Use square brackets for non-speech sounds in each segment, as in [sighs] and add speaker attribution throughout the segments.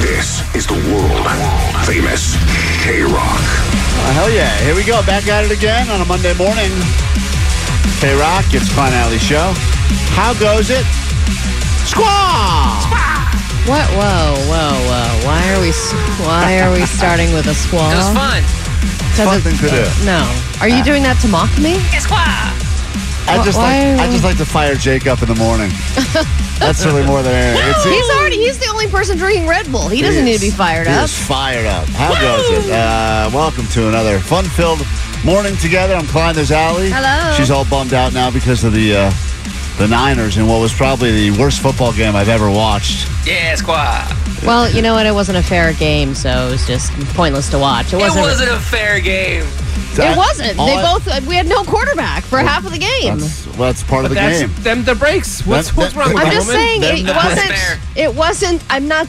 Speaker 1: This is the world famous K Rock.
Speaker 2: Oh, hell yeah. Here we go. Back at it again on a Monday morning. K Rock, it's Klein Alley Show. How goes it? Squaw!
Speaker 3: What? Whoa, whoa, whoa! uh, Why are we? s- Why are we starting with a squall?
Speaker 4: It was fun.
Speaker 2: Fun thing to do.
Speaker 3: No. Are you doing that to mock me?
Speaker 2: I just,
Speaker 3: Why-
Speaker 2: like, I
Speaker 3: [laughs]
Speaker 2: just like to fire Jake up in the morning. That's really more than
Speaker 3: [laughs]
Speaker 2: anything. It's,
Speaker 3: He's already. He's the only person drinking Red Bull. He doesn't need to be fired
Speaker 2: he
Speaker 3: up.
Speaker 2: is fired up. How goes it? Uh, welcome to another fun filled morning together. I'm Klein, there's Alley.
Speaker 3: Hello.
Speaker 2: She's all bummed out now because of the, uh, the Niners in what was probably the worst football game I've ever watched.
Speaker 4: Yeah, squad.
Speaker 3: Well, you know what? It wasn't a fair game, so it was just pointless to watch. It
Speaker 4: It
Speaker 3: wasn't.
Speaker 4: wasn't a fair game.
Speaker 3: It wasn't.
Speaker 2: All
Speaker 3: They
Speaker 2: I-
Speaker 3: both. We had no quarterback for half of the game.
Speaker 2: That's, well, that's part of the
Speaker 5: That's
Speaker 2: game.
Speaker 5: them the breaks. What's
Speaker 2: That-
Speaker 5: what's
Speaker 2: that-
Speaker 5: wrong with
Speaker 3: I'm
Speaker 5: that
Speaker 3: just
Speaker 5: woman?
Speaker 3: saying
Speaker 2: they're
Speaker 3: it
Speaker 2: not-
Speaker 3: wasn't.
Speaker 4: Fair.
Speaker 3: It wasn't. I'm not.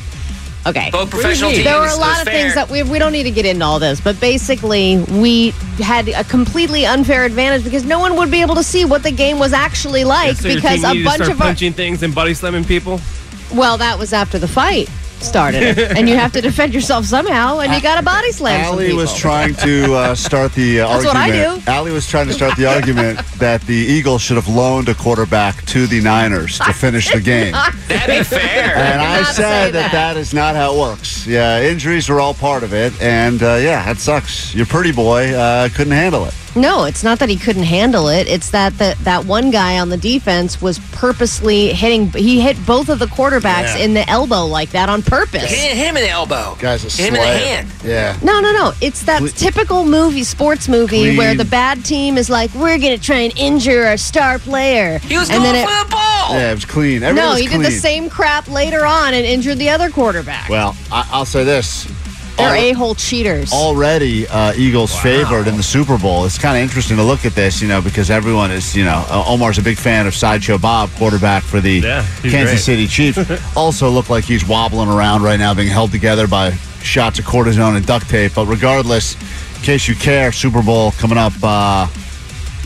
Speaker 3: Okay.
Speaker 4: Both
Speaker 3: What do you
Speaker 4: professional
Speaker 3: mean?
Speaker 4: teams,
Speaker 3: There were a
Speaker 4: it
Speaker 3: lot
Speaker 4: was
Speaker 3: of things
Speaker 4: fair.
Speaker 3: that we we don't need to get into all this, but basically we had a completely unfair advantage because no one would be able to see what the game was actually like
Speaker 5: So your
Speaker 3: because
Speaker 5: team
Speaker 3: a
Speaker 5: needed to
Speaker 3: bunch
Speaker 5: start
Speaker 3: of our,
Speaker 5: punching things and body slamming people.
Speaker 3: well, that was after the fight started, and you have to defend yourself somehow, and
Speaker 5: [laughs]
Speaker 3: you got a body slam. some
Speaker 2: Allie was
Speaker 3: people.
Speaker 2: trying to uh, start the uh,
Speaker 3: [laughs] That's what I
Speaker 2: argument. Allie was trying to start the argument that the Eagles should have loaned a quarterback to the Niners to finish
Speaker 3: [laughs]
Speaker 2: the game.
Speaker 4: That'd be fair.
Speaker 2: And
Speaker 3: I
Speaker 2: I
Speaker 3: did not
Speaker 2: said
Speaker 3: say
Speaker 2: that.
Speaker 3: that.
Speaker 2: that is not how it works. Yeah, injuries are all part of it. And uh, yeah, that sucks. Your pretty boy uh, couldn't handle it.
Speaker 3: No, it's not that he couldn't handle it. It's that the, that one guy on the defense was purposely hitting. He hit both of the quarterbacks
Speaker 2: Yeah.
Speaker 3: in the elbow like that on purpose.
Speaker 4: Hit him in the elbow.
Speaker 2: Guys, a
Speaker 4: him in the hand.
Speaker 2: Yeah.
Speaker 3: No, no, no. It's that typical movie, sports movie,
Speaker 2: Clean.
Speaker 3: where the bad team is like, we're going to try and injure our star player.
Speaker 4: He was
Speaker 3: and
Speaker 4: going
Speaker 3: then
Speaker 4: for
Speaker 3: it,
Speaker 4: the ball.
Speaker 2: Yeah, it was clean. Everyone
Speaker 3: Oh. No,
Speaker 2: was
Speaker 3: he
Speaker 2: clean.
Speaker 3: did the same crap later on and injured the other quarterback.
Speaker 2: Well, I- I'll say this.
Speaker 3: They're
Speaker 2: All-
Speaker 3: a hole cheaters.
Speaker 2: already uh, Eagles favored in the Super Bowl. It's kind of interesting to look at this, you know, because everyone is, you know, uh, Omar's a big fan of Sideshow Bob, quarterback for the
Speaker 5: Yeah, he's
Speaker 2: Kansas
Speaker 5: great.
Speaker 2: City Chiefs.
Speaker 5: [laughs]
Speaker 2: also look like he's wobbling around right now, being held together by shots of cortisone and duct tape. But regardless, in case you care, Super Bowl coming up uh,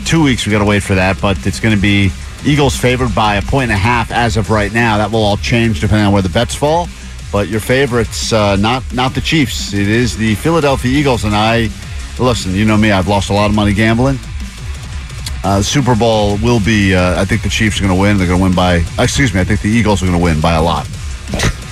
Speaker 2: two weeks. We got to wait for that, but it's going to be Eagles favored by a point and a half as of right now. That will all change depending on where the bets fall. But your favorites, uh, not not the Chiefs. It is the Philadelphia Eagles, and I listen. You know me; I've lost a lot of money gambling. Uh, the Super Bowl will be. Uh, I think the Chiefs are going to win. They're going to win by. Excuse me. I think the Eagles are going to win by a lot.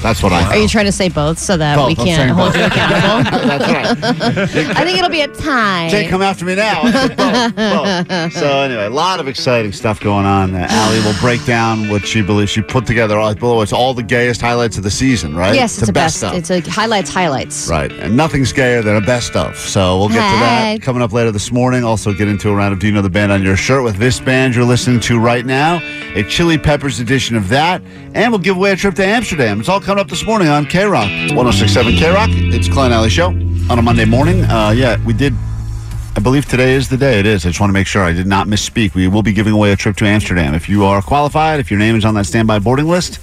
Speaker 2: That's what I.
Speaker 3: Are you trying to say both so that
Speaker 2: Both,
Speaker 3: we
Speaker 2: I'm saying
Speaker 3: can't hold
Speaker 2: both.
Speaker 3: you accountable?
Speaker 2: That's right.
Speaker 3: I think it'll be a tie.
Speaker 2: Jay, come after me now. Both, both. [laughs] So anyway, a lot of exciting stuff going on. Uh, Allie will break down what she believes she put together. all- well, It's all the gayest highlights of the season, right?
Speaker 3: Yes, it's,
Speaker 2: the
Speaker 3: a best.
Speaker 2: of.
Speaker 3: It's a highlights, highlights.
Speaker 2: Right, and nothing's gayer than a best of. So we'll get to
Speaker 3: Hey.
Speaker 2: that coming up later this morning. Also, get into a round of Do You Know the Band on Your Shirt with this band you're listening to right now, a Chili Peppers edition of that, and we'll give away a trip to Amsterdam. It's all coming up this morning on oh K Rock 1067 K Rock. It's Klein Alley Show on a Monday morning. Uh, yeah, we did. I believe today is the day. It is. I just want to make sure I did not misspeak. We will be giving away a trip to Amsterdam. If you are qualified, if your name is on that standby boarding list,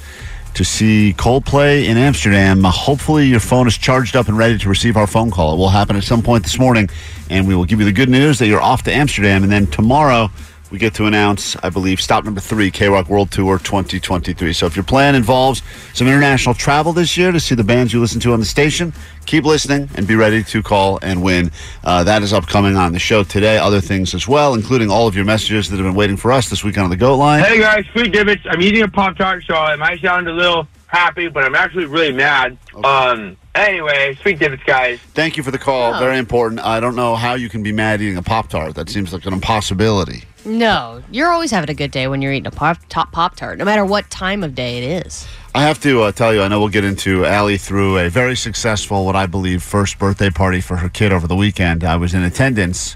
Speaker 2: to see Coldplay in Amsterdam. Uh, Hopefully, your phone is charged up and ready to receive our phone call. It will happen at some point this morning, and we will give you the good news that you're off to Amsterdam. And then tomorrow, we get to announce, I believe, stop number three, K Rock World Tour 2023. So if your plan involves some international travel this year to see the bands you listen to on the station, keep listening and be ready to call and win. Uh, that is upcoming on the show today. Other things as well, including all of your messages that have been waiting for us this week on the Goat Line.
Speaker 6: Hey guys, sweet divots. I'm eating a Pop Tart, so I might sound a little happy, but I'm actually really mad. Um. Anyway, sweet divots, guys.
Speaker 2: Thank you for the call.
Speaker 7: Oh.
Speaker 2: Very important. I don't know how you can be mad eating a Pop Tart. That seems like an impossibility.
Speaker 3: No, you're always having a good day when you're eating a pop top pop tart, no matter what time of day it is.
Speaker 2: I have to uh, tell you, I know we'll get into Allie through a very successful, what I believe, first birthday party for her kid over the weekend. I was in attendance,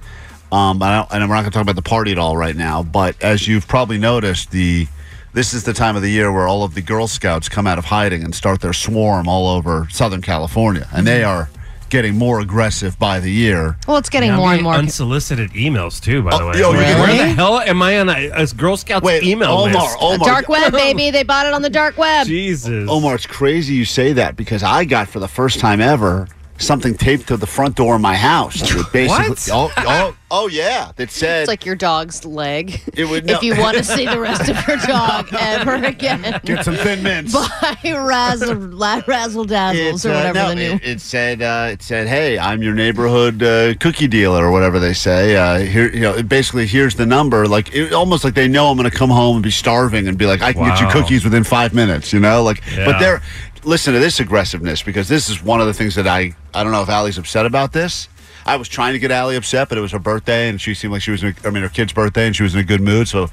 Speaker 2: um, I don't, and I'm not going to talk about the party at all right now. But as you've probably noticed, the this is the time of the year where all of the Girl Scouts come out of hiding and start their swarm all over Southern California, and they are getting more aggressive by the year.
Speaker 3: Well, it's getting
Speaker 8: Yeah, I'm
Speaker 3: more and
Speaker 8: getting
Speaker 3: more. [laughs]
Speaker 8: unsolicited emails too. By the
Speaker 2: Oh,
Speaker 8: way,
Speaker 2: yo,
Speaker 8: Like,
Speaker 2: you're getting-
Speaker 8: where the
Speaker 3: Really?
Speaker 8: hell am I on a, a Girl Scouts
Speaker 2: Wait,
Speaker 8: email
Speaker 2: Omar,
Speaker 8: list?
Speaker 2: Omar,
Speaker 3: dark web, baby. They bought it on the dark web.
Speaker 8: Jesus,
Speaker 2: Omar, it's crazy you say that because I got for the first time ever something taped to the front door of my house. It basically,
Speaker 8: What?
Speaker 2: Oh, oh, oh, yeah, that said
Speaker 3: It's like your dog's leg.
Speaker 2: It would-
Speaker 3: if you want to see the rest of your
Speaker 2: [laughs]
Speaker 3: dog ever again,
Speaker 2: [laughs] get some thin mints.
Speaker 3: buy razzle la- razzle dazzles
Speaker 2: It's,
Speaker 3: or
Speaker 2: uh,
Speaker 3: whatever
Speaker 2: no,
Speaker 3: the new.
Speaker 2: it, it said uh, it said, "Hey, I'm your neighborhood uh, cookie dealer or whatever they say." Uh, here, you know, it basically here's the number. Like it, almost like they know I'm going to come home and be starving and be like, "I can get you
Speaker 8: Wow.
Speaker 2: cookies within five minutes," you know. Like, but
Speaker 8: Yeah.
Speaker 2: they're listen to this aggressiveness because this is one of the things that I I don't know if Allie's upset about this. I was trying to get Allie upset, but it was her birthday, and she seemed like she was. In a, I mean, her kid's birthday, and she was in a good mood. So,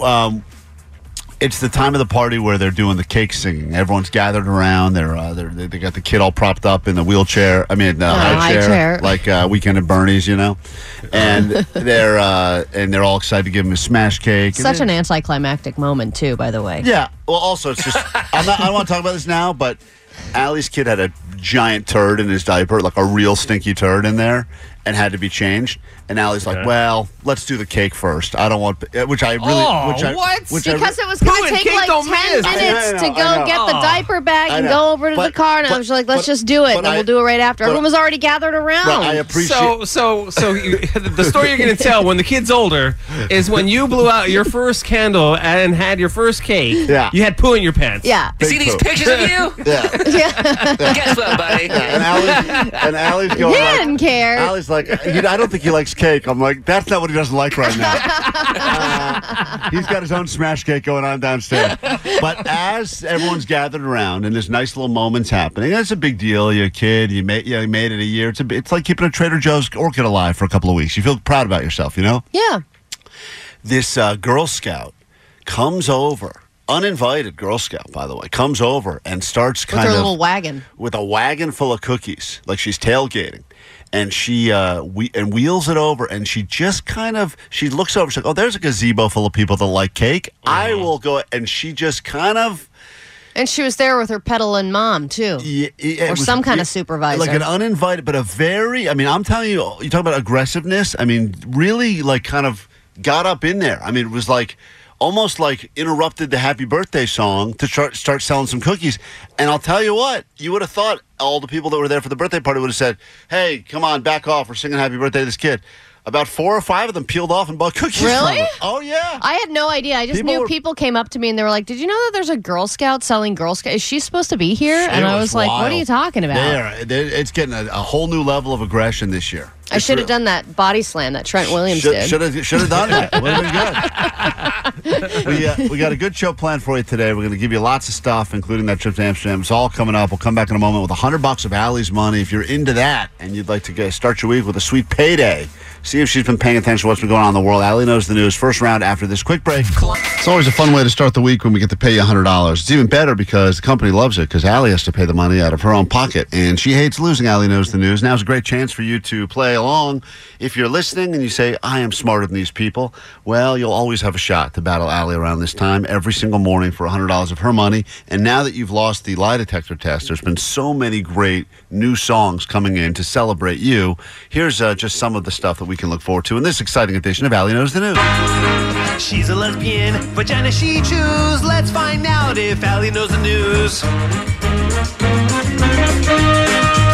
Speaker 2: um, it's the time of the party where they're doing the cake singing. Everyone's gathered around. They're, uh, they're they, they got the kid all propped up in the wheelchair. I mean, uh, high,
Speaker 3: high
Speaker 2: chair,
Speaker 3: chair.
Speaker 2: like uh, weekend at Bernie's, you know.
Speaker 3: [laughs]
Speaker 2: And they're uh, and they're all excited to give him a smash cake. And
Speaker 3: Such
Speaker 2: then-
Speaker 3: an anticlimactic moment, too. By the way.
Speaker 2: yeah. Well, also
Speaker 3: [laughs]
Speaker 2: it's just I'm not, I don't want to talk about this now, but Allie's kid had a giant turd in his diaper, like a real stinky turd in there. And had to be changed, and Allie's like,
Speaker 8: Okay.
Speaker 2: "Well, let's do the cake first. I don't want, which I really,
Speaker 8: Oh,
Speaker 2: which I,
Speaker 8: what?
Speaker 2: Which I,
Speaker 3: Because it was
Speaker 8: Poo
Speaker 3: going
Speaker 8: and
Speaker 3: to take
Speaker 8: cake
Speaker 3: like 10
Speaker 8: don't miss. I
Speaker 3: minutes
Speaker 2: know,
Speaker 3: to
Speaker 2: I know.
Speaker 3: go get the
Speaker 8: Aw.
Speaker 3: diaper bag
Speaker 2: I
Speaker 3: and
Speaker 2: know.
Speaker 3: go over to the
Speaker 2: But-
Speaker 3: car. And
Speaker 2: but-
Speaker 3: I was like, let's
Speaker 2: but-
Speaker 3: just do it.
Speaker 2: but
Speaker 3: And then
Speaker 2: I-
Speaker 3: we'll do it right after.
Speaker 2: but-
Speaker 3: Everyone was already gathered around.
Speaker 2: But I appreciate.
Speaker 5: So, so, so you, [laughs] the story you're going to tell when the kid's older is when you blew out your first candle and had your first cake.
Speaker 2: Yeah.
Speaker 5: You had poo in your pants.
Speaker 3: yeah.
Speaker 4: You see these
Speaker 2: poop.
Speaker 4: pictures of
Speaker 3: [laughs]
Speaker 4: you?
Speaker 2: yeah,
Speaker 4: Guess what, buddy?
Speaker 2: and Allie's, and Allie's going.
Speaker 3: He
Speaker 2: like-
Speaker 3: didn't care.
Speaker 2: Allie's like, you know, I don't think he likes cake. I'm like, that's not what he doesn't like right now. Uh, he's got his own smash cake going on downstairs. But as everyone's gathered around and this nice little moment's happening, that's a big deal. You're a kid. You made, you, know, you made it a year. It's a, it's like keeping a Trader Joe's orchid alive for a couple of weeks. You feel proud about yourself. You know.
Speaker 3: yeah.
Speaker 2: this uh, Girl Scout comes over, uninvited Girl Scout, by the way, comes over and starts
Speaker 3: With
Speaker 2: kind
Speaker 3: her
Speaker 2: of
Speaker 3: little wagon.
Speaker 2: with a wagon full of cookies, like she's tailgating. And she uh, we and wheels it over, and she just kind of she looks over. She's like, "Oh, there's a gazebo full of people that like cake. I
Speaker 3: Mm.
Speaker 2: will go." And she just kind of
Speaker 3: And she was there with her peddling mom, too.
Speaker 2: yeah, it- it
Speaker 3: Or
Speaker 2: was
Speaker 3: some kind
Speaker 2: re-
Speaker 3: of supervisor.
Speaker 2: like an uninvited, but a very. I mean, I'm telling you, you talk about aggressiveness. I mean, really, like, kind of got up in there. I mean, it was like almost like interrupted the happy birthday song to start start selling some cookies. And I'll tell you what, you would have thought all the people that were there for the birthday party would have said, "Hey, come on, back off. We're singing happy birthday to this kid." About four or five of them peeled off and bought cookies. from
Speaker 3: Really?
Speaker 2: her. Oh yeah.
Speaker 3: I had no idea. I just
Speaker 2: People
Speaker 3: knew
Speaker 2: were-
Speaker 3: people came up to me and they were like, "Did you know that there's a Girl Scout selling Girl Scout? Is she supposed to be here?"
Speaker 2: It
Speaker 3: and I was like, "What
Speaker 2: wild.
Speaker 3: are you talking about?"
Speaker 2: They are, they- it's getting a, a whole new level of aggression this year.
Speaker 3: I should have done that body slam that Trent Williams did.
Speaker 2: Should have should have done that. Would have been
Speaker 3: [laughs]
Speaker 2: good. we, uh, we got a good show planned for you today. We're going to give you lots of stuff, including that trip to Amsterdam. It's all coming up. We'll come back in a moment with a hundred bucks of Allie's money. If you're into that and you'd like to get, start your week with a sweet payday, see if she's been paying attention to what's been going on in the world. Allie knows the news. First round after this quick break. It's always a fun way to start the week when we get to pay you hundred dollars. It's even better because the company loves it because Allie has to pay the money out of her own pocket, and she hates losing. Allie knows the news. Now's a great chance for you to play along. If you're listening and you say, "I am smarter than these people," well, you'll always have a shot to battle Allie around this time every single morning for hundred dollars of her money. And now that you've lost the lie detector test, there's been so many great new songs coming in to celebrate you. Here's uh, just some of the stuff that we can look forward to in this exciting edition of Allie knows the news.
Speaker 9: She's a lesbian, vagina she chews. Let's find out if Allie knows the news.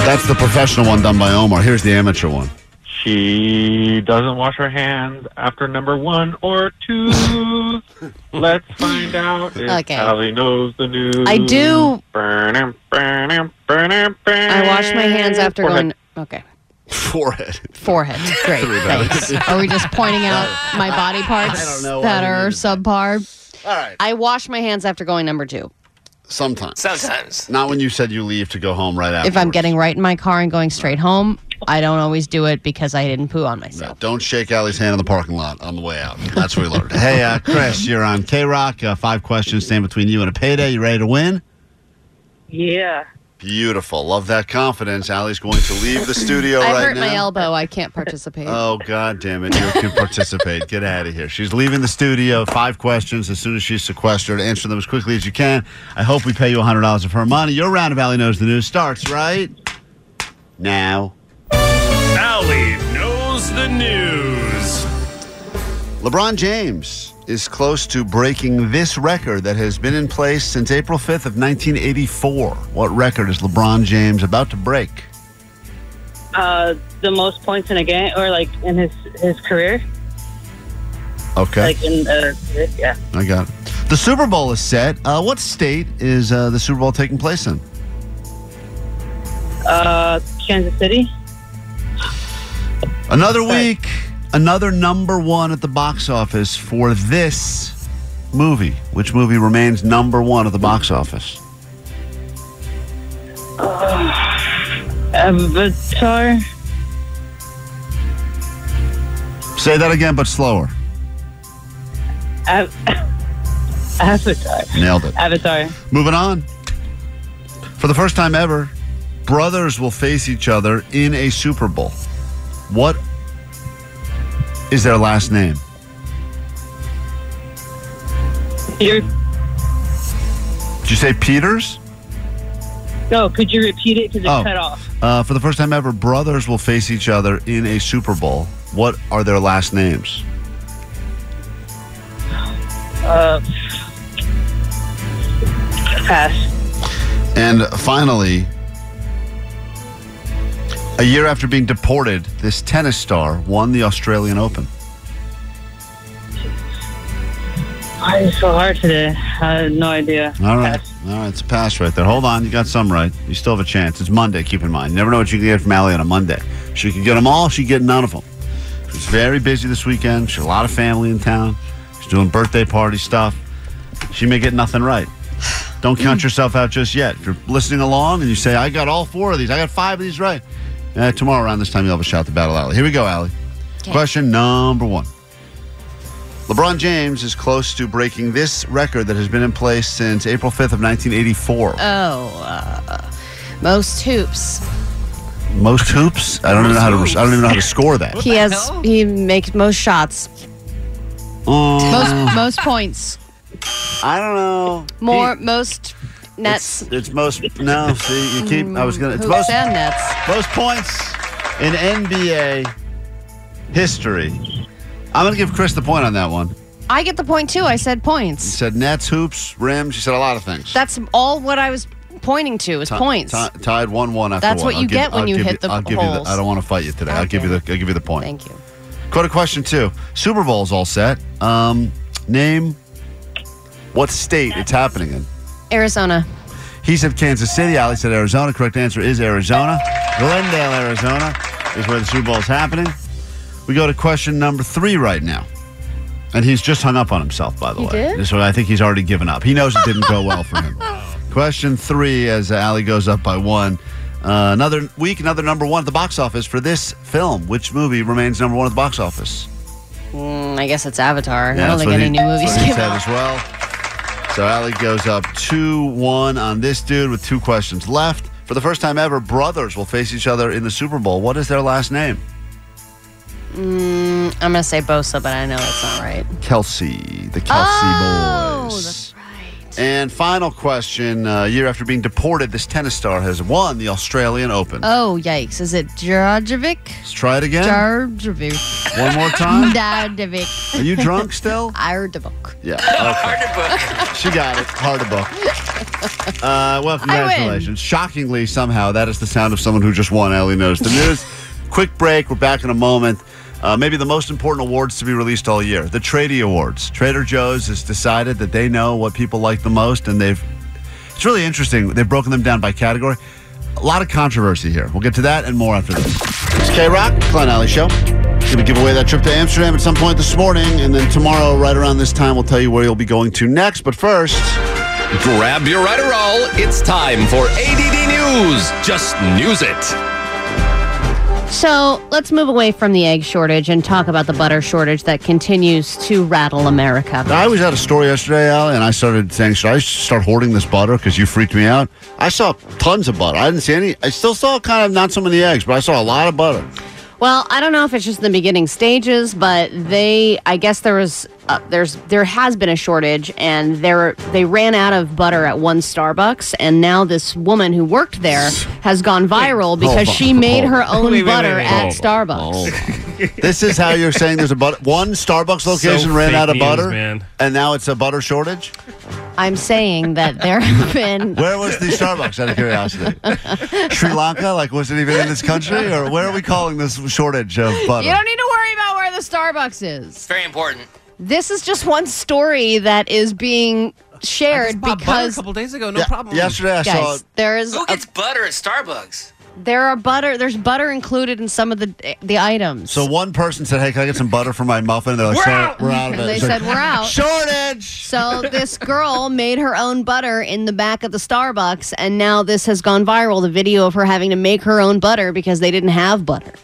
Speaker 2: That's the professional one done by Omar. Here's the amateur one.
Speaker 6: She doesn't wash her hands after number one or two. [laughs] Let's find out if
Speaker 3: Okay.
Speaker 6: Allie knows the news.
Speaker 3: I do-
Speaker 6: Burn him, burn him, burn him, burn
Speaker 3: I washed my hands
Speaker 2: eh,
Speaker 3: after
Speaker 6: Forehead.
Speaker 3: going. Okay.
Speaker 2: Forehead.
Speaker 3: Forehead.
Speaker 2: [laughs]
Speaker 3: Great. Thanks. Are we just pointing out my body parts
Speaker 2: don't know why
Speaker 3: that
Speaker 2: you
Speaker 3: are
Speaker 2: needed
Speaker 3: subpar?
Speaker 2: All right.
Speaker 3: I wash my hands after going number two.
Speaker 2: Sometimes.
Speaker 4: Sometimes.
Speaker 2: Not when you said you leave to go home right after.
Speaker 3: If I'm getting right in my car and going straight home, I don't always do it because I didn't poo on myself.
Speaker 2: Don't shake Allie's hand in the parking lot on the way out. That's what we learned. [laughs] hey, uh, Chris, you're on K Rock. Uh, five questions stand between you and a payday. You ready to win?
Speaker 10: Yeah.
Speaker 2: Beautiful. Love that confidence. Allie's going to leave the studio
Speaker 3: I
Speaker 2: right
Speaker 3: hurt
Speaker 2: now.
Speaker 3: my elbow. I can't participate.
Speaker 2: Oh God damn it! You can participate. Get out of here. She's leaving the studio. Five questions as soon as she's sequestered. Answer them as quickly as you can. I hope we pay you hundred dollars of her money. Your round of Alley knows the news starts right now.
Speaker 8: Allie knows the news.
Speaker 2: LeBron James is close to breaking this record that has been in place since April 5th of 1984. What record is LeBron James about to break?
Speaker 10: Uh, the most points in a game, or like in his his career,
Speaker 2: Okay,
Speaker 10: like in uh, yeah,
Speaker 2: I got it. The Super Bowl is set. Uh, what state is uh, the Super Bowl taking place in?
Speaker 10: uh, Kansas City. [sighs]
Speaker 2: Another
Speaker 10: Sorry.
Speaker 2: week, another number one at the box office for this movie. Which movie remains number one at the box office?
Speaker 10: Avatar.
Speaker 2: Say that again, but slower.
Speaker 10: Av- [laughs] Avatar.
Speaker 2: Nailed it.
Speaker 10: Avatar.
Speaker 2: Moving on. For the first time ever, brothers will face each other in a Super Bowl. What is their last name?
Speaker 10: Your
Speaker 2: Did you say Peters?
Speaker 10: no. Could you repeat it? Because it
Speaker 2: Oh.
Speaker 10: cut off.
Speaker 2: Uh, for the first time ever, brothers will face each other in a Super Bowl. What are their last names?
Speaker 10: Uh, pass.
Speaker 2: And finally, a year after being deported, this tennis star won the Australian Open.
Speaker 10: Why is it so hard today? I have no idea.
Speaker 2: All right.
Speaker 10: Pass.
Speaker 2: All right. It's a pass right there. Hold on. You got some right. You still have a chance. It's Monday. Keep in mind. You never know what you can get from Allie on a Monday. She could get them all. She could get none of them. She's very busy this weekend. She has a lot of family in town. She's doing birthday party stuff. She may get nothing right. Don't
Speaker 3: Mm.
Speaker 2: count yourself out just yet. If you're listening along and you say, I got all four of these, I got five of these right. Uh, tomorrow around this time, you'll have a shot to battle Allie. Here we go, Allie. Question number one. LeBron James is close to breaking this record that has been in place since April 5th of 1984.
Speaker 3: Oh, uh, most hoops.
Speaker 2: most hoops. I don't even know how to. I don't even know how to score that.
Speaker 3: He has.
Speaker 4: hell?
Speaker 3: He makes most shots.
Speaker 2: Uh,
Speaker 3: Most most points.
Speaker 2: I don't know.
Speaker 3: More most nets.
Speaker 2: It's, it's most. No, see, you keep. I was gonna. It's
Speaker 3: Hoops
Speaker 2: most
Speaker 3: and nets.
Speaker 2: most points in NBA history. I'm gonna give Chris the point on that one.
Speaker 3: I get the point too. I said
Speaker 2: She
Speaker 3: points.
Speaker 2: said nets, hoops, rims. She said a lot of things.
Speaker 3: That's all what I was pointing to is
Speaker 2: Ti-
Speaker 3: points.
Speaker 2: ti- tied one-one after
Speaker 3: That's
Speaker 2: one.
Speaker 3: what you get when you
Speaker 2: give
Speaker 3: hit the
Speaker 2: I'll give you the,
Speaker 3: holes.
Speaker 2: I don't want to fight you today. I'll give you the. I'll give you the point.
Speaker 3: Thank you.
Speaker 2: Go to question two. Super Bowl's all set. Um, name what state it's happening in.
Speaker 3: Arizona.
Speaker 2: He said Kansas City. Ali said Arizona. Correct answer is Arizona. Glendale, Arizona is where the Super Bowl is happening. We go to question number three right now. And he's just hung up on himself, by the way.
Speaker 7: did?
Speaker 2: So I think he's already given up. He knows it didn't go well for him. Question three as Ali goes up by one. Uh, another week, another number one at the box office for this film. Which movie remains number one at the box office?
Speaker 3: Mm, I guess it's Avatar. I
Speaker 2: Yeah,
Speaker 3: don't
Speaker 2: that's
Speaker 3: think
Speaker 2: what
Speaker 3: any
Speaker 2: he-
Speaker 3: new movies
Speaker 2: that's what he
Speaker 3: came
Speaker 2: said
Speaker 3: out.
Speaker 2: as well. So Allie goes up 2-1 on this dude with two questions left. For the first time ever, brothers will face each other in the Super Bowl. What is their last name?
Speaker 3: Mm, I'm gonna say Bosa, but I know that's not right.
Speaker 2: Kelsey, the Kelsey
Speaker 3: Oh,
Speaker 2: Boys.
Speaker 3: that's right.
Speaker 2: And final question. Uh, a year after being deported, this tennis star has won the Australian Open.
Speaker 3: Oh yikes! Is it Djordjevic?
Speaker 2: Let's try it again.
Speaker 3: Djordjevic.
Speaker 2: One
Speaker 3: [laughs]
Speaker 2: more time.
Speaker 3: Djordjevic.
Speaker 2: Are you
Speaker 3: [laughs]
Speaker 2: drunk still?
Speaker 3: Djordjevic.
Speaker 2: Yeah. Okay.
Speaker 4: [laughs] Harder book.
Speaker 2: She got it. Hard to
Speaker 4: [laughs]
Speaker 2: book. Uh, well, congratulations. Shockingly, somehow, that is the sound of someone who just won Ellie Knows the News. Quick break. We're back in a moment. Uh, maybe the most important awards to be released all year the Tradie Awards. Trader Joe's has decided that they know what people like the most, and they've. It's really interesting. They've broken them down by category. A lot of controversy here. We'll get to that and more after this. It's K Rock, Glen Alley Show. Gonna give away that trip to Amsterdam at some point this morning, and then tomorrow, right around this time, we'll tell you where you'll be going to next. But first,
Speaker 11: Grab your right roll. It's time for ADD News. Just news it.
Speaker 3: So let's move away from the egg shortage and talk about the butter shortage that continues to rattle America.
Speaker 2: I was at a store yesterday, Al, and I started saying, should I start hoarding this butter? Because you freaked me out. I saw tons of butter. I didn't see any. I still saw kind of not so many eggs, but I saw a lot of butter.
Speaker 3: Well, I don't know if it's just the beginning stages, but they, I guess there was, uh, there's, there has been a shortage, and there they ran out of butter at one Starbucks, and now this woman who worked there has gone viral because she made her own butter at Starbucks.
Speaker 2: this is how you're saying there's a butter. One Starbucks
Speaker 8: [laughs]
Speaker 2: location
Speaker 8: So
Speaker 2: ran
Speaker 8: fake
Speaker 2: out of
Speaker 8: news,
Speaker 2: butter,
Speaker 8: man.
Speaker 2: and now it's a butter shortage.
Speaker 3: I'm saying that there
Speaker 2: [laughs]
Speaker 3: have been.
Speaker 2: Where was the Starbucks? Out
Speaker 3: [laughs]
Speaker 2: of curiosity, Sri Lanka? Like, was it even in this country, or where are we calling this shortage of butter?
Speaker 3: You don't need to worry about where the Starbucks is. It's
Speaker 4: very important.
Speaker 3: This is just one story that is being shared because
Speaker 8: days ago,
Speaker 4: no problem.
Speaker 2: Yesterday, I
Speaker 3: guys,
Speaker 2: saw
Speaker 3: there is
Speaker 4: Who gets butter at Starbucks?
Speaker 3: there are butter. There's butter included in some of the the items.
Speaker 2: So one person said, "Hey, can I get some butter for my muffin?" They're like,
Speaker 3: We're
Speaker 2: "Sorry,
Speaker 3: out!"
Speaker 2: "We're out of it."
Speaker 3: They
Speaker 2: It's like,
Speaker 3: said we're out.
Speaker 2: Shortage.
Speaker 3: So this girl made her own butter in the back of the Starbucks, and now this has gone viral. The video of her having to make her own butter because they didn't have butter.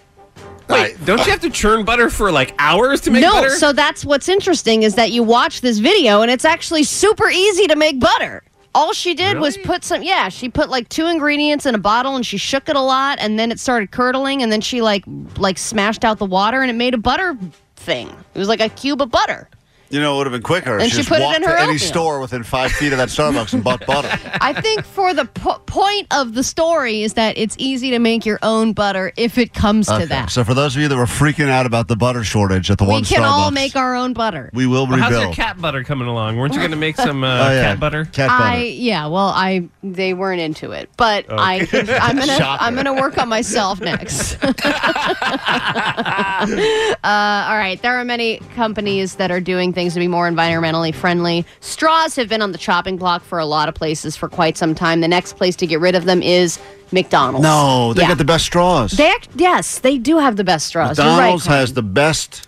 Speaker 8: Wait, don't you have to churn butter for like hours to make
Speaker 3: no,
Speaker 8: butter?
Speaker 3: so that's what's interesting is that you watch this video, and it's actually super easy to make butter. All she did was put some, yeah, she put like two ingredients in a bottle, and she shook it a lot, and then it started curdling, and then she like like smashed out the water, and it made a butter thing. It was like a cube of butter.
Speaker 2: You know, it would have been quicker. if
Speaker 3: And she
Speaker 2: just
Speaker 3: put it
Speaker 2: walked
Speaker 3: in her
Speaker 2: to any
Speaker 3: oatmeal.
Speaker 2: store within five feet of that Starbucks and bought butter.
Speaker 3: I
Speaker 8: [laughs]
Speaker 3: think for the po- point of the story is that it's easy to make your own butter if it comes
Speaker 2: Okay,
Speaker 3: to that.
Speaker 2: So for those of you that were freaking out about the butter shortage at the
Speaker 3: We
Speaker 2: one
Speaker 3: can
Speaker 2: Starbucks,
Speaker 3: all make our own butter.
Speaker 2: we will
Speaker 8: Well,
Speaker 2: rebuild.
Speaker 8: how's your cat butter coming along? Weren't you going to [laughs] make some uh,
Speaker 2: Oh, yeah.
Speaker 8: cat butter?
Speaker 2: Cat
Speaker 3: I yeah, well I they weren't into it, but
Speaker 8: Oh.
Speaker 3: I
Speaker 2: [laughs]
Speaker 3: can, I'm gonna
Speaker 8: Shocker.
Speaker 3: I'm gonna work on myself next. uh, all right, there are many companies that are doing things to be more environmentally friendly. Straws have been on the chopping block for a lot of places for quite some time. The next place to get rid of them is McDonald's.
Speaker 2: No, they
Speaker 3: Yeah.
Speaker 2: got the best straws.
Speaker 3: They act- yes, they do have the best straws. You're right,
Speaker 2: McDonald's
Speaker 3: Colin.
Speaker 2: has the best,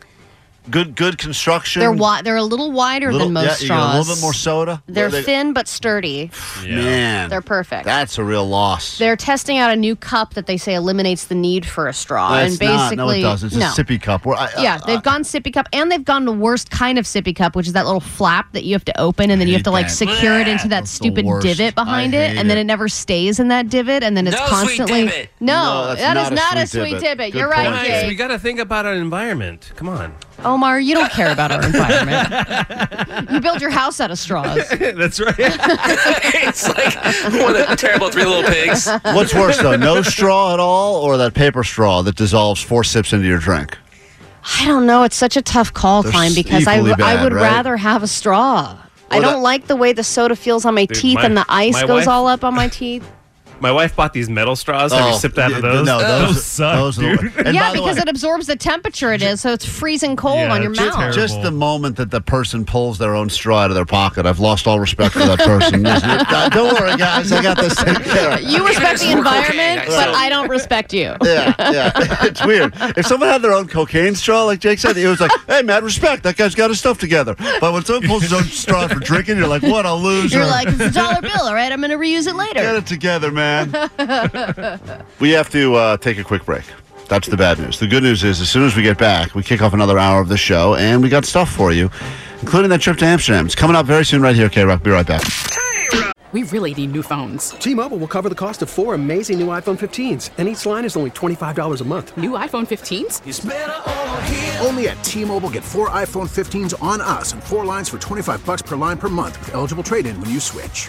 Speaker 2: good good construction.
Speaker 3: They're wi- they're a little wider
Speaker 2: Little-
Speaker 3: than most
Speaker 2: yeah, you
Speaker 3: straws.
Speaker 2: got a little bit more soda.
Speaker 3: They're
Speaker 2: They-
Speaker 3: thin but
Speaker 2: [sighs]
Speaker 3: sturdy.
Speaker 2: Man,
Speaker 3: They're perfect.
Speaker 2: that's a real loss.
Speaker 3: They're testing out a new cup that they say eliminates the need for a straw.
Speaker 2: That's
Speaker 3: and basically,
Speaker 2: not, no, it doesn't. It's
Speaker 3: no.
Speaker 2: a sippy cup. Where I, uh,
Speaker 3: yeah, they've gone sippy cup, and they've gone the worst kind of sippy cup, which is that little flap that you have to open, and then you have to like
Speaker 2: that.
Speaker 3: secure it into that stupid
Speaker 2: worst.
Speaker 3: divot behind
Speaker 2: I
Speaker 3: it,
Speaker 2: hate
Speaker 3: and then
Speaker 2: it.
Speaker 3: it never stays in that divot, and then it's
Speaker 8: No sweet
Speaker 3: constantly
Speaker 8: divot.
Speaker 3: no,
Speaker 8: No, that's
Speaker 3: that
Speaker 8: not
Speaker 3: is
Speaker 8: a
Speaker 3: not
Speaker 8: sweet
Speaker 3: a sweet
Speaker 8: divot.
Speaker 3: divot.
Speaker 8: Good
Speaker 3: You're right,
Speaker 8: Guys, we
Speaker 3: Jake.
Speaker 8: got to think about our environment. Come [laughs] on.
Speaker 3: Omar, you don't care about
Speaker 2: [laughs]
Speaker 3: our environment. you build your house out
Speaker 8: [laughs]
Speaker 3: of straws.
Speaker 8: That's right.
Speaker 4: it's like one of the
Speaker 3: [laughs]
Speaker 4: terrible Three Little [laughs] Pigs.
Speaker 2: [laughs] What's worse though, no straw at all, or that paper straw that dissolves four sips into your drink?
Speaker 3: I don't know. It's such a tough call,
Speaker 2: They're
Speaker 3: Klein, because I,
Speaker 2: equally
Speaker 3: I
Speaker 2: bad,
Speaker 3: would
Speaker 2: right?
Speaker 3: rather have a straw. I
Speaker 8: Well,
Speaker 3: don't
Speaker 8: that-
Speaker 3: like the way the soda feels on my
Speaker 8: Dude,
Speaker 3: teeth
Speaker 8: my-
Speaker 3: and the ice
Speaker 8: my
Speaker 3: goes
Speaker 8: wife-
Speaker 3: all up on my teeth.
Speaker 8: My wife bought these metal straws. Have
Speaker 2: Oh,
Speaker 8: you sipped out of
Speaker 2: yeah,
Speaker 8: [laughs] those?
Speaker 2: no, those-
Speaker 8: suck,
Speaker 2: those are the-
Speaker 8: dude.
Speaker 2: [laughs] And
Speaker 3: yeah,
Speaker 2: by the
Speaker 3: because
Speaker 2: way-
Speaker 3: it absorbs the temperature it is, so it's freezing cold on your mouth.
Speaker 2: Just the moment that the person pulls their own straw out of their pocket, I've lost all respect for that person. Uh, Don't worry, guys, I got this taken care of. [laughs]
Speaker 3: you respect the
Speaker 4: Even if it's more
Speaker 3: environment,
Speaker 4: cocaine, I
Speaker 3: but
Speaker 4: still-
Speaker 3: I don't respect you.
Speaker 2: Yeah, yeah, [laughs] it's weird. If someone had their own cocaine straw, like Jake said, it was like, "Hey, mad respect. That guy's got his stuff together." But when someone pulls his own straw for drinking, you're like, "What a
Speaker 3: [laughs]
Speaker 2: loser!"
Speaker 3: You're like, it's a dollar bill, all right? I'm going to reuse it
Speaker 2: [laughs] "Get
Speaker 3: later.
Speaker 2: it together, man."
Speaker 3: [laughs]
Speaker 2: We have to uh, take a quick break. That's the bad news. The good news is, as soon as we get back, we kick off another hour of the show, and we got stuff for you, including that trip to Amsterdam. It's coming up very soon, right here. K Rock. Be right back.
Speaker 12: We really need new phones. T-Mobile will cover the cost of four amazing new iPhone 15s, and each line is only twenty-five dollars a month. New iPhone 15s?
Speaker 13: Only at T-Mobile, get four iPhone 15s on us and four lines for 25 bucks per line per month with eligible trade-in when you switch.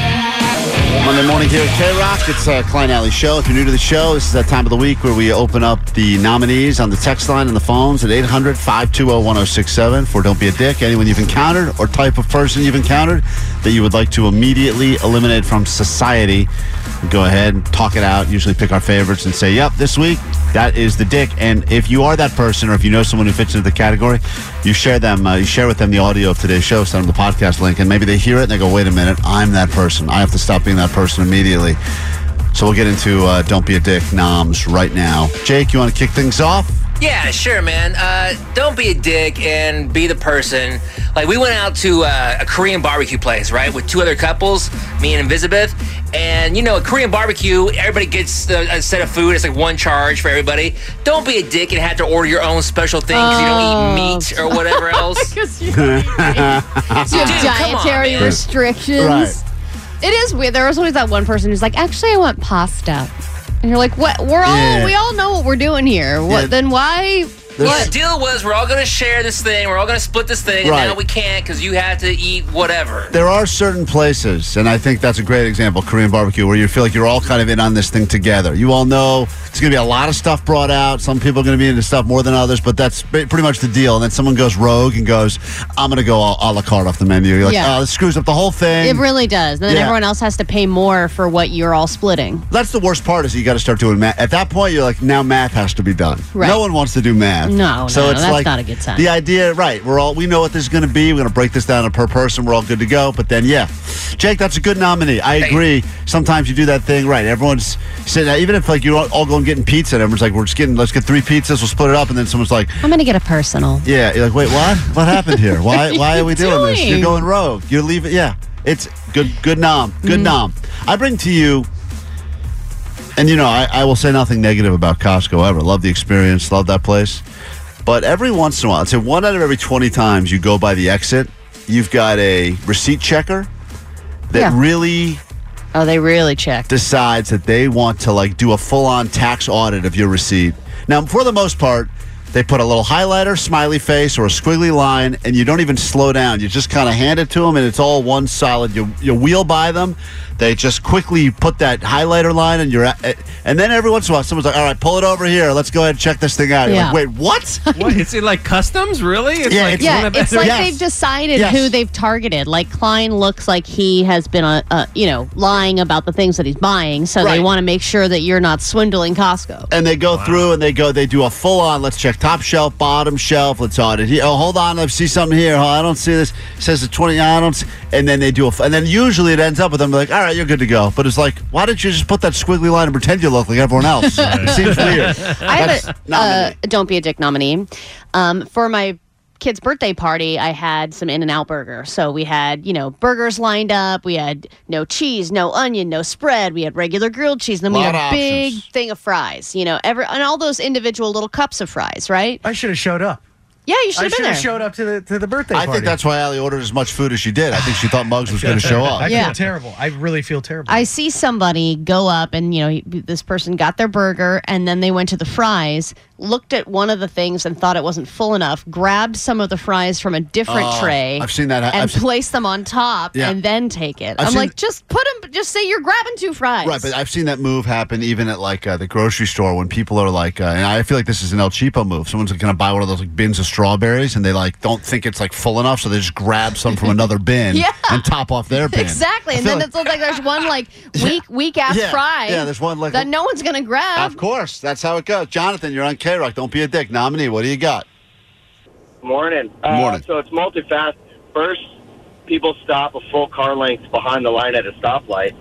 Speaker 2: Monday morning here at K Rock. It's a Klein Alley show. If you're new to the show, this is that time of the week where we open up the nominees on the text line and the phones at 800 520 1067 for Don't Be a Dick. Anyone you've encountered or type of person you've encountered that you would like to immediately eliminate from society, go ahead and talk it out. Usually pick our favorites and say, yep, this week, that is the dick. And if you are that person or if you know someone who fits into the category, you share them, uh, you share with them the audio of today's show, send them the podcast link, and maybe they hear it and they go, wait a minute, I'm that person. I have to stop being that person immediately. So we'll get into uh, Don't Be a Dick noms right now. Jake, you want to kick things off?
Speaker 4: Yeah, sure, man. Uh, don't be a dick and be the person. Like we went out to uh, a Korean barbecue place, right, with two other couples, me and Elizabeth. And you know, a Korean barbecue, everybody gets the, a set of food. It's like one charge for everybody. Don't be a dick and have to order your own special thing 'cause you don't eat meat or whatever else.
Speaker 3: You have
Speaker 4: Dude, come on,
Speaker 3: dietary
Speaker 4: man.
Speaker 3: restrictions.
Speaker 4: Right.
Speaker 3: It is weird. There was always that one person who's like, "Actually, I want pasta," and you're like, "What? We're all
Speaker 4: Yeah.
Speaker 3: we all know what we're doing here. What?
Speaker 4: Yeah.
Speaker 3: Then why?
Speaker 4: The deal was we're all gonna share this thing. We're all gonna split this thing,
Speaker 2: Right.
Speaker 4: and now we can't because you have to eat whatever.
Speaker 2: There are certain places, and I think that's a great example, Korean barbecue, where you feel like you're all kind of in on this thing together. You all know it's going to be a lot of stuff brought out. Some people are going to be into stuff more than others, but that's ba- pretty much the deal. And then someone goes rogue and goes, I'm going to go all a la carte off the menu. You're like,
Speaker 3: Yeah.
Speaker 2: oh,
Speaker 8: uh,
Speaker 2: this screws up the whole thing.
Speaker 3: It really does. And then
Speaker 2: Yeah.
Speaker 3: everyone else has to pay more for what you're all splitting.
Speaker 2: that's the worst part is you got to start doing math. At that point, you're like, now math has to be done.
Speaker 3: Right.
Speaker 2: No one wants to do math.
Speaker 3: No, no, no, that's not a good sign.
Speaker 2: The idea, right? We're all we know what this is going to be. We're going to break this down to per person. We're all good to go. But then, yeah, Jake, that's a good nominee. I agree. Sometimes you do that thing, right? Everyone's sitting out, even if like you're all, all going getting pizza, and everyone's like, we're just getting, let's get three pizzas, we'll split it up, and then someone's like,
Speaker 3: I'm gonna get a personal.
Speaker 2: yeah, you're like, wait, what? What happened here?
Speaker 3: [laughs] What
Speaker 2: Why?
Speaker 3: are
Speaker 2: Why are we
Speaker 3: you
Speaker 2: doing, this? You're
Speaker 3: doing?
Speaker 2: going rogue. You're leaving. Yeah, it's good. Good nom. Good
Speaker 3: Mm.
Speaker 2: nom. I bring to you, and you know, I, I will say nothing negative about Costco ever. Love the experience. Love that place. But every once in a while, I'd say one out of every twenty times you go by the exit, you've got a receipt checker that really
Speaker 3: Oh, they really check.
Speaker 2: decides that they want to like do a full on tax audit of your receipt. Now, for the most part, They put a little highlighter, smiley face, or a squiggly line, and you don't even slow down. You just kind of hand it to them, and it's all one solid. You you wheel by them. They just quickly put that highlighter line, and you're at, and then every once in a while, someone's like, "All right, pull it over here. Let's go ahead and check this thing out." You're
Speaker 3: Yeah.
Speaker 2: like, "Wait, what?"
Speaker 8: What? It's in like customs, really? It's
Speaker 2: Yeah,
Speaker 8: like
Speaker 2: it's-
Speaker 8: one
Speaker 3: Yeah,
Speaker 8: of- [laughs]
Speaker 3: it's like
Speaker 8: Yes.
Speaker 3: they've decided
Speaker 8: Yes.
Speaker 3: who they've targeted. Like Klein looks like he has been, uh, uh, you know, lying about the things that he's buying, so they
Speaker 2: Right.
Speaker 3: want to make sure that you're not swindling Costco.
Speaker 2: And they go through and they go, they do a full on, let's check top shelf, bottom shelf, let's audit. here. Oh, hold on, I see something here. Oh, I don't see this. It says the 20, I don't see. And then they do a, f- and then usually it ends up with them like, all right, you're good to go. But it's like, why didn't you just put that squiggly line and pretend you look like everyone else? It seems weird.
Speaker 3: [laughs] I
Speaker 2: That's
Speaker 3: have a uh, don't be a dick nominee. Um, for my kid's birthday party, I had some In and Out burger. So we had you know burgers lined up. We had no cheese, no onion, no spread. We had regular grilled cheese, and then we
Speaker 5: Lot
Speaker 3: had a
Speaker 5: of
Speaker 3: big thing of fries. You know, every and all those individual little cups of fries, right?
Speaker 5: I should have showed up.
Speaker 3: Yeah, you should
Speaker 5: I
Speaker 3: have been
Speaker 5: should
Speaker 3: there.
Speaker 5: have showed up to the to the birthday
Speaker 2: I
Speaker 5: party.
Speaker 2: think that's why Allie ordered as much food as she did. I think she thought
Speaker 5: [laughs]
Speaker 2: Muggs was going to show up.
Speaker 5: I
Speaker 3: Yeah.
Speaker 5: feel terrible. I really feel terrible.
Speaker 3: I see somebody go up and, you know, he- this person got their burger and then they went to the fries, looked at one of the things and thought it wasn't full enough, grabbed some of the fries from a different
Speaker 2: Oh,
Speaker 3: tray.
Speaker 2: I've seen that. I-
Speaker 3: And
Speaker 2: I've seen-
Speaker 3: place them on top
Speaker 2: Yeah.
Speaker 3: and then take it.
Speaker 2: I've
Speaker 3: i am
Speaker 2: seen-
Speaker 3: like, just put them, just say you're grabbing two fries.
Speaker 2: Right, but I've seen that move happen even at like uh, the grocery store when people are like, uh, and I feel like this is an El Cheapo move. Someone's going to buy one of those like bins of strawberries, and they like don't think it's like full enough, so they just grab some
Speaker 3: [laughs]
Speaker 2: from another bin
Speaker 3: Yeah.
Speaker 2: and top off their bin.
Speaker 3: Exactly,
Speaker 2: I
Speaker 3: and
Speaker 2: feel
Speaker 3: then
Speaker 2: like-
Speaker 3: it's like there's one like weak, weak ass
Speaker 2: [laughs] Yeah,
Speaker 3: fry.
Speaker 2: yeah, there's one, like,
Speaker 3: that no one's gonna grab.
Speaker 2: Of course, that's how it goes. Jonathan, you're on K Rock. Don't be a dick. Nominee, what do you got?
Speaker 11: Morning. Uh,
Speaker 2: Morning.
Speaker 11: So it's multifaceted. First, people stop a full car length behind the line at a stoplight.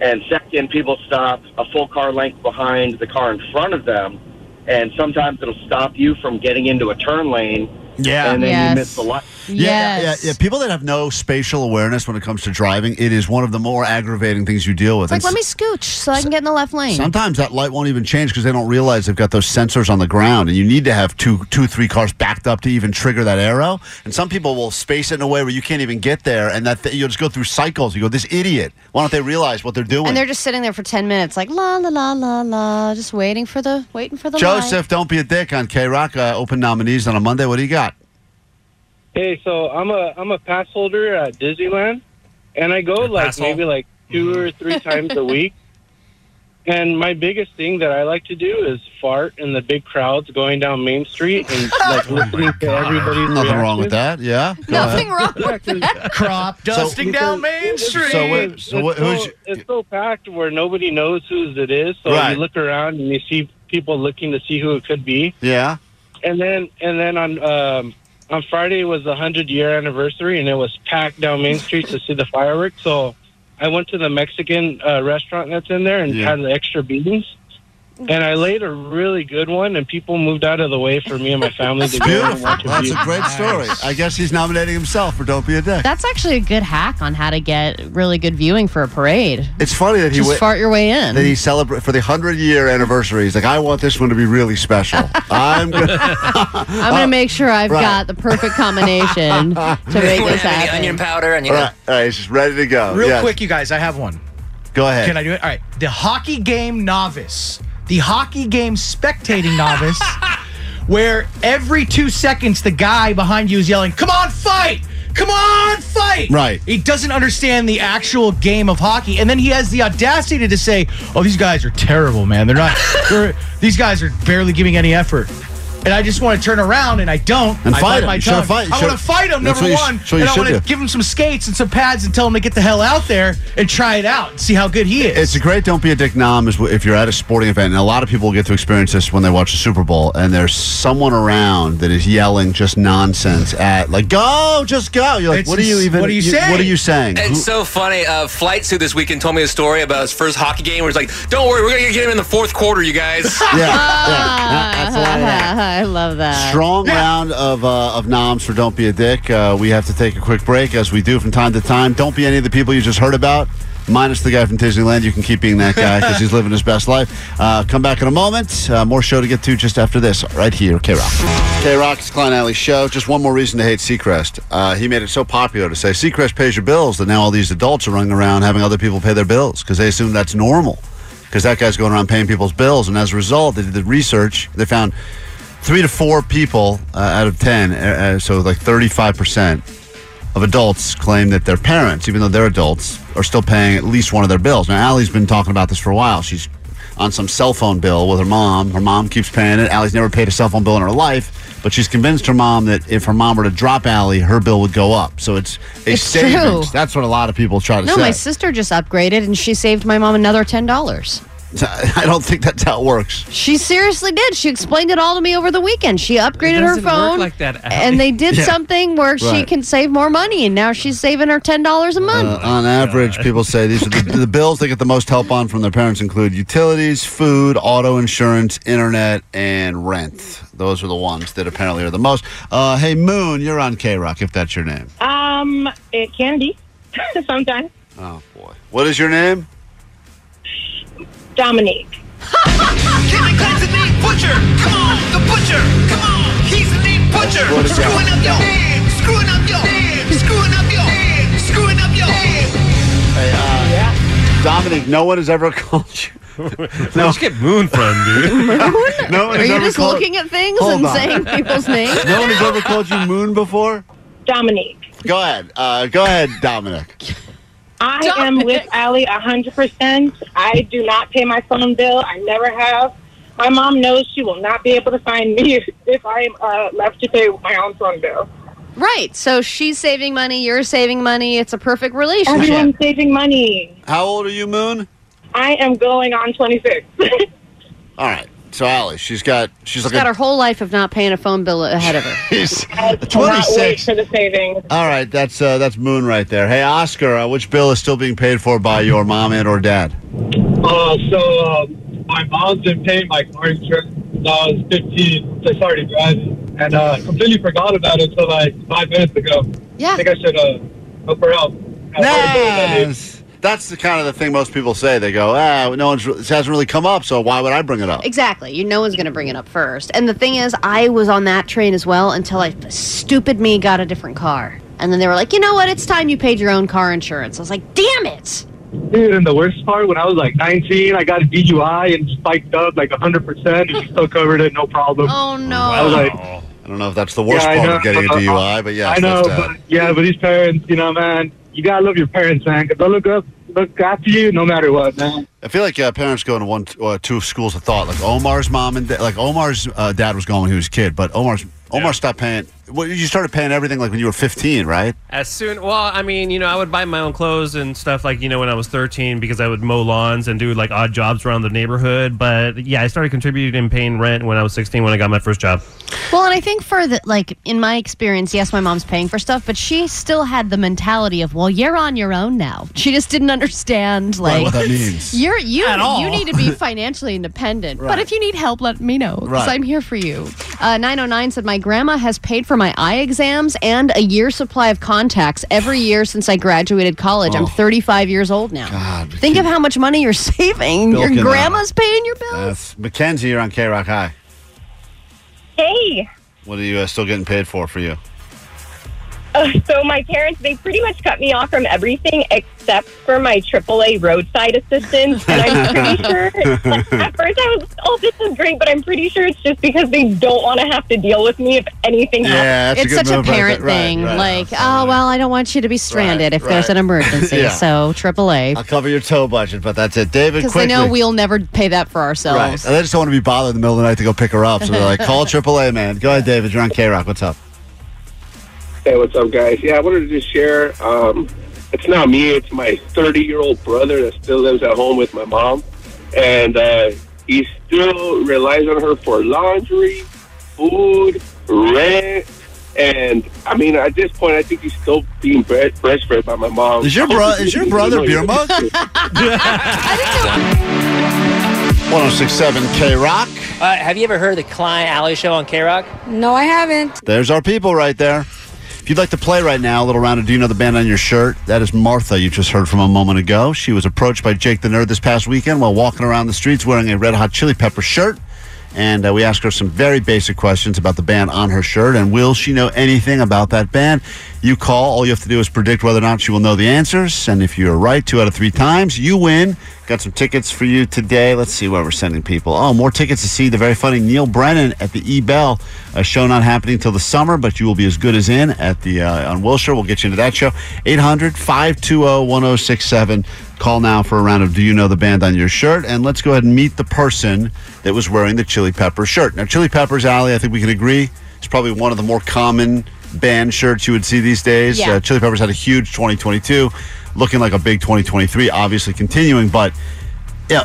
Speaker 11: And second, people stop a full car length behind the car in front of them. And sometimes it'll stop you from getting into a turn lane.
Speaker 2: Yeah.
Speaker 11: And then
Speaker 2: Yes.
Speaker 11: you miss the light.
Speaker 2: Yeah, yeah, yeah. People that have no spatial awareness when it comes to driving, it is one of the more aggravating things you deal with.
Speaker 3: It's like let
Speaker 2: And
Speaker 3: me scooch so I can get in the left lane.
Speaker 2: Sometimes that light won't even change because they don't realize they've got those sensors on the ground, and you need to have two, two, three cars backed up to even trigger that arrow. And some people will space it in a way where you can't even get there, and that th- you'll just go through cycles. You go, this idiot. Why don't they realize what they're doing?
Speaker 3: And they're just sitting there for ten minutes, like la la la la la, just waiting for the waiting for the light.
Speaker 2: Joseph, don't be a dick on K Rock. Uh, open nominees on a Monday. What do you got?
Speaker 14: Hey, so I'm a I'm a pass holder at Disneyland, and I go like maybe like 2
Speaker 6: [laughs]
Speaker 14: or three times a week. And my biggest thing that I like to do is fart in the big crowds going down Main Street and
Speaker 6: [laughs]
Speaker 14: like
Speaker 6: Oh
Speaker 14: listening to everybody's
Speaker 2: Nothing wrong with that. Yeah. Go ahead.
Speaker 3: wrong with that.
Speaker 5: Crop dusting down Main Street.
Speaker 2: So what- so
Speaker 14: it's,
Speaker 2: what- who's-
Speaker 14: so, it's so packed where nobody knows whose it is. So
Speaker 2: Right.
Speaker 14: you look around and you see people looking to see who it could be.
Speaker 2: Yeah.
Speaker 14: And then and then on um, on Friday was the hundred year anniversary, and it was packed down Main Street to see the fireworks. So I went to the Mexican uh, restaurant that's in there and
Speaker 15: Yeah.
Speaker 14: had the extra beans. And I laid a really good one, and people moved out of the way for me and my family to go and
Speaker 2: Beautiful.
Speaker 14: watch
Speaker 2: That's a
Speaker 14: bean.
Speaker 2: great story. I guess he's nominating himself for Don't Be a Dick.
Speaker 3: That's actually a good hack on how to get really good viewing for a parade.
Speaker 2: It's funny that he
Speaker 3: Just
Speaker 2: went-
Speaker 3: fart your way in.
Speaker 2: That he celebrate for the hundred year anniversary. He's like, I want this one to be really special.
Speaker 11: [laughs]
Speaker 2: I'm gonna.
Speaker 3: I'm gonna make sure I've
Speaker 2: Uh, right.
Speaker 3: got the perfect
Speaker 2: [laughs]
Speaker 3: combination to make this
Speaker 4: Any
Speaker 3: happen.
Speaker 4: [laughs] onion powder and you
Speaker 2: All right, all right, he's just ready to go.
Speaker 5: Real
Speaker 2: Yes.
Speaker 5: quick, you guys, I have one.
Speaker 2: Go ahead.
Speaker 5: Can I do it? All right. The hockey game novice, the hockey game spectating
Speaker 2: [laughs]
Speaker 5: novice, where every two seconds the guy behind you is yelling, Come on, fight! Come on, fight!
Speaker 2: Right.
Speaker 5: He doesn't understand the actual game of hockey. And then he has the audacity to, say, Oh, these guys are terrible, man. They're
Speaker 2: [laughs]
Speaker 5: not, they're, these guys are barely giving any effort. And I just want to turn around, and I don't.
Speaker 2: And
Speaker 5: I
Speaker 2: fight
Speaker 5: bite
Speaker 2: 'em.
Speaker 5: my
Speaker 2: You
Speaker 5: tongue.
Speaker 2: should've fight- you
Speaker 5: I want to
Speaker 2: should've-
Speaker 5: fight him,
Speaker 2: That's
Speaker 5: number
Speaker 2: what you sh-
Speaker 5: one.
Speaker 2: that's what you
Speaker 5: and I
Speaker 2: should
Speaker 5: want to
Speaker 2: do.
Speaker 5: give him some skates and some pads and tell him to get the hell out there and try it out and see how good he is.
Speaker 2: It's a great don't be a dick nom is wh- if you're at a sporting event, and a lot of people get to experience this when they watch the Super Bowl, and there's someone around that is yelling just nonsense at like go, just go. You're like,
Speaker 4: It's
Speaker 2: what are you
Speaker 4: ins-
Speaker 2: even?
Speaker 4: what are you saying?"
Speaker 2: What are you saying?
Speaker 4: It's so funny. Uh, Flight Suit this weekend told me a story about his first hockey game where he's like, don't worry, we're going to get him in the fourth quarter, you
Speaker 2: [laughs]
Speaker 4: guys. [laughs]
Speaker 3: [laughs] I love that.
Speaker 2: Strong round of uh, of noms for Don't Be a Dick. Uh, we have to take a quick break, as we do from time to time. Don't be any of the people you just heard about, minus the guy from Disneyland. You can keep being that guy because he's living his best life. Uh, come back in a moment. Uh, more show to get to just after this, right here, K Rock. K Rock's Klein Alley Show. Just one more reason to hate Seacrest. Uh, he made it so popular to say Seacrest pays your bills that now all these adults are running around having other people pay their bills because they assume that's normal. Because that guy's going around paying people's bills, and as a result, they did the research. They found three to four people uh, out of 10, uh, uh, so like 35% of adults claim that their parents, even though they're adults, are still paying at least one of their bills. Now, Allie's been talking about this for a while. She's on some cell phone bill with her mom. Her mom keeps paying it. Allie's never paid a cell phone bill in her life, but she's convinced her mom that if her mom were to drop Allie, her bill would go up. So it's a
Speaker 3: It's
Speaker 2: savings.
Speaker 3: true.
Speaker 2: That's what a lot of people try to
Speaker 3: No,
Speaker 2: say.
Speaker 3: my sister just upgraded and she saved my mom another ten dollars.
Speaker 2: [laughs] I don't think that's how it works.
Speaker 3: She seriously did. She explained it all to me over the weekend. She upgraded her
Speaker 2: doesn't work
Speaker 3: phone
Speaker 2: like that, Ally.
Speaker 3: and they did
Speaker 2: [laughs] Yeah.
Speaker 3: something where she
Speaker 2: Right.
Speaker 3: can save more money and now she's saving her ten dollars a month.
Speaker 2: Uh, on average, people say these are the, the bills they get the most help on from their parents include utilities, food, auto insurance, internet, and rent. Those are the ones that apparently are the most. Uh, hey, Moon, you're on K Rock if that's your name.
Speaker 10: Um, it can be [laughs] sometimes.
Speaker 2: Oh boy, what is your name?
Speaker 10: Dominique.
Speaker 9: Kevin Klein's a neat butcher. Come on, the butcher. Come on, he's a neat butcher.
Speaker 10: What is that?
Speaker 9: Screwing up your name. Screwing up your name. Screwing up your name. Screwing up your name.
Speaker 2: Hey, uh, Dominic. No one has ever [laughs] called you. no, just get [laughs] Moon from dude. no one
Speaker 3: Are
Speaker 2: has
Speaker 3: you
Speaker 2: ever
Speaker 3: just
Speaker 2: called-
Speaker 3: looking at things
Speaker 2: Hold
Speaker 3: and
Speaker 2: on. [laughs]
Speaker 3: saying people's names?
Speaker 2: No one has ever called you Moon before.
Speaker 10: Dominique.
Speaker 2: Go ahead. Uh, go ahead, Dominic.
Speaker 10: I am with Allie 100%. I do not pay my phone bill. I never have. My mom knows she will not be able to find me [laughs] if, if I am uh, left to pay my own phone bill.
Speaker 3: Right. So she's saving money, you're saving money. It's a perfect relationship.
Speaker 10: Everyone's saving money.
Speaker 2: How old are you, Moon?
Speaker 10: I am going on 26.
Speaker 2: All right. So Allie, she's got she's,
Speaker 3: She's
Speaker 2: looking.
Speaker 3: got her whole life of not paying a phone bill ahead of her.
Speaker 2: [laughs] She's
Speaker 10: Cannot wait
Speaker 2: 26.
Speaker 10: for the savings.
Speaker 2: All right, that's uh, that's Moon right there. Hey, Oscar, uh, which bill is still being paid for by your mom and or dad?
Speaker 16: Uh, so um, my mom's been paying my car insurance since I was 15. I started driving, and uh, completely forgot about it until like five minutes ago.
Speaker 3: Yeah.
Speaker 16: I think I should uh, help her out.
Speaker 2: Yes. That's the kind of the thing most people say. They go, ah, no one's re- this hasn't really come up, so why would I bring it up?
Speaker 3: Exactly. You no one's going to bring it up first. And the thing is, I was on that train as well until I stupid me got a different car. And then they were like, "You know what? It's time you paid your own car insurance." I was like, "Damn it."
Speaker 16: Dude, and the worst part, when I was like 19, I got a DUI and spiked up like 100%,
Speaker 3: [laughs]
Speaker 16: and she still covered it, no problem.
Speaker 3: Oh no.
Speaker 16: I was like,
Speaker 2: I don't know if that's the worst
Speaker 16: Yeah, I
Speaker 2: part
Speaker 16: know.
Speaker 2: of getting a DUI, but yeah, uh,
Speaker 16: I know,
Speaker 2: that's bad.
Speaker 16: but yeah, but these parents, you know, Oh, man, you gotta love your parents, man, 'cause they'll look up, look after you no matter what, man.
Speaker 2: I feel like uh, parents go into one or two schools of thought. Like Omar's mom and da- like Omar's uh, dad was going when he was a kid, but Omar's Omar stopped paying. Well, you started paying everything like when you were 15, right?
Speaker 8: As soon, well, I mean, you know, I would buy my own clothes and stuff like you know when I was 13 because I would mow lawns and do like odd jobs around the neighborhood. But yeah, I started contributing and paying rent when I was 16 when I got my first job.
Speaker 3: Well, and I think for the like in my experience, yes, my mom's paying for stuff, but she still had the mentality of, "Well, you're on your own now." She just didn't understand
Speaker 2: Right,
Speaker 3: like
Speaker 2: what that means.
Speaker 3: You're you
Speaker 2: At all.
Speaker 3: you need
Speaker 2: [laughs]
Speaker 3: to be financially independent. But
Speaker 2: Right.
Speaker 3: if you need help, let me know because
Speaker 2: Right.
Speaker 3: I'm here for you. Uh, 909 said my grandma has paid for my eye exams and a year supply of contacts every year since I graduated college.
Speaker 2: Oh.
Speaker 3: I'm 35 years old now. Think of how much money you're [laughs] saving. Your
Speaker 2: Bilking out.
Speaker 3: grandma's paying your bill.
Speaker 2: That's Mackenzie. You're on K Rock High.
Speaker 17: Hey.
Speaker 2: What are you uh, still getting paid for for you?
Speaker 17: Uh, so my parents, they pretty much cut me off from everything except for my AAA roadside assistance. And I'm pretty sure, [laughs] like, at first I was, oh, this is great, but I'm pretty sure it's just because they don't want to have to deal with me if anything happens.
Speaker 3: it's such a parent thing. like, oh well, I don't want you to be stranded if there's an
Speaker 2: right.
Speaker 3: emergency.
Speaker 2: [laughs] Yeah.
Speaker 3: So AAA,
Speaker 2: I'll cover your tow budget, but that's it, David.
Speaker 3: because they
Speaker 2: quickly.
Speaker 3: know we'll never pay that for
Speaker 2: Right.
Speaker 3: ourselves.
Speaker 2: They just don't want to be bothered in the middle of the night to go pick her up. So they're like, call AAA, man. Go ahead, David. You're on K Rock. What's up?
Speaker 18: Hey, what's up, guys? Yeah, I wanted to just share. Um, it's not me; it's my 30-year-old brother that still lives at home with my mom, and uh, he still relies on her for laundry, food, rent, and I mean, at this point, I think he's still being bre- breastfed by my mom.
Speaker 2: Is your bro- is your brother
Speaker 18: [laughs]
Speaker 4: [laughs]
Speaker 2: beer mug? 1067 K Rock.
Speaker 4: Uh, have you ever heard of the Klein Alley Show on K Rock?
Speaker 19: No, I haven't.
Speaker 2: There's our people right there. If you'd like to play right now, a little round of Do You Know the Band on Your Shirt? That is Martha, you just heard from a moment ago. She was approached by Jake the Nerd this past weekend while walking around the streets wearing a Red Hot Chili Pepper shirt. And uh, we asked her some very basic questions about the band on her shirt and will she know anything about that band? You call. All you have to do is predict whether or not she will know the answers. And if you're right two out of three times, you win. Got some tickets for you today. Let's see where we're sending people. Oh, more tickets to see the very funny Neil Brennan at the E Bell. A show not happening till the summer, but you will be as good as in at the uh, on Wilshire. We'll get you into that show. 800 520 1067. Call now for a round of Do You Know the Band on Your Shirt? And let's go ahead and meet the person that was wearing the Chili Pepper shirt. Now, Chili Peppers, Alley, I think we can agree, is probably one of the more common band shirts you would see these days.
Speaker 6: Yeah.
Speaker 2: Uh, Chili Peppers had a huge 2022, looking like a big 2023, obviously continuing, but yeah,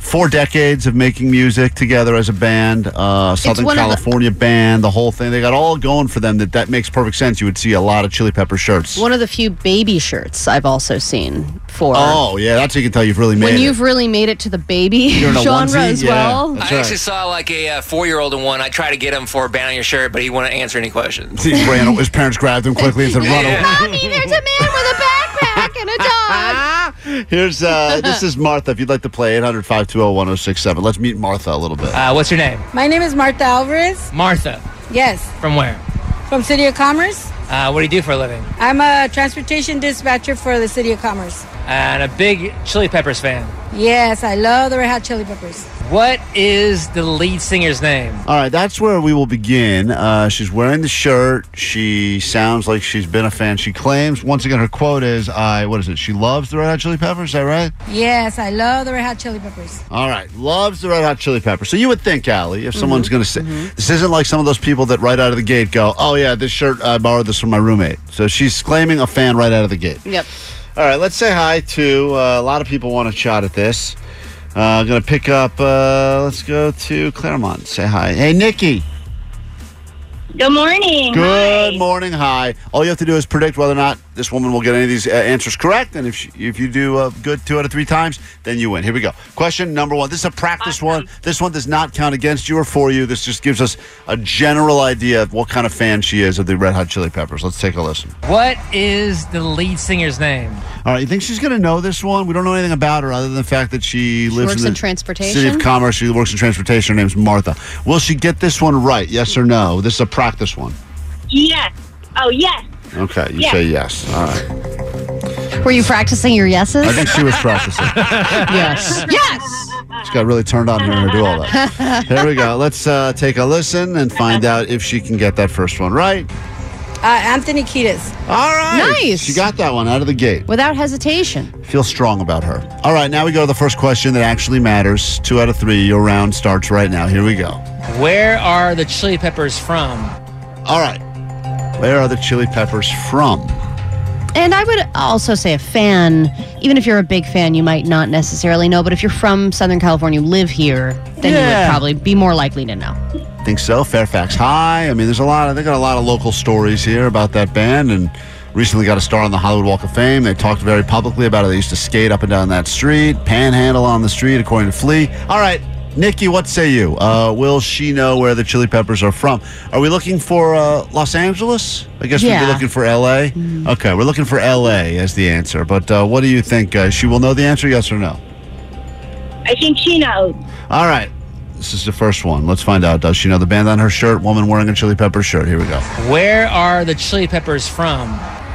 Speaker 2: four decades of making music together as a band, uh, Southern
Speaker 3: one of the-
Speaker 2: California band, the whole thing. They got all going for them that that makes perfect sense. You would see a lot of Chili Pepper shirts.
Speaker 3: One of the few baby shirts I've also seen for
Speaker 2: Oh, yeah, that's how you can tell you've really made
Speaker 3: when
Speaker 2: it.
Speaker 3: you've really made it to the baby
Speaker 2: [laughs] You're in a
Speaker 3: genre
Speaker 2: onesie?
Speaker 3: as
Speaker 2: Yeah,
Speaker 3: well.
Speaker 2: that's
Speaker 4: I
Speaker 2: right.
Speaker 4: actually saw like a uh, four-year-old in one. I tried to get him for a ban on your shirt, but he wouldn't answer any questions.
Speaker 2: See, he ran, his parents grabbed him quickly and
Speaker 3: [laughs]
Speaker 2: said, "Run away."
Speaker 3: Mommy, there's a man with a backpack and a dog.
Speaker 2: Here's uh, this is Martha. If you'd like to play 800-520-1067. let's meet Martha a little bit.
Speaker 20: Uh, what's your name?
Speaker 21: My name is Marta Alvarez.
Speaker 20: Martha.
Speaker 21: Yes,
Speaker 20: From where?
Speaker 21: from City of Commerce.
Speaker 20: Uh, what do you do for a living?
Speaker 21: I'm a transportation dispatcher for the City of Commerce.
Speaker 20: And a big Chili Peppers fan.
Speaker 21: Yes, I love the Red Hot Chili Peppers.
Speaker 20: What is the lead singer's name?
Speaker 2: All right, that's where we will begin. Uh, she's wearing the shirt. She sounds like she's been a fan. She claims once again her quote is, "I what is it? She loves the Red Hot Chili Peppers." Is that right?
Speaker 21: Yes, I love the Red Hot Chili Peppers.
Speaker 2: All right, loves the Red Hot Chili Peppers. So you would think, Allie, if someone's going to say this isn't like some of those people that right out of the gate go, "Oh yeah, this shirt I borrowed this from my roommate." So she's claiming a fan right out of the gate.
Speaker 3: Yep.
Speaker 2: All right, let's say hi to uh, a lot of people want a shot at this. Uh, I'm going to pick up, uh, let's go to Claremont. Say hi. Hey, Nikki.
Speaker 19: Good morning.
Speaker 2: Good morning. Hi. All you have to do is predict whether or not this woman will get any of these uh, answers correct. And if she, if you do uh, good two out of three times, then you win. Here we go. Question number one. This is a practice one. This one does not count against you or for you. This just gives us a general idea of what kind of fan she is of the Red Hot Chili Peppers. Let's take a listen.
Speaker 20: What is the lead singer's name?
Speaker 2: All right, you think she's going to know this one? We don't know anything about her other than the fact that she, lives
Speaker 3: works
Speaker 2: in, the
Speaker 3: in transportation?
Speaker 2: City of Commerce. She works in transportation. Her name's Martha. Will she get this one right? Yes or no? This is a practice one.
Speaker 19: Yes. Oh, yes.
Speaker 2: Okay, you
Speaker 3: Yes.
Speaker 2: say yes. All right.
Speaker 3: Were you practicing your yeses?
Speaker 2: I think she was practicing.
Speaker 19: [laughs]
Speaker 3: yes. Yes. [laughs]
Speaker 2: She got really turned on hearing her do all that. There we go. Let's uh, take a listen and find out if she can get that first one right.
Speaker 21: Uh, Anthony Kiedis.
Speaker 2: All right.
Speaker 3: Nice.
Speaker 2: She got that one out of the gate.
Speaker 3: Without hesitation.
Speaker 2: Feel strong about her. All right, now we go to the first question that actually matters. Two out of three. Your round starts right now. Here we go.
Speaker 20: Where are the Chili Peppers from?
Speaker 2: All right. Where are the Chili Peppers from?
Speaker 3: And I would also say a fan, even if you're a big fan, you might not necessarily know, but if you're from Southern California, you live here, then you
Speaker 2: Yeah.
Speaker 3: would probably be more likely to know.
Speaker 2: Think so? Fairfax High. I mean, there's a lot. Of, they got a lot of local stories here about that band, and recently got a star on the Hollywood Walk of Fame. They talked very publicly about it. They used to skate up and down that street, panhandle on the street, according to Flea. All right, Nikki, what say you? Uh, will she know where the Chili Peppers are from? Are we looking for uh, Los Angeles? I guess we'd
Speaker 3: Yeah.
Speaker 2: be looking for L.A. Okay, we're looking for L.A. as the answer. But uh, what do you think? Uh, she will know the answer, yes or no?
Speaker 19: I think she knows.
Speaker 2: All right. This is the first one. Let's find out. Does she know the band on her shirt? Woman wearing a Chili Pepper shirt. Here we go.
Speaker 20: Where are the Chili Peppers from?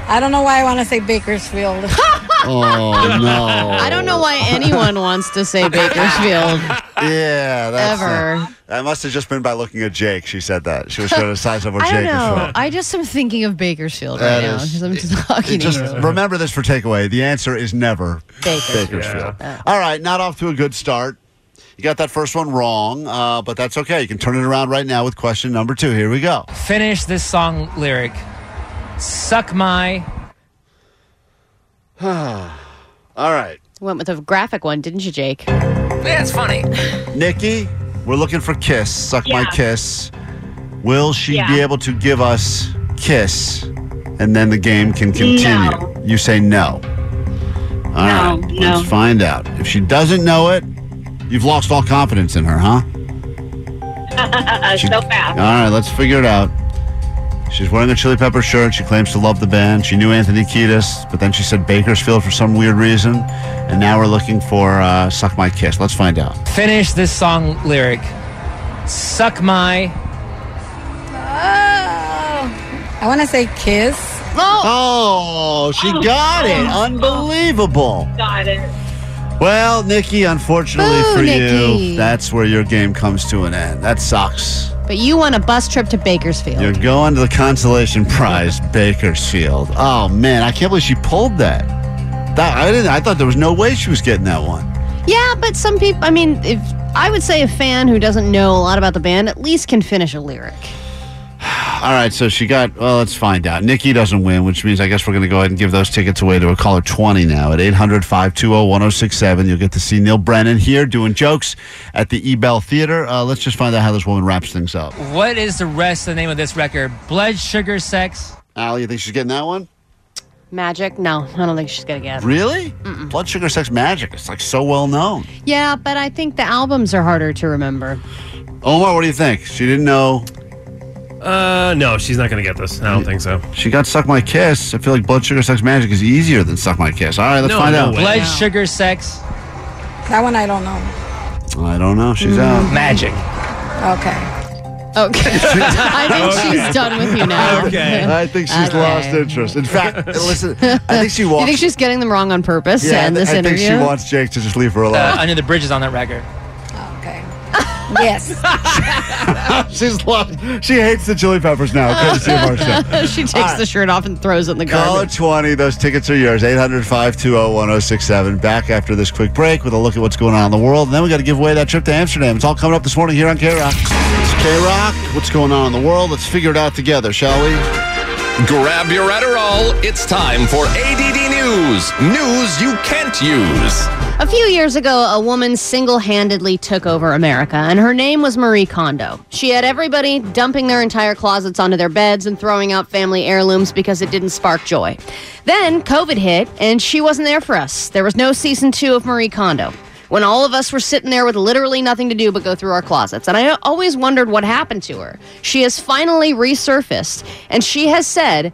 Speaker 21: I don't know why I want to
Speaker 3: [laughs]
Speaker 21: say Bakersfield.
Speaker 2: [laughs] Oh, no.
Speaker 3: I don't know why anyone
Speaker 21: [laughs]
Speaker 3: wants to say
Speaker 2: [laughs]
Speaker 3: Bakersfield.
Speaker 2: Yeah, that's
Speaker 3: Ever.
Speaker 2: I must have just been by looking at Jake. She said that. She was trying to size up
Speaker 3: [laughs]
Speaker 2: what
Speaker 3: I don't
Speaker 2: Jake is
Speaker 3: know.
Speaker 2: from.
Speaker 3: I just am thinking of Bakersfield
Speaker 2: That
Speaker 3: right now
Speaker 2: is-
Speaker 3: because I'm just talking
Speaker 2: Just
Speaker 3: to you.
Speaker 2: remember this for takeaway. The answer is never
Speaker 3: Bakersfield. Oh.
Speaker 2: Bakersfield. All right, not off to a good start. You got that first one wrong, uh, but that's okay. You can turn it around right now with question number two. Here we go.
Speaker 20: Finish this song lyric. Suck my.
Speaker 2: [sighs] All right.
Speaker 3: Went with a graphic one, didn't you, Jake?
Speaker 4: Yeah, it's funny.
Speaker 2: Nikki, we're looking for Kiss. Suck
Speaker 3: Yeah.
Speaker 2: my kiss. Will she be
Speaker 3: Yeah.
Speaker 2: able to give us Kiss? And then the game can continue. You say no.
Speaker 19: No,
Speaker 2: All right,
Speaker 19: no.
Speaker 2: Let's find out. If she doesn't know it, you've lost all confidence in her, huh?
Speaker 19: [laughs] so
Speaker 2: All
Speaker 19: fast.
Speaker 2: right, let's figure it out. She's wearing a Chili Pepper shirt. She claims to love the band. She knew Anthony Kiedis, but then she said Bakersfield for some weird reason. And now we're looking for uh, Suck My Kiss. Let's find out.
Speaker 20: Finish this song lyric. Suck my.
Speaker 21: I want to Oh. say Kiss.
Speaker 2: Oh, she got it.
Speaker 3: Oh.
Speaker 2: Unbelievable.
Speaker 17: Got it.
Speaker 2: Well, Nikki, unfortunately
Speaker 3: Boo,
Speaker 2: for
Speaker 3: Nikki.
Speaker 2: you, that's where your game comes to an end. That sucks.
Speaker 3: But you won a bus trip to Bakersfield.
Speaker 2: You're going to the
Speaker 3: [laughs]
Speaker 2: consolation prize, Bakersfield. Oh man, I can't believe she pulled that. That I didn't. I thought there was no way she was getting that one.
Speaker 3: Yeah, but some people, I mean, if I would say a fan who doesn't know a lot about the band at least can finish a lyric.
Speaker 2: All right, so she got. Well, let's find out. Nikki doesn't win, which means I guess we're going to go ahead and give those tickets away to a caller 20 now at 800 520 1067. You'll get to see Neil Brennan here doing jokes at the Ebel Theater. Uh, let's just find out how this woman wraps things up.
Speaker 20: What is the rest of the name of this record? Blood, Sugar, Sex.
Speaker 2: Al, you think she's getting that one?
Speaker 3: Magic? No, I don't think she's going to get it.
Speaker 2: Really? Blood Sugar Sex Magic. It's like so well known.
Speaker 3: Yeah, but I think the albums are harder to remember.
Speaker 2: Omar, what do you think? She didn't know.
Speaker 8: Uh, no, she's not going to get this. I don't think so.
Speaker 2: She got Suck My Kiss. I feel like Blood Sugar Sex Magic is easier than Suck My Kiss. All right, let's find out.
Speaker 20: Blood, Sugar, Sex.
Speaker 21: That one I don't know.
Speaker 2: I don't know. She's out.
Speaker 20: Magic.
Speaker 21: Okay.
Speaker 3: Okay. [laughs] I think she's done with you
Speaker 21: [laughs]
Speaker 3: now.
Speaker 2: I think she's
Speaker 3: Okay.
Speaker 2: lost interest.
Speaker 3: [laughs]
Speaker 2: In fact, listen, I think she walks.
Speaker 3: You think she's getting them wrong on purpose
Speaker 2: yeah, I
Speaker 3: in
Speaker 2: thi-
Speaker 3: this
Speaker 2: I
Speaker 3: interview?
Speaker 2: think she wants Jake to just leave her alone. [laughs]
Speaker 20: Uh,
Speaker 4: [laughs]
Speaker 20: Under the Bridge is on that record.
Speaker 2: [laughs]
Speaker 21: Yes.
Speaker 2: she's lost. She hates the Chili Peppers now. Courtesy of our
Speaker 3: [laughs]
Speaker 2: show.
Speaker 3: she takes
Speaker 2: All right.
Speaker 3: the shirt off and throws it in the
Speaker 2: Caller
Speaker 3: garbage.
Speaker 2: 20, those tickets are yours. 800 520 1067. Back after this quick break with a look at what's going on in the world. And then we got to give away that trip to Amsterdam. It's all coming up this morning here on K Rock. It's K Rock. What's going on in the world? Let's figure it out together, shall we?
Speaker 6: Grab your Adderall. It's time for ADD
Speaker 2: Ah,
Speaker 6: News. [laughs] News you can't use.
Speaker 3: A few years ago, a woman single handedly took over America, and her name was Marie Kondo. She had everybody dumping their entire closets onto their beds and throwing out family heirlooms because it didn't spark joy. Then COVID hit, and she wasn't there for us. There was no season two of Marie Kondo. When all of us were sitting there with literally nothing to do but go through our closets. And I always wondered what happened to her. She has finally resurfaced, and she has said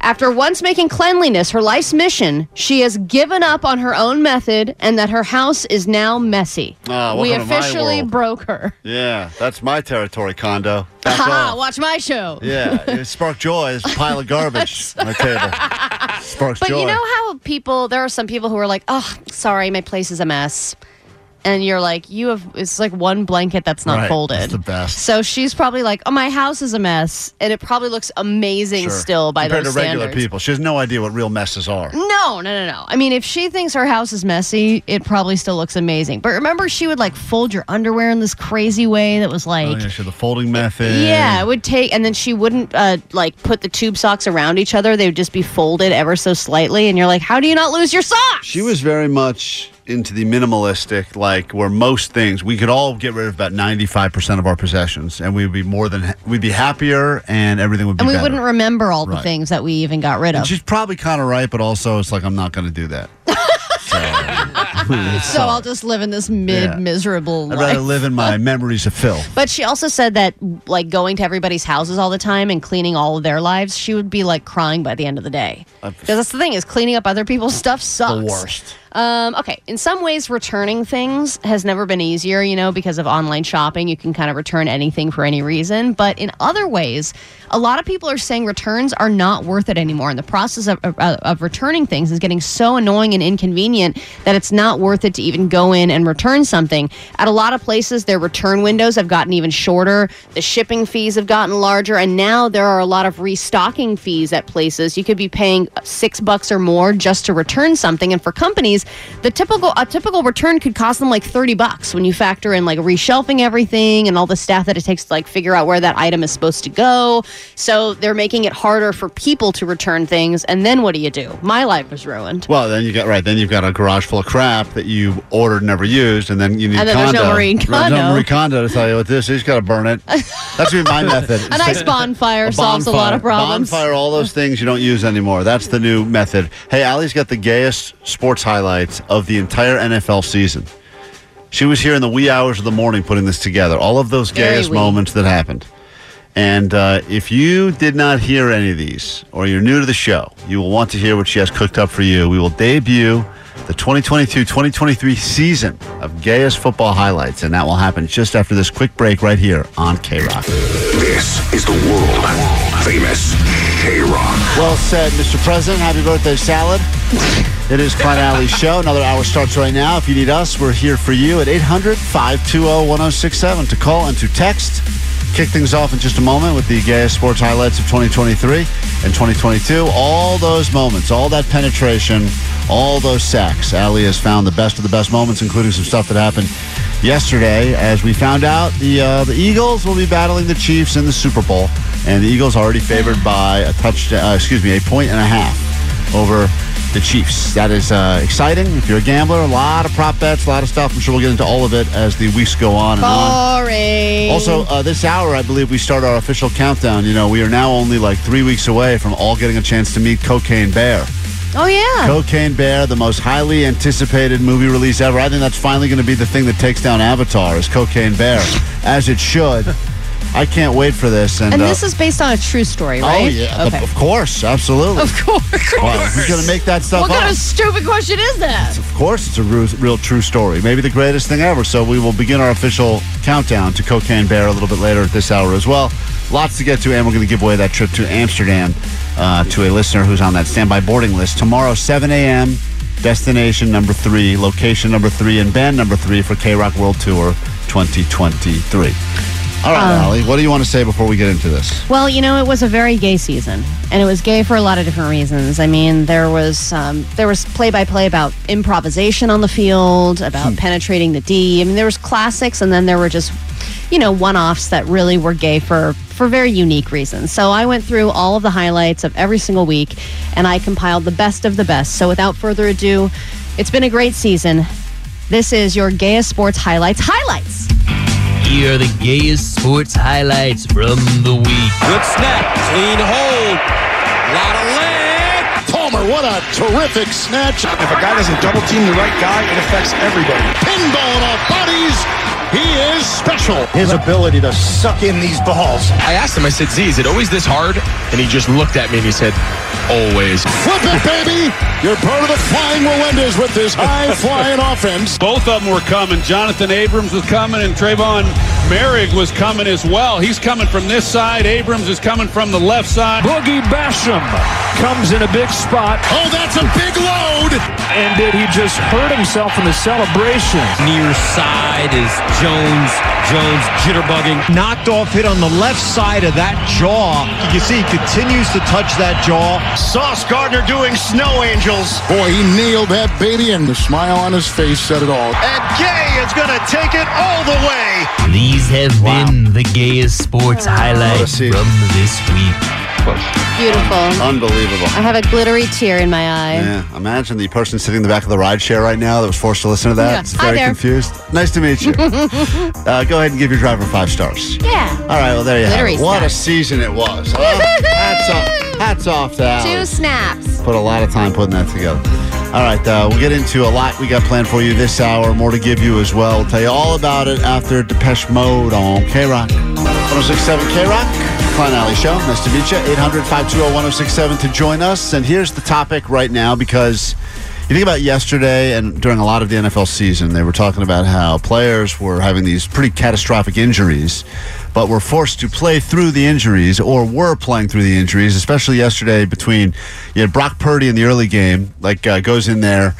Speaker 3: after once making cleanliness her life's mission, she has given up on her own method and that her house is now messy.
Speaker 2: Ah,
Speaker 3: we
Speaker 2: welcome to my
Speaker 3: officially
Speaker 2: world.
Speaker 3: broke her.
Speaker 2: Yeah, that's my territory, Condo.
Speaker 3: [laughs]
Speaker 2: Back
Speaker 3: Haha,
Speaker 2: off.
Speaker 3: watch my show.
Speaker 2: Yeah, it sparked joy. It's a pile
Speaker 3: [laughs]
Speaker 2: of garbage on the table. Sparks
Speaker 3: But
Speaker 2: joy.
Speaker 3: you know how people, there are some people who are like, oh, sorry, my place is a mess. And you're like, you have, it's like one blanket that's not
Speaker 2: Right,
Speaker 3: folded.
Speaker 2: that's the best.
Speaker 3: So she's probably like, oh, my house is a mess. And it probably looks amazing
Speaker 2: Sure.
Speaker 3: still by
Speaker 2: Compared
Speaker 3: those
Speaker 2: to regular
Speaker 3: standards.
Speaker 2: people. She has no idea what real messes are.
Speaker 3: No, no, no, no. I mean, if she thinks her house is messy, it probably still looks amazing. But remember, she would like fold your underwear in this crazy way that was
Speaker 2: Oh,
Speaker 3: like.
Speaker 2: yeah, she had the folding method.
Speaker 3: Yeah, it would take, and then she wouldn't uh, like put the tube socks around each other. They would just be folded ever so slightly, and you're like, "How do you not lose your sock?"
Speaker 2: She was very much into the minimalistic, like where most things we could all get rid of about ninety-five percent of our possessions, and we'd be more than we'd be happier, and everything would be.
Speaker 3: And we
Speaker 2: better.
Speaker 3: wouldn't remember all the
Speaker 2: Right.
Speaker 3: things that we even got rid
Speaker 2: And
Speaker 3: of.
Speaker 2: she's probably kind of right, but also it's like I'm not going to do
Speaker 3: [laughs]
Speaker 2: that. so,
Speaker 3: so I'll just live in this mid miserable
Speaker 2: I'd
Speaker 3: life.
Speaker 2: rather live in my memories of Phil.
Speaker 3: But she also said that, like, going to everybody's houses all the time and cleaning all of their lives, she would be like crying by the end of the day.
Speaker 2: I've-
Speaker 3: Because that's the thing is cleaning up other people's stuff sucks.
Speaker 2: worst.
Speaker 3: Um, okay, in some ways, returning things has never been easier, you know, because of online shopping. You can kind of return anything for any reason. But in other ways, a lot of people are saying returns are not worth it anymore. And the process of, of, of returning things is getting so annoying and inconvenient that it's not worth it to even go in and return something. At a lot of places, their return windows have gotten even shorter, the shipping fees have gotten larger, and now there are a lot of restocking fees at places. You could be paying six bucks or more just to return something. And for companies, the typical a typical return could cost them like thirty bucks when you factor in like reshelving everything and all the staff that it takes to like figure out where that item is supposed to go. So they're making it harder for people to return things. And then what do you do? My life was ruined.
Speaker 2: Well, then you got right. Then you've got a garage full of crap that you ordered, never used, and then you need
Speaker 3: And then there's no
Speaker 2: condo.
Speaker 3: Marie
Speaker 2: There's no
Speaker 3: Kondo.
Speaker 2: Marie Kondo to tell you what this. is. You got to burn it. That's gonna
Speaker 3: [laughs]
Speaker 2: be my method.
Speaker 3: A
Speaker 2: [laughs]
Speaker 3: nice bonfire solves a lot of problems.
Speaker 2: Bonfire, all those things you don't use anymore. That's the new method. Hey, Allie's got the gayest sports highlights of the entire NFL season. She was here in the wee hours of the morning putting this together. All of those
Speaker 11: Very
Speaker 2: gayest
Speaker 11: wee.
Speaker 2: moments that happened. And uh, if you did not hear any of these, or you're new to the show, you will want to hear what she has cooked up for you. We will debut the 2022 2023 season of gayest football highlights, and that will happen just after this quick break right here on K Rock.
Speaker 1: This is the world famous
Speaker 2: K Rock. Well said, Mr. President. Happy birthday, salad. It is Klein Alley's show. Another hour starts right now. If you need us, we're here for you at 800 520 1067 to call and to text. Kick things off in just a moment with the gayest sports highlights of 2023 and 2022. All those moments, all that penetration, all those sacks. Allie has found the best of the best moments, including some stuff that happened yesterday. As we found out, the uh, the Eagles will be battling the Chiefs in the Super Bowl, and the Eagles are already favored by a touchdown. Uh, excuse me, a point and a half over the Chiefs. That is uh, exciting. If you're a gambler, a lot of prop bets, a lot of stuff. I'm sure we'll get into all of it as the weeks go on and on.
Speaker 7: Boring.
Speaker 2: Also, uh, this hour, I believe we start our official countdown. You know, we are now only like three weeks away from all getting a chance to meet Cocaine Bear.
Speaker 7: oh yeah.
Speaker 2: Cocaine Bear, the most highly anticipated movie release ever. I think that's finally going to be the thing that takes down Avatar is Cocaine Bear, as it should.
Speaker 3: [laughs]
Speaker 2: I can't wait for this. And,
Speaker 3: And
Speaker 2: uh,
Speaker 3: this is based on a true story, right?
Speaker 2: oh yeah,
Speaker 3: Okay.
Speaker 2: of course, absolutely.
Speaker 3: Of course.
Speaker 2: Wow, who's going to make that stuff
Speaker 3: What
Speaker 2: up?
Speaker 3: kind of stupid question is that?
Speaker 2: Of course, it's a real, real true story. Maybe the greatest thing ever. So we will begin our official countdown to Cocaine Bear a little bit later at this hour as well. Lots to get to, and we're going to give away that trip to Amsterdam uh, to a listener who's on that standby boarding list tomorrow, 7 a.m. Destination number three, location number three, and band number three for K Rock World Tour 2023. All right,
Speaker 3: Um,
Speaker 2: Allie, what do you want to say before we get into this?
Speaker 3: Well, you know, it was a very gay season, and it was gay for a lot of different reasons. I mean, there was um, there was play by play about improvisation on the field, about penetrating the D. I mean, there was classics, and then there were just you know one offs that really were gay for for very unique reasons. So I went through all of the highlights of every single week, and I compiled the best of the best. So without further ado, it's been a great season. This is your gayest sports highlights highlights.
Speaker 11: Here are the gayest sports highlights from the week. Good snap, clean hold. Lot of leg. Palmer, what a terrific snatch. If a guy doesn't double team the right guy, it affects everybody. Pinball in our bodies. He is special. His ability to suck in these balls.
Speaker 6: I asked him, I said, Z, is it always this hard? And he just looked at me and he said, always.
Speaker 11: Flip it, baby. You're part of the flying Willendas with this high flying offense.
Speaker 22: Both of them were coming. Jonathan Abrams was coming, and Trayvon Merrick was coming as well. He's coming from this side. Abrams is coming from the left side. Boogie Basham comes in a big spot. Oh, that's a big load. And did he just hurt himself in the celebration?
Speaker 11: Near side is Jones. Jones jitterbugging.
Speaker 23: Knocked off hit on the left side of that jaw. You can see he continues to touch that jaw. Sauce Gardner doing snow angels.
Speaker 11: Boy, he nailed that baby, and the smile on his face said it all.
Speaker 23: And Gay is going to take it all the way.
Speaker 11: These have been the gayest sports highlights from this week.
Speaker 3: Beautiful.
Speaker 2: Unbelievable.
Speaker 3: I have a glittery tear in my eye.
Speaker 2: Yeah, imagine the person sitting in the back of the ride share right now that was forced to listen to that.
Speaker 3: Yeah.
Speaker 2: It's
Speaker 3: Hi
Speaker 2: very
Speaker 3: there.
Speaker 2: confused. Nice
Speaker 3: [laughs]
Speaker 2: to meet you. uh, go ahead and give your driver five stars.
Speaker 3: Yeah.
Speaker 2: All right, well, there you
Speaker 3: Glittery
Speaker 2: have it. What a
Speaker 3: stars.
Speaker 2: season it was. huh?
Speaker 3: [laughs]
Speaker 2: hats off. Hats off to
Speaker 3: Two
Speaker 2: Alex.
Speaker 3: snaps.
Speaker 2: Put a lot of time putting that together. All right, uh, we'll get into a lot we got planned for you this hour. More to give you as well. We'll tell you all about it after Depeche Mode on oh K Rock. 1067 K Rock, Klein Alley Show. Nice to meet you. 800 520 1067 to join us. And here's the topic right now because you think about yesterday and during a lot of the NFL season, they were talking about how players were having these pretty catastrophic injuries, but were forced to play through the injuries or were playing through the injuries, especially yesterday between you had Brock Purdy in the early game, like uh, goes in there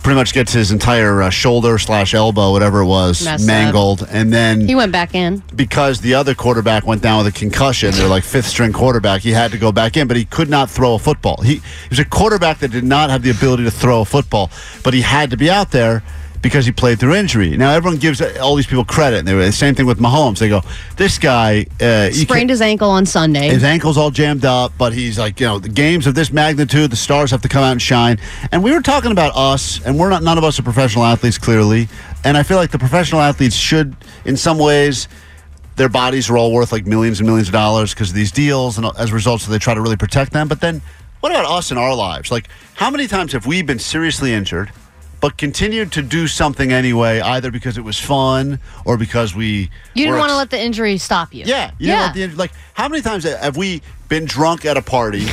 Speaker 2: pretty much gets his entire uh, shoulder slash elbow, whatever it was,
Speaker 3: Messed up.
Speaker 2: mangled, and then
Speaker 3: He went back in.
Speaker 2: because the other quarterback went down with a concussion, they're like fifth string quarterback, he had to go back in, but he could not throw a football. He, he was a quarterback that did not have the ability to throw a football, but he had to be out there because he played through injury. Now everyone gives all these people credit, and they were the same thing with Mahomes. They go, "This guy uh, you can't-
Speaker 3: Sprained his ankle on Sunday.
Speaker 2: his ankle's all jammed up, but he's like, you know, the games of this magnitude, the stars have to come out and shine. And we were talking about us, and we're not, none of us are professional athletes, clearly. And I feel like the professional athletes should, in some ways, their bodies are all worth like millions and millions of dollars because of these deals, and as a result, so they try to really protect them. But then, what about us in our lives? Like, how many times have we been seriously injured? But continued to do something anyway, either because it was fun or because we
Speaker 3: You didn't
Speaker 2: were
Speaker 3: want
Speaker 2: ex-
Speaker 3: to let the injury stop you.
Speaker 2: yeah, you know, at the end, like how many times have we been drunk at
Speaker 3: [laughs]
Speaker 2: a party,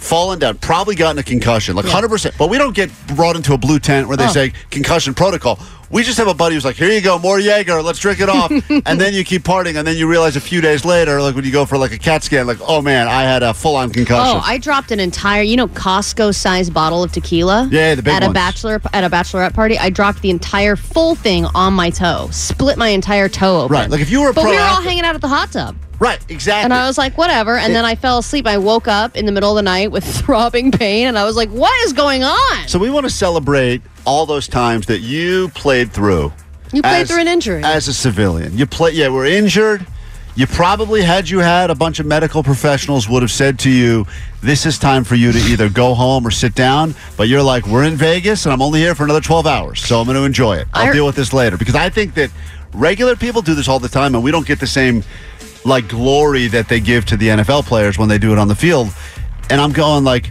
Speaker 2: fallen down, probably gotten a concussion, like hundred percent, but we don't get brought into a blue tent where they
Speaker 3: Oh.
Speaker 2: say concussion protocol. We just have a buddy who's like, here you go, more Jaeger, let's drink
Speaker 3: [laughs]
Speaker 2: it off. and then you keep partying, and then you realize a few days later, like when you go for like a CAT scan, like, oh man, I had a full on concussion.
Speaker 3: Oh, I dropped an entire, you know, Costco size bottle of tequila.
Speaker 2: Yeah, the big
Speaker 3: at a
Speaker 2: ones.
Speaker 3: bachelor at a bachelorette party. I dropped the entire full thing on my toe, split my entire toe open.
Speaker 2: Right, like if you were
Speaker 3: but we were all
Speaker 2: proactive-
Speaker 3: hanging out at the hot tub.
Speaker 2: Right, exactly.
Speaker 3: And I was like, whatever. And
Speaker 2: It-
Speaker 3: then I fell asleep. I woke up in the middle of the night with [laughs] throbbing pain, and I was like, what is going on?
Speaker 2: So we want to celebrate all those times that you played through.
Speaker 3: You played
Speaker 2: as-
Speaker 3: through an injury.
Speaker 2: as a civilian. You play. Yeah, we're injured. You probably had you had a bunch of medical professionals would have said to you, "This is time for you to either go home or sit down." But you're like, "We're in Vegas, and I'm only here for another 12 hours, so I'm going to enjoy it. I'll
Speaker 3: I-
Speaker 2: deal with this later." Because I think that regular people do this all the time, and we don't get the same like glory that they give to the NFL players when they do it on the field. And I'm going like,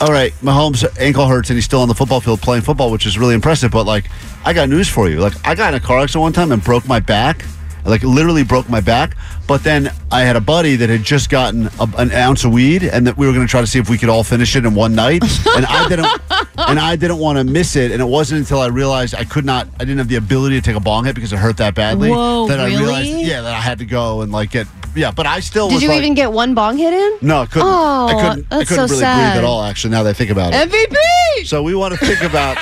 Speaker 2: all right, Mahomes' ankle hurts and he's still on the football field playing football, which is really impressive. But like, I got news for you. Like, I got in a car accident one time and broke my back. Like, literally broke my back. But then I had a buddy that had just gotten a, an ounce of weed, and that we were going to try to see if we could all finish it in one night.
Speaker 3: [laughs]
Speaker 2: And I didn't, and I didn't want to miss it. And it wasn't until I realized I could not, I didn't have the ability to take a bong hit because it hurt that badly
Speaker 3: Whoa,
Speaker 2: that I realized,
Speaker 3: really?
Speaker 2: yeah, that I had to go and like get, yeah. But I still
Speaker 3: Did
Speaker 2: was
Speaker 3: you
Speaker 2: like,
Speaker 3: even get one bong hit in?
Speaker 2: no, I couldn't.
Speaker 3: Oh,
Speaker 2: I couldn't, I
Speaker 3: that's
Speaker 2: couldn't
Speaker 3: so
Speaker 2: really
Speaker 3: sad.
Speaker 2: breathe at all, actually, now that I think about it.
Speaker 3: MVP!
Speaker 2: So we want to
Speaker 3: [laughs]
Speaker 2: think about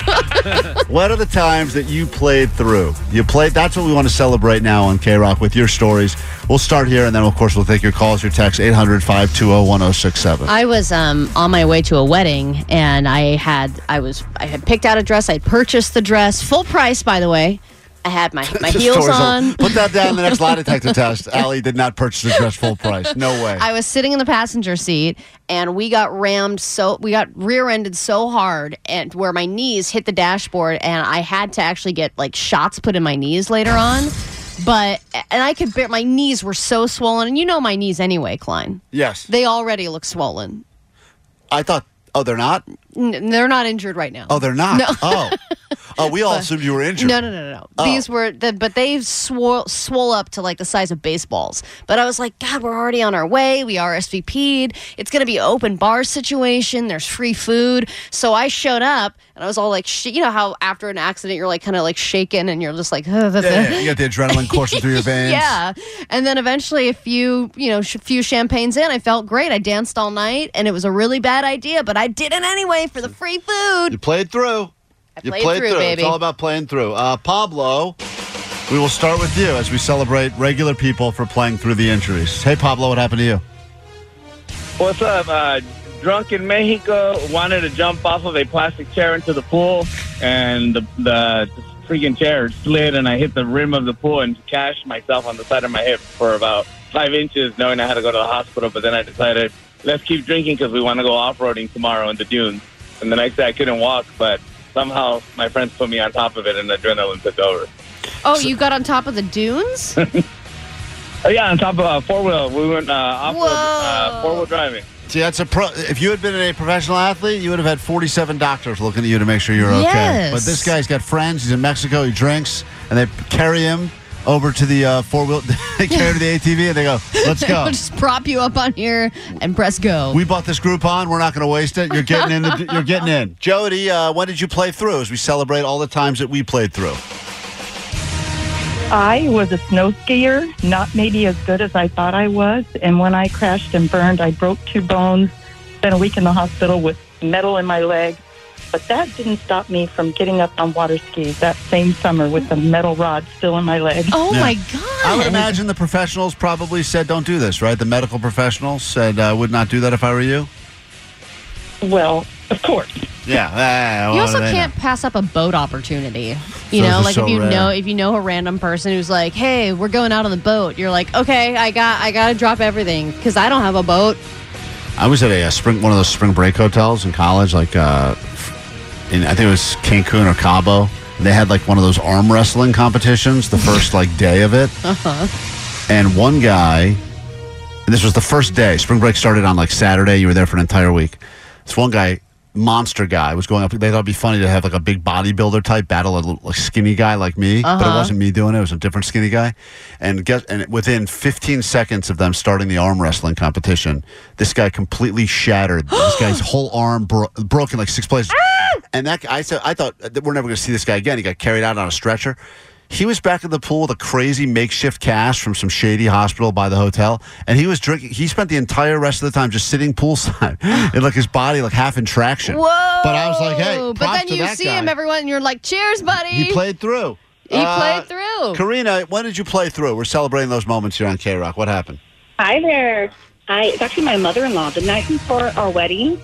Speaker 2: what are the times that you played through. You played. That's what we want to celebrate now on K Rock with your stories. We'll start here, and then of course we'll take your calls, your texts, 800-520-1067.
Speaker 3: I was um, on my way to a wedding, and I had I was I had picked out a dress. I would purchased the dress, full price, by the way. I had
Speaker 2: [laughs]
Speaker 3: my my
Speaker 2: Just
Speaker 3: heels
Speaker 2: stories all-
Speaker 3: on.
Speaker 2: Put that down in the next lie
Speaker 3: [laughs]
Speaker 2: detector test. Allie did not purchase the dress full price. No way.
Speaker 3: I was sitting in the passenger seat, and we got rammed so we got rear-ended so hard, and where my knees hit the dashboard, and I had to actually get like shots put in my knees later on. But and I could bear my knees were so swollen, and you know my knees anyway, Klein.
Speaker 2: yes,
Speaker 3: They already look swollen.
Speaker 2: I thought. Oh, they're not.
Speaker 3: N- they're not injured right now.
Speaker 2: Oh, they're not.
Speaker 3: No.
Speaker 2: Oh, oh,
Speaker 3: [laughs]
Speaker 2: we all assumed you were injured.
Speaker 3: No, no, no, no, no.
Speaker 2: Oh.
Speaker 3: These were, the, but they swole, swole up to like the size of baseballs. But I was like, God, we're already on our way. We RSVP'd. It's going to be open bar situation. There's free food. So I showed up and I was all like, sh- you know how after an accident, you're like kind of like shaken and you're just like, "Ugh, that's it."
Speaker 2: Yeah,
Speaker 3: [laughs]
Speaker 2: yeah, yeah. you got the adrenaline coursing through your veins.
Speaker 3: Yeah, and then eventually a few, you know, sh- few champagnes in, I felt great. I danced all night, and it was a really bad idea, but I did it anyway for the free food.
Speaker 2: You played through. you
Speaker 3: played through, baby.
Speaker 2: It's all about playing through. Uh, Pablo, we will start with you as we celebrate regular people for playing through the injuries. Hey, Pablo, what happened to you?
Speaker 5: What's up? Uh, drunk in Mexico, wanted to jump off of a plastic chair into the pool, and the, the freaking chair slid, and I hit the rim of the pool and cashed myself on the side of my hip for about five inches, knowing I had to go to the hospital. But then I decided, let's keep drinking because we want to go off roading tomorrow in the dunes. And the next day I couldn't walk, but somehow my friends put me on top of it, and adrenaline took over.
Speaker 3: Oh, you got on top of the dunes?
Speaker 5: Oh, yeah, on top of uh, four wheel, we went uh, off road, uh, four wheel driving.
Speaker 2: See, that's a pro. If you had been a professional athlete, you would have had 47 doctors looking at you to make sure you're okay.
Speaker 5: Yes.
Speaker 2: But this guy's got friends. He's in Mexico. He drinks, and they carry him over to the uh, four wheel. [laughs] they carry him to the ATV, and they go,
Speaker 3: [laughs]
Speaker 2: "Let's go."
Speaker 3: They'll just prop you up on here and press go.
Speaker 2: We bought this Groupon. We're not going to waste it. You're getting in. The, you're
Speaker 3: [laughs]
Speaker 2: getting in. Jody, uh, when did you play through? As we celebrate all the times that we played through.
Speaker 24: I was a snow skier, not maybe as good as I thought I was. And when I crashed and burned, I broke two bones, spent a week in the hospital with metal in my leg. But that didn't stop me from getting up on water skis that same summer with the metal rod still in my leg.
Speaker 2: Yeah. I would imagine the professionals probably said, "Don't do this," right? The medical professionals said, "I would not do that if I were you."
Speaker 24: Well, of course.
Speaker 2: Yeah. Ah,
Speaker 3: [laughs] you
Speaker 2: what
Speaker 3: also
Speaker 2: do they
Speaker 3: can't pass up a boat opportunity. You
Speaker 2: Those
Speaker 3: know,
Speaker 2: are
Speaker 3: like
Speaker 2: so
Speaker 3: if you
Speaker 2: rare.
Speaker 3: know if you know a random person who's like, "Hey, we're going out on the boat." You're like, "Okay, I got I got to drop everything cuz I don't have a boat."
Speaker 2: know? I was at a, uh spring, one of those spring break hotels in college, like uh, in I think it was Cancun or Cabo. And they had like one of those arm wrestling competitions the first like day of it,
Speaker 3: Uh-huh.
Speaker 2: and one guy. And this was the first day. Spring break started on like Saturday. You were there for an entire week. This one guy, monster guy, was going up. They thought it'd be funny to have like a big bodybuilder type battle a little like, skinny guy like me, but it
Speaker 25: Uh-huh.
Speaker 2: wasn't me doing it. It was a different skinny guy. And guess and within 15 seconds of them starting the arm wrestling
Speaker 7: [gasps]
Speaker 2: competition, this guy completely shattered. this guy's whole arm bro- broken like six places. And that I said, I thought that we're never going to see this guy again. He got carried out on a stretcher. He was back in the pool with a crazy makeshift cast from some shady hospital by the hotel, and he was drinking. He spent the entire rest of the time just sitting
Speaker 7: [gasps]
Speaker 2: poolside, [laughs] and like his body like half in
Speaker 3: [laughs]
Speaker 2: traction.
Speaker 7: Whoa!
Speaker 2: But I was like, hey,
Speaker 7: But
Speaker 2: props
Speaker 7: then
Speaker 2: to
Speaker 7: you
Speaker 2: that
Speaker 7: see
Speaker 2: guy.
Speaker 7: him, everyone, and you're like, "Cheers, buddy."
Speaker 2: He played uh, through.
Speaker 7: He played
Speaker 3: Oh.
Speaker 7: through.
Speaker 2: Karina, when did you play through? We're celebrating those moments here on K Rock. What happened?
Speaker 19: Hi there. I, it's actually my mother-in-law. The night before our wedding,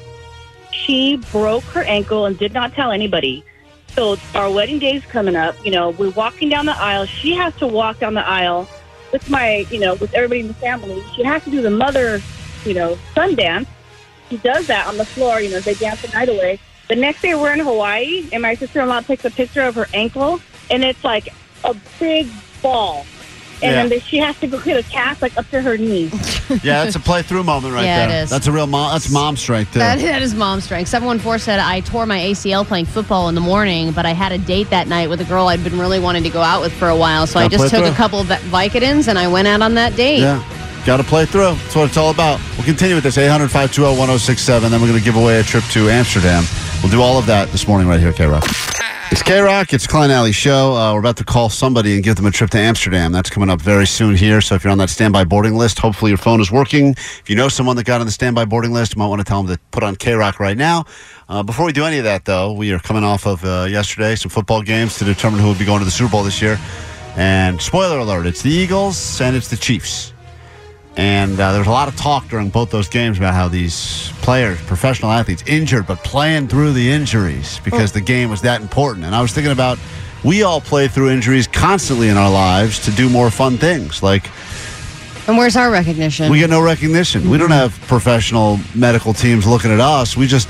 Speaker 19: she broke her ankle and did not tell anybody. So our wedding day's coming up. You know, we're walking down the aisle. She has to walk down the aisle with my, you know, with everybody in the family. She has to do the mother, you know, sun dance. She does that on the floor. You know, they dance the night away. The next day we're in Hawaii, and my sister-in-law takes a picture of her ankle, and it's like a big ball. And
Speaker 2: Yeah.
Speaker 19: then the, she has to go get a cast like up to her knee.
Speaker 2: [laughs] Yeah, that's a play through moment
Speaker 3: [laughs]
Speaker 2: right
Speaker 3: Yeah, it
Speaker 2: there.
Speaker 3: is.
Speaker 2: That's a real mom. That's mom strength too.
Speaker 3: That, that is mom strength. 714 said, I tore my ACL playing football in the morning, but I had a date that night with a girl I'd been really wanting to go out with for a while. So I
Speaker 2: Gotta
Speaker 3: just
Speaker 2: play
Speaker 3: took
Speaker 2: through.
Speaker 3: a couple of Vicodins and I went out on that date.
Speaker 2: Yeah. Got to play through. That's what it's all about. We'll continue with this 800 520 1067. Then we're going to give away a trip to Amsterdam. We'll do all of that this morning right here, K Rock. It's K Rock. It's Klein Alley Show. Uh, we're about to call somebody and give them a trip to Amsterdam. That's coming up very soon here. So if you're on that standby boarding list, hopefully your phone is working. If you know someone that got on the standby boarding list, you might want to tell them to put on K Rock right now. Uh, before we do any of that, though, we are coming off of uh, yesterday some football games to determine who will be going to the Super Bowl this year. And spoiler alert, it's the Eagles and it's the Chiefs. And uh, there was a lot of talk during both those games about how these players, professional athletes, injured but playing through the injuries
Speaker 3: Oh.
Speaker 2: because the game was that important. And I was thinking about we all play through injuries constantly in our lives to do more fun things. Like
Speaker 3: And where's our recognition?
Speaker 2: we get no recognition. We don't have professional medical teams looking at us. We just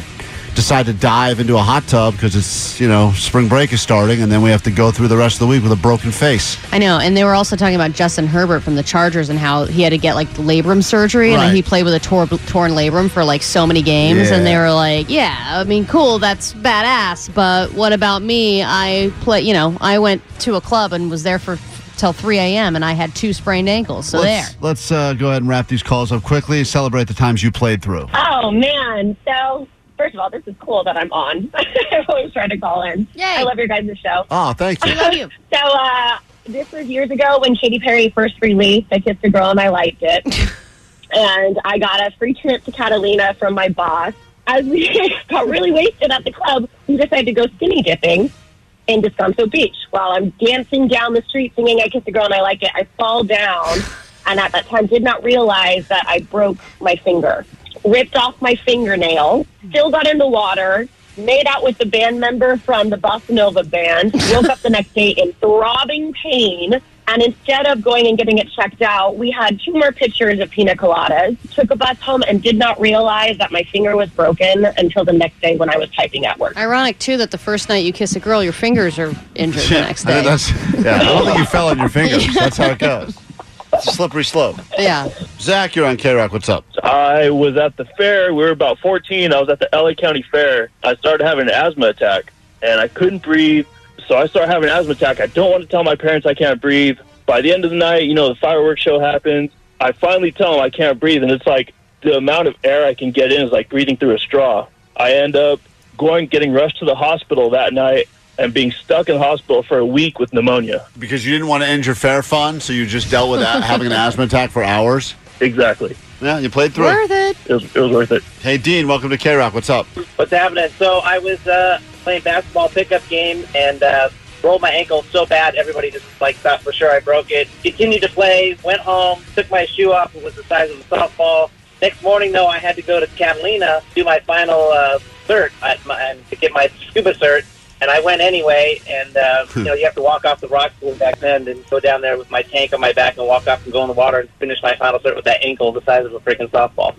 Speaker 2: decide to dive into a hot tub because it's you know spring break is starting, and then we have to go through the rest of the week with a broken face.
Speaker 3: I know. And they were also talking about Justin Herbert from the Chargers and how he had to get like labrum surgery and
Speaker 2: Right.
Speaker 3: then he played with a tor- torn labrum for like so many games. And they
Speaker 2: Yeah.
Speaker 3: were like, yeah, I mean, cool, that's badass. But what about me? I play, you know, I went to a club and was there for till 3 a.m. and I had two sprained ankles. So there.
Speaker 2: let's, Let's uh, go ahead and wrap these calls up quickly. Celebrate the times you played through.
Speaker 17: Oh man! So first of all, this is cool that I'm on. [laughs] I always try to call in. I love your guys' show.
Speaker 2: Oh, thank you.
Speaker 17: [laughs] So uh, this was years ago when Katy Perry first released. I kissed a girl and I liked it, and I got a free trip to Catalina from my boss. As we [laughs] got really wasted at the club, we decided to go skinny dipping in Descanso Beach. While I'm dancing down the street singing "I Kissed a Girl and I Liked It," I fall down, and at that time did not realize that I broke my finger, ripped off my fingernail, still got in the water, made out with the band member from the Bossa Nova band, woke up the next day in throbbing pain. And instead of going and getting it checked out, we had two more pictures of pina coladas, took a bus home, and did not realize that my finger was broken until the next day when I was typing at work.
Speaker 3: Ironic, too, that the first night you kiss a girl, your fingers are injured the next
Speaker 2: I
Speaker 3: day.
Speaker 2: mean, that's, yeah, I don't think you fell on
Speaker 3: [laughs]
Speaker 2: your fingers. That's how it goes. It's a slippery slope. [laughs]
Speaker 3: Yeah.
Speaker 2: Zach, you're on K Rock. What's up?
Speaker 25: I was at the fair. We were about 14. I was at the LA County Fair. I started having an asthma attack, and I couldn't breathe. So I started having an asthma attack. I don't want to tell my parents I can't breathe. By the end of the night, you know, the fireworks show happens. I finally tell them I can't breathe, and it's like the amount of air I can get in is like breathing through a straw. I end up going, getting rushed to the hospital that night, and being stuck in the hospital for a week with pneumonia.
Speaker 2: Because you didn't want to injure Fair Fun, so you just dealt
Speaker 3: [laughs]
Speaker 2: with that, having an asthma attack for hours.
Speaker 25: Exactly.
Speaker 2: Yeah, you played through.
Speaker 25: Worth
Speaker 3: it.
Speaker 25: It was, it was worth it.
Speaker 2: Hey, Dean, welcome to K Rock. What's up?
Speaker 26: What's happening? So I was uh, playing basketball pickup game and uh, rolled my ankle so bad everybody just like thought for sure I broke it. Continued to play, went home, took my shoe off. It was the size of a softball. Next morning, though, I had to go to Catalina do my final uh, cert at my, and to get my scuba cert. And I went anyway, and uh, you know you have to walk off the rock pool back then, and go down there with my tank on my back and walk off and go in the water and finish my final cert with that ankle the size of a freaking softball.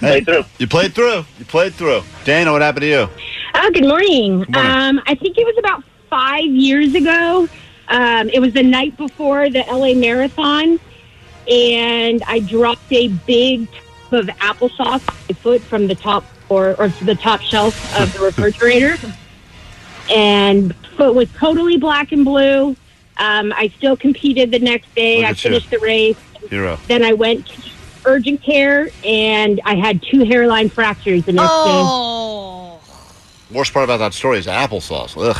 Speaker 2: Played through. You played through. You played through. Dana, what happened to you?
Speaker 19: Oh, good morning.
Speaker 2: Good morning.
Speaker 19: Um, I think it was about five years ago. Um, it was the night before the LA Marathon, and I dropped a big tub of applesauce on my foot from the top or, or the top shelf of the refrigerator, and foot was totally black and blue. Um, I still competed the next day.
Speaker 2: Look
Speaker 19: I
Speaker 2: at you.
Speaker 19: finished the race.
Speaker 2: Hero.
Speaker 19: Then I went to urgent care, and I had two hairline fractures the next day.
Speaker 2: Worst part about that story is applesauce. Ugh.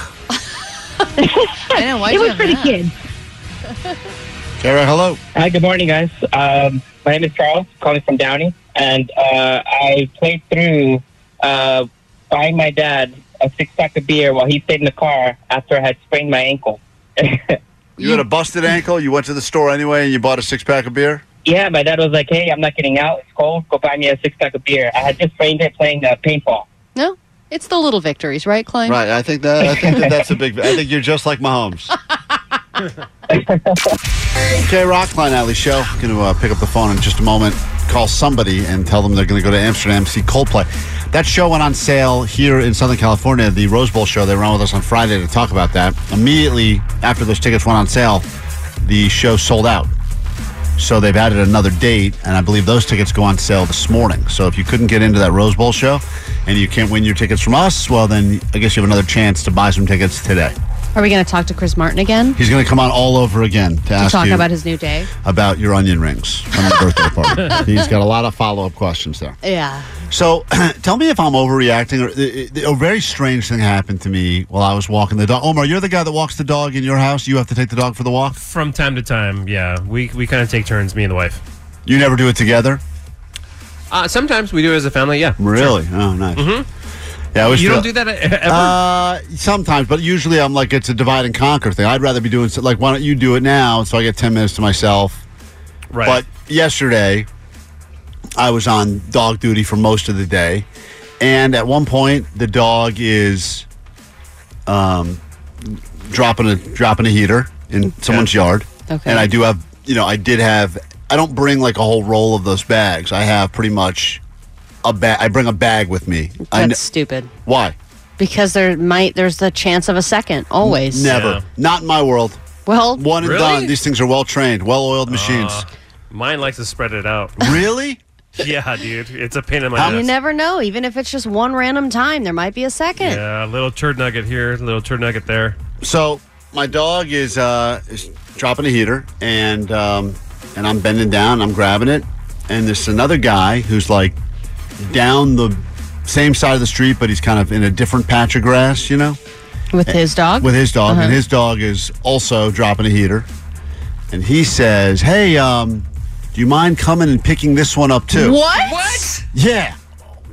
Speaker 9: I know. Why'd
Speaker 17: It
Speaker 9: you
Speaker 17: was
Speaker 9: have
Speaker 17: for the
Speaker 9: that?
Speaker 17: kids.
Speaker 2: Kara, hello.
Speaker 26: Hi, good morning, guys. Um, my name is Charles, calling from Downey, and uh, I played through uh, buying my dad a six pack of beer while he stayed in the car after I had sprained my ankle.
Speaker 2: You had a busted ankle. You went to the store anyway, and you bought a six pack of beer.
Speaker 26: Yeah, my dad was like, "Hey, I'm not getting out. It's cold. Go buy me a six pack of beer." I had just sprained it playing uh, paintball.
Speaker 3: [laughs] No, it's the little victories, right, Klein?
Speaker 2: Right. I think that I think that that's a big. I think you're just like Mahomes. okay, Rockline Alley Show. Going to uh, pick up the phone in just a moment. Call somebody and tell them they're going to go to Amsterdam see Coldplay. That show went on sale here in Southern California. The Rose Bowl show. They were on with us on Friday to talk about that. Immediately after those tickets went on sale, the show sold out. So they've added another date, and I believe those tickets go on sale this morning. So if you couldn't get into that Rose Bowl show and you can't win your tickets from us, well, then I guess you have another chance to buy some tickets today.
Speaker 3: Are we going to talk to Chris Martin again
Speaker 2: He's going to come on all over again to,
Speaker 3: to
Speaker 2: ask
Speaker 3: talk
Speaker 2: you
Speaker 3: about his new day?
Speaker 2: about your onion rings from the birthday
Speaker 3: [laughs]
Speaker 2: party. [laughs] He's got a lot of follow up questions there.
Speaker 3: Yeah.
Speaker 2: So [clears throat] tell me if I'm overreacting. Or, the- the- a very strange thing happened to me while I was walking the dog. Omar, you're the guy that walks the dog in your house. You have to take the dog for the walk?
Speaker 8: From time to time, yeah. We, we kind of take turns, me and the wife.
Speaker 2: You never do it together?
Speaker 8: Uh, sometimes we do it as a family, yeah.
Speaker 2: Really? Oh, nice. Yeah, I always
Speaker 8: you
Speaker 2: feel-
Speaker 8: don't do that e- ever?
Speaker 2: Uh, sometimes, but usually I'm like it's a divide and conquer thing. I'd rather be doing so, like why don't you do it now so I get ten minutes to myself.
Speaker 8: Right.
Speaker 2: But yesterday, I was on dog duty for most of the day, and at one point the dog is, um, dropping a dropping a heater in someone's yard.
Speaker 3: Okay.
Speaker 2: And I do have you know I did have I don't bring like a whole roll of those bags. I have pretty much a bag. I bring a bag with me.
Speaker 3: That's
Speaker 2: I kn-
Speaker 3: stupid.
Speaker 2: Why?
Speaker 3: Because there might there's the chance of a second always.
Speaker 2: Never. Not in my world.
Speaker 3: Well,
Speaker 2: one and
Speaker 8: Really?
Speaker 2: done. These things are well trained, well oiled machines.
Speaker 8: Uh, mine likes to spread it out. [laughs]
Speaker 2: Really?
Speaker 8: yeah, dude. It's a pain in my
Speaker 3: You
Speaker 8: ass.
Speaker 3: never know. Even if it's just one random time, there might be a second.
Speaker 8: Yeah, a little turd nugget here, a little turd nugget there.
Speaker 2: So my dog is uh, is dropping a heater, and um, and I'm bending down, I'm grabbing it, and there's another guy who's like down the same side of the street, but he's kind of in a different patch of grass, you know,
Speaker 3: With his dog.
Speaker 2: with his dog, and
Speaker 3: Uh-huh.
Speaker 2: his dog is also dropping a heater, and he says, "Hey, um, do you mind coming and picking this one up too?"
Speaker 3: What?
Speaker 8: What?
Speaker 2: Yeah.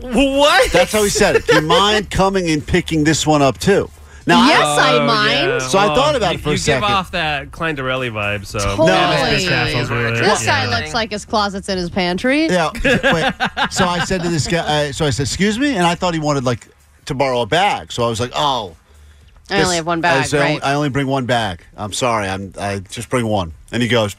Speaker 8: What?
Speaker 2: That's how
Speaker 3: [gasps]
Speaker 2: he
Speaker 3: [laughs]
Speaker 2: said it. Do you mind coming and picking this one up too?
Speaker 8: Oh, yeah,
Speaker 2: So I
Speaker 8: well,
Speaker 2: thought about
Speaker 8: you,
Speaker 2: it for
Speaker 8: you
Speaker 2: a second.
Speaker 8: give
Speaker 2: [laughs]
Speaker 8: off that Klein Dorelli vibe, so
Speaker 2: Totally.
Speaker 8: Yeah, this bitch asshole's really-
Speaker 3: This
Speaker 8: yeah.
Speaker 3: guy looks like his closet's in his pantry.
Speaker 2: Yeah. Wait, so I said to this guy, uh, so I said, "Excuse me," and I thought he wanted like to borrow a bag. So I was like, "Oh,
Speaker 3: I only have one bag,
Speaker 2: I, said,
Speaker 3: right?
Speaker 2: I only bring one bag. I'm sorry, I'm I just bring one." And he goes,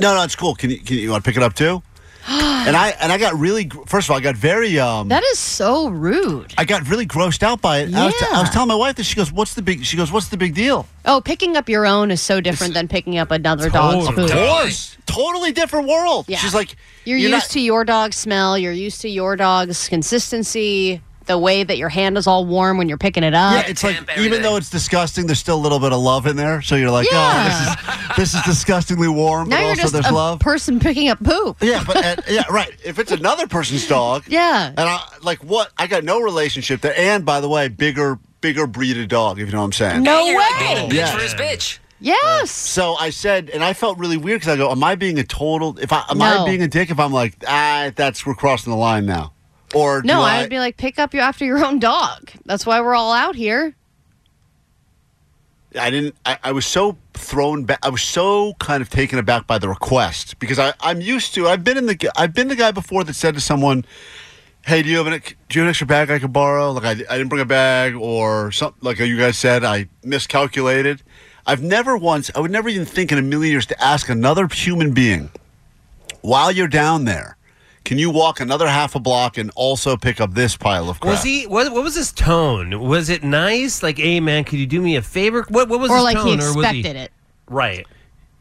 Speaker 2: "No, no, it's cool. Can you can you, you want to pick it
Speaker 3: [sighs]
Speaker 2: up too?" and I and I got really gr- first of all, I got very um.
Speaker 3: That is so rude.
Speaker 2: I got really grossed out by it. I, was t- I was telling my wife this. She goes, "What's the big?" She goes, "What's the big deal?"
Speaker 3: Oh, picking up your own is so different than picking up another dog's
Speaker 2: Of
Speaker 3: food.
Speaker 2: course, totally different world. She's like,
Speaker 3: You're,
Speaker 2: "You're
Speaker 3: used
Speaker 2: not-
Speaker 3: to your dog's smell. You're used to your dog's consistency. The way that your hand is all warm when you're picking it up.
Speaker 2: Yeah, it's like even though it's disgusting, there's still a little bit of love in there. So you're like,
Speaker 3: Yeah.
Speaker 2: oh, this is this is disgustingly warm,
Speaker 3: now
Speaker 2: but
Speaker 3: you're
Speaker 2: also
Speaker 3: just
Speaker 2: there's
Speaker 3: a
Speaker 2: love.
Speaker 3: person picking up poop.
Speaker 2: Yeah, but and, yeah, right. If it's another person's dog,
Speaker 3: [laughs] yeah,
Speaker 2: and I like what I got no relationship there. And by the way, bigger bigger breed of dog, if you know what I'm saying.
Speaker 3: No
Speaker 4: You're a
Speaker 3: way.
Speaker 4: big bitch
Speaker 2: Yeah.
Speaker 4: versus bitch.
Speaker 3: Yes.
Speaker 2: So I said, and I felt really weird because I go, "Am I being a total? If I am
Speaker 3: No.
Speaker 2: I being a dick? If I'm like, ah, that's we're crossing the line now, or do
Speaker 3: No, I,
Speaker 2: I,
Speaker 3: would be like, pick up you after your own dog. That's why we're all out here.
Speaker 2: I didn't. I, I was so thrown back. I was so kind of taken aback by the request because I, I'm used to. I've been in the. I've been the guy before that said to someone, "Hey, do you have an do you have an extra bag I could borrow? Like I, I didn't bring a bag or something. Like you guys said, I miscalculated. I've never once. I would never even think in a million years to ask another human being while you're down there. Can you walk another half a block and also pick up this pile of crap?
Speaker 8: Was he? What, what was his tone? Was it nice? Like, hey man, could you do me a favor? What, what was
Speaker 3: or
Speaker 8: his
Speaker 3: like he
Speaker 8: tone? or was
Speaker 3: expected it.
Speaker 8: Right.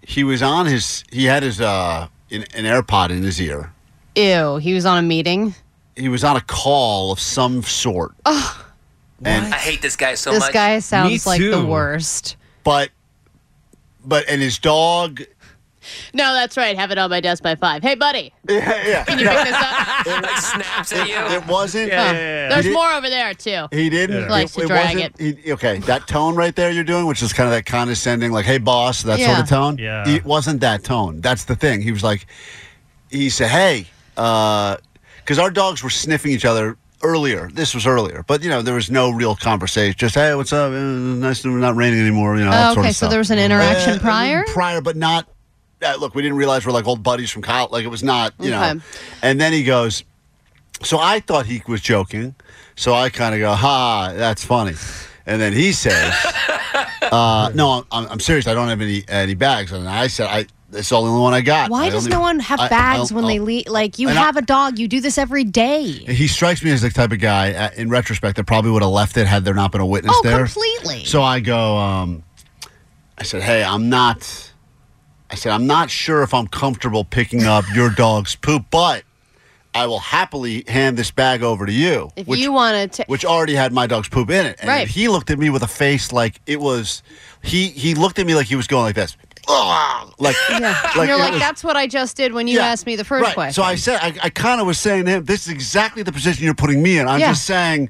Speaker 2: He was on his. He had his uh an, an AirPod in his ear.
Speaker 3: Ew, he was on a meeting.
Speaker 2: he was on a call of some sort.
Speaker 4: I hate this guy so
Speaker 3: this
Speaker 4: much.
Speaker 3: guy sounds like the
Speaker 2: too.
Speaker 3: worst.
Speaker 2: But but and his dog [laughs]
Speaker 3: No, that's right. Have it on my desk by five. Hey, buddy.
Speaker 2: Yeah, yeah.
Speaker 3: Can you
Speaker 2: [laughs]
Speaker 3: pick this up?
Speaker 2: It snaps at you. It wasn't.
Speaker 3: Huh. There's more over there too.
Speaker 2: He didn't.
Speaker 3: He likes to drag it.
Speaker 2: wasn't- he- okay, that tone right there you're doing, which is kind of that condescending, like "Hey, boss," that sort
Speaker 3: Yeah.
Speaker 2: of tone.
Speaker 3: Yeah.
Speaker 2: It wasn't that tone. That's the thing. He was like, he said, "Hey," because our dogs were sniffing each other earlier. This was earlier, but you know there was no real conversation. Just, "Hey, what's up? Uh, nice to not raining anymore." You know, that
Speaker 3: Oh,
Speaker 2: sort of
Speaker 3: okay, so
Speaker 2: stuff.
Speaker 3: there was an interaction
Speaker 2: Uh,
Speaker 3: prior.
Speaker 2: Prior, but not. uh, look, we didn't realize we're like old buddies from college. Like it was not, you
Speaker 3: Okay.
Speaker 2: know. And then he goes, so I thought he was joking. So I kind of go, ha, that's funny. And then he says, [laughs] uh, no, I'm, I'm serious. I don't have any any bags. And I said, I it's the only one I got.
Speaker 7: Why
Speaker 2: I
Speaker 7: does
Speaker 2: only-
Speaker 7: no one have
Speaker 2: I-
Speaker 7: bags
Speaker 2: I'll-
Speaker 7: when
Speaker 2: I'll-
Speaker 7: they leave? Like you
Speaker 2: And I-
Speaker 7: have a dog, you do this every day.
Speaker 2: He strikes me as the type of guy, uh, in retrospect, that probably would have left it had there not been a witness
Speaker 7: Oh,
Speaker 2: there.
Speaker 7: completely.
Speaker 2: So I go, um, I said, hey, I'm not, I said, I'm not sure if I'm comfortable picking up
Speaker 3: [laughs]
Speaker 2: your dog's poop, but I will happily hand this bag over to you.
Speaker 3: If
Speaker 2: which-
Speaker 3: you want to,
Speaker 2: which already had my dog's poop in it. And
Speaker 3: Right.
Speaker 2: he looked at me with a face like it was he he looked at me like he was going like
Speaker 3: [laughs]
Speaker 2: this. "Ugh," Like,
Speaker 3: and you're
Speaker 2: it
Speaker 3: like,
Speaker 2: was-
Speaker 3: that's what I just did when you
Speaker 2: Yeah,
Speaker 3: asked me the first
Speaker 2: right.
Speaker 3: question.
Speaker 2: So I said I, I kind of was saying to him, this is exactly the position you're putting me in. I'm
Speaker 3: Yeah.
Speaker 2: just saying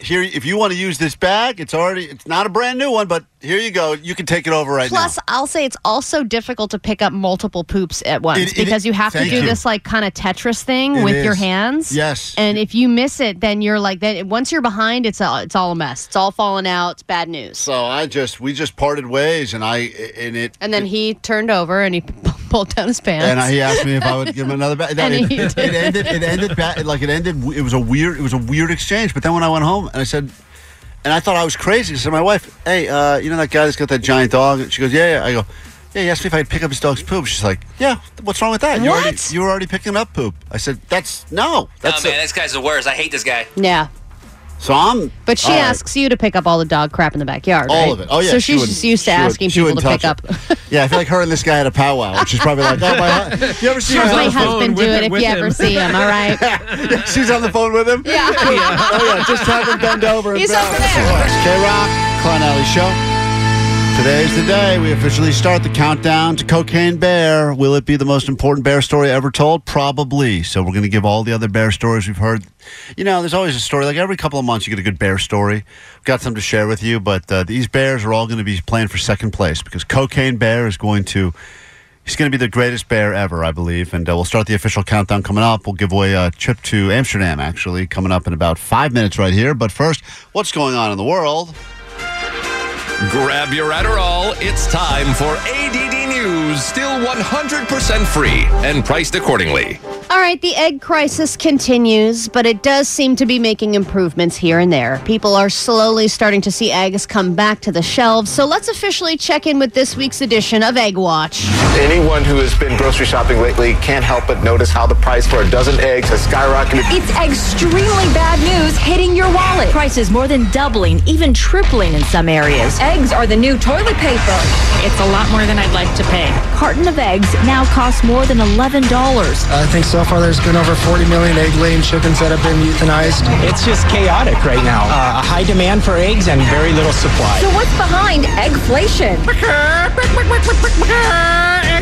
Speaker 2: here if you want to use this bag, it's already it's not a brand new one, but here you go. You can take it over right
Speaker 3: Plus,
Speaker 2: now.
Speaker 3: I'll say it's also difficult to pick up multiple poops at once
Speaker 2: It- it-
Speaker 3: because you have to
Speaker 2: thank
Speaker 3: do
Speaker 2: you.
Speaker 3: this like kind of Tetris thing
Speaker 2: It
Speaker 3: with your
Speaker 2: is.
Speaker 3: hands.
Speaker 2: Yes.
Speaker 3: And if you miss it, then you're like then once you're behind, it's all it's all a mess. It's all falling out. It's bad news.
Speaker 2: So I just we just parted ways and I and it
Speaker 3: And then he turned over and he [laughs] pulled down his pants.
Speaker 2: And he asked me if I would give him
Speaker 3: [laughs]
Speaker 2: another bag. No,
Speaker 3: And
Speaker 2: it,
Speaker 3: he
Speaker 2: it
Speaker 3: did.
Speaker 2: ended. It ended bad. Like it ended. It was a weird. It was a weird exchange. But then when I went home and I said, and I thought I was crazy. I said to my wife, "Hey, uh, you know that guy that's got that giant dog?" And she goes, "Yeah, yeah." I go, "Yeah." He asked me if I'd pick up his dog's poop. She's like, "Yeah, what's wrong with that? You already you were already picking up poop." I said, "That's no. That's
Speaker 4: oh man, this guy's the worst. I hate this guy.
Speaker 3: yeah.
Speaker 2: so I'm."
Speaker 3: But she
Speaker 2: all right.
Speaker 3: asks you to pick up all the dog crap in the backyard.
Speaker 2: All
Speaker 3: right?
Speaker 2: of it. Oh, yeah,
Speaker 3: So
Speaker 2: she
Speaker 3: she's
Speaker 2: wouldn't-
Speaker 3: just used to
Speaker 2: she would-
Speaker 3: asking
Speaker 2: she
Speaker 3: people to
Speaker 2: wouldn't
Speaker 3: pick up.
Speaker 2: touch Yeah, I feel like her and this guy had a powwow, which is probably like,
Speaker 3: [laughs]
Speaker 2: "Oh my." hu-" You ever see
Speaker 3: Have
Speaker 2: her
Speaker 3: my
Speaker 2: on the phone
Speaker 3: husband
Speaker 2: with
Speaker 3: do
Speaker 2: her-
Speaker 3: it if
Speaker 2: with
Speaker 3: you ever see him. All
Speaker 2: [laughs]
Speaker 3: right.
Speaker 2: She's on the phone with him? [laughs] Yeah. oh, yeah. Just have him bend over. And
Speaker 3: He's
Speaker 2: bow.
Speaker 3: over there.
Speaker 2: K Rock, Klein Alley Show. Today's the day we officially start the countdown to Cocaine Bear. Will it be the most important bear story ever told? Probably. So we're going to give all the other bear stories we've heard. You know, there's always a story. Like every couple of months, you get a good bear story. We've got some to share with you, but uh, these bears are all going to be playing for second place because Cocaine Bear is going to He's going to be the greatest bear ever, I believe. And uh, we'll start the official countdown coming up. We'll give away a trip to Amsterdam, actually, coming up in about five minutes right here. But first, what's going on in the world?
Speaker 6: Grab your Adderall. It's time for ADD News, still 100% free and priced accordingly.
Speaker 3: All right, the egg crisis continues, but it does seem to be making improvements here and there. People are slowly starting to see eggs come back to the shelves, so let's officially check in with this week's edition of Egg Watch.
Speaker 10: Anyone who has been grocery shopping lately can't help but notice how the price for a dozen eggs has skyrocketed.
Speaker 27: It's extremely bad news hitting your wallet. Prices more than doubling, even tripling in some areas. Eggs are the new toilet paper. It's a lot more than I'd like to pay. Carton of eggs now costs more than $11.
Speaker 14: I think so far there's been over 40 million egg laying chickens that have been euthanized. It's just chaotic right now. Uh, a high demand for eggs and very little supply.
Speaker 27: So what's behind eggflation?
Speaker 3: Egg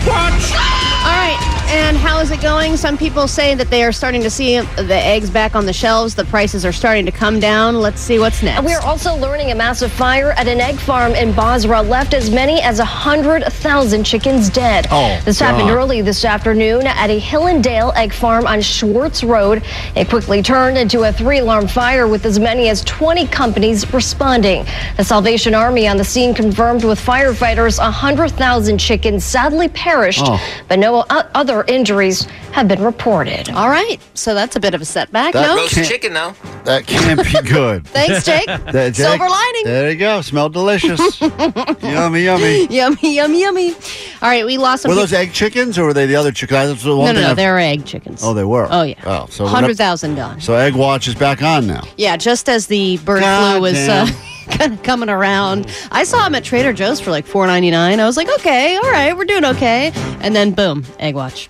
Speaker 3: Watch! All right, and how is it going? Some people say that they are starting to see the eggs back on the shelves, the prices are starting to come down. Let's see what's next.
Speaker 16: We're also learning a massive fire at an egg farm in Basra left as many as 100,000 chickens dead.
Speaker 28: Oh,
Speaker 16: this happened
Speaker 28: God.
Speaker 16: early this afternoon at a Hillendale egg farm on Schwartz Road. It quickly turned into a three alarm fire with as many as 20 companies responding. The Salvation Army on the scene confirmed with firefighters 100,000 chickens sadly perished,
Speaker 3: Oh.
Speaker 16: but no o- other injuries have been reported.
Speaker 3: All right, so that's a bit of a setback,
Speaker 2: That
Speaker 3: no?
Speaker 2: roast Can't-
Speaker 4: Chicken though.
Speaker 2: That can't be
Speaker 3: [laughs]
Speaker 2: good.
Speaker 3: Thanks, Jake.
Speaker 2: That-
Speaker 3: Silver lining.
Speaker 2: There you go.
Speaker 3: [laughs]
Speaker 2: Smelled delicious. yummy, yummy.
Speaker 3: yummy, yummy, yummy. All right, we lost some
Speaker 2: were
Speaker 3: peop-
Speaker 2: those egg chickens or were they the other chickens? That's the
Speaker 3: No, no,
Speaker 2: one thing
Speaker 3: no,
Speaker 2: I've-
Speaker 3: they're egg chickens.
Speaker 2: Oh, they were.
Speaker 3: Oh, yeah.
Speaker 2: Oh, so we're not-
Speaker 3: 100,000 gone.
Speaker 2: So Egg Watch is back on now.
Speaker 3: Yeah, just as the bird
Speaker 2: God Mm.
Speaker 3: flu was uh, [laughs] kind of coming around, I saw him at Trader Joe's for like four ninety nine. I was like, okay, all right, we're doing okay. And then boom, egg watch.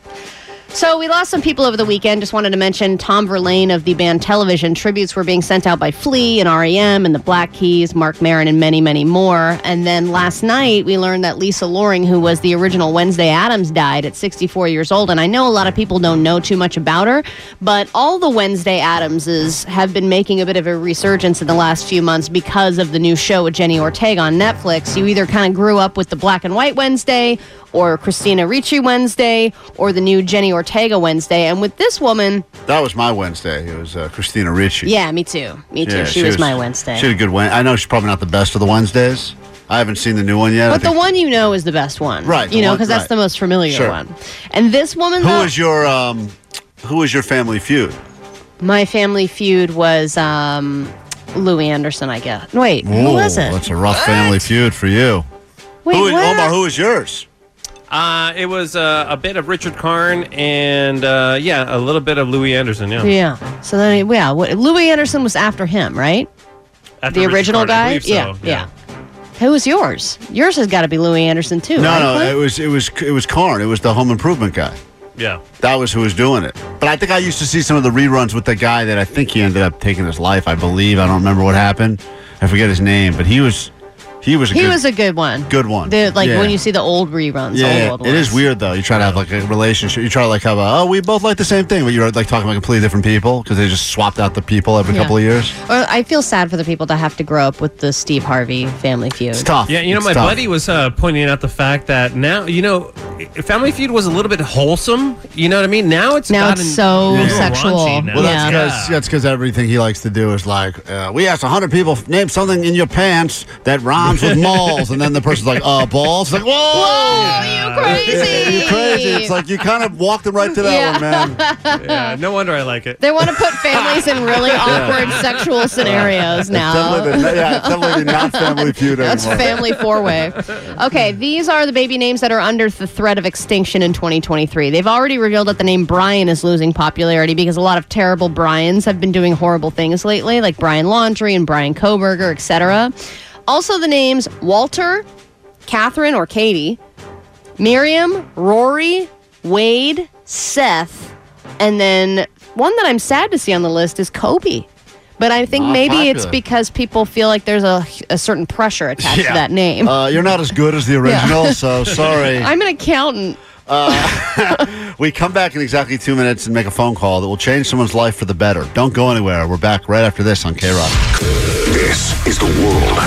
Speaker 3: So we lost some people over the weekend. Just wanted to mention Tom Verlaine of the band Television. Tributes were being sent out by Flea and REM and the Black Keys, Mark Maron, and many, many more. And then last night we learned that Lisa Loring, who was the original Wednesday Adams, died at 64 years old. And I know a lot of people don't know too much about her, but all the Wednesday Adamses have been making a bit of a resurgence in the last few months because of the new show with Jenny Ortega on Netflix. You either kind of grew up with the Black and White Wednesday or Christina Ricci Wednesday or the new Jenny Ortega Wednesday. And with this woman,
Speaker 2: That was my Wednesday. It was uh, Christina Ricci.
Speaker 3: yeah, me too. Me too.
Speaker 2: Yeah,
Speaker 3: she, was, my Wednesday.
Speaker 2: She had a good Wednesday. I know she's probably not the best of the Wednesdays. I haven't seen the new one yet. I
Speaker 3: but the
Speaker 2: think-
Speaker 3: one you know is the best one.
Speaker 2: Right, the
Speaker 3: You know,
Speaker 2: one-
Speaker 3: because that's
Speaker 2: right.
Speaker 3: the most familiar
Speaker 2: Sure.
Speaker 3: one. And this woman,
Speaker 2: Who
Speaker 3: though,
Speaker 2: was your um, Who was your family feud?
Speaker 3: my family feud was um, Louis Anderson, I guess. Wait, who
Speaker 2: Ooh,
Speaker 3: was it?
Speaker 2: That's a rough family feud for you.
Speaker 3: Wait,
Speaker 2: who,
Speaker 3: what?
Speaker 2: Omar, who was yours?
Speaker 8: Uh, it was uh, a bit of Richard Karn and uh, yeah, a little bit of Louis Anderson. Yeah,
Speaker 3: Yeah. So then, yeah, what, Louis Anderson was after him, right?
Speaker 8: After
Speaker 3: the
Speaker 8: Richard
Speaker 3: original
Speaker 8: Karn, I
Speaker 3: guy.
Speaker 8: believe so,
Speaker 3: yeah, yeah. Who was yours? Yours has got to be Louis Anderson too.
Speaker 2: no,
Speaker 3: right,
Speaker 2: no,
Speaker 3: Clint?
Speaker 2: it was it was it was Karn. It was the home improvement guy.
Speaker 8: Yeah.
Speaker 2: That was who was doing it. But I think I used to see some of the reruns with the guy that I think he ended up taking his life. I believe I don't remember what happened. I forget his name, but he was he was a
Speaker 3: he
Speaker 2: good,
Speaker 3: was a good one.
Speaker 2: good one.
Speaker 3: The, like
Speaker 2: Yeah.
Speaker 3: when you see the old reruns,
Speaker 2: Yeah,
Speaker 3: the old
Speaker 2: it
Speaker 3: ones.
Speaker 2: is weird though. You try to have like a relationship. You try to like have a oh, we both like the same thing, but you're like talking about completely different people because they just swapped out the people every
Speaker 3: Yeah.
Speaker 2: couple of years.
Speaker 3: Or I feel sad for the people that have to grow up with the Steve Harvey family feud. It's
Speaker 2: tough.
Speaker 8: Yeah, you know, my buddy was uh, pointing out the fact that now, you know, Family Feud was a little bit wholesome. You know what I mean? Now it's
Speaker 3: Now
Speaker 8: gotten
Speaker 3: it's
Speaker 8: a
Speaker 3: so
Speaker 8: little
Speaker 3: sexual.
Speaker 8: raunchy now.
Speaker 2: Well, that's because that's because everything he likes to do is like uh, we asked hundred people name something in your pants that
Speaker 8: [laughs]
Speaker 2: rhymes with malls, and then the person's like, uh, balls. It's like, whoa,
Speaker 3: [laughs] you crazy,
Speaker 2: you crazy. It's like you kind of walked him right to that
Speaker 3: [laughs]
Speaker 2: one, man.
Speaker 8: yeah, no wonder I like it.
Speaker 3: They want to put families in really
Speaker 2: [laughs] Yeah.
Speaker 3: awkward sexual scenarios now.
Speaker 2: [laughs] It's definitely the, yeah,
Speaker 8: [laughs]
Speaker 2: it's definitely not family feud
Speaker 3: That's
Speaker 2: anymore.
Speaker 3: family four way. Okay, these are the baby names that are under the threat of extinction in 2023. They've already revealed that the name Brian is losing popularity because a lot of terrible Brians have been doing horrible things lately, like Brian Laundry and Brian Koberger, etc. Also, the names Walter, Catherine or Katie, Miriam, Rory, Wade, Seth, and then one that I'm sad to see on the list is Kobe. But I think
Speaker 2: Not
Speaker 3: maybe it's
Speaker 2: popular.
Speaker 3: because people feel like there's a, a certain pressure attached to that name.
Speaker 2: Uh, you're not as good as the
Speaker 3: [laughs]
Speaker 2: original, so sorry.
Speaker 3: I'm an accountant.
Speaker 2: We come back in exactly two minutes and make a phone call that will change someone's life for the better. Don't go anywhere. We're back right after this on K Rock.
Speaker 1: This is the world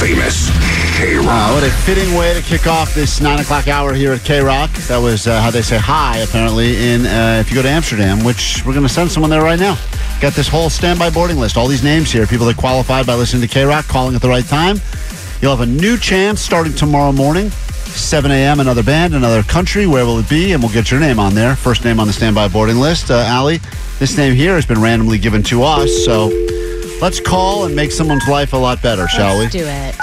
Speaker 1: famous K
Speaker 2: Wow,
Speaker 1: Rock.
Speaker 2: what a fitting way to kick off this nine o'clock hour here at K Rock. That was uh, how they say hi, apparently, in uh, if you go to Amsterdam, which we're going to send someone there right now. Got this whole standby boarding list, all these names here, people that qualified by listening to K Rock, calling at the right time. You'll have a new chance starting tomorrow morning, 7 a.m. Another band, another country. Where will it be? And we'll get your name on there. First name on the standby boarding list, uh, Allie. This name here has been randomly given to us, so let's call and make someone's life a lot better, shall we?
Speaker 3: Let's do it.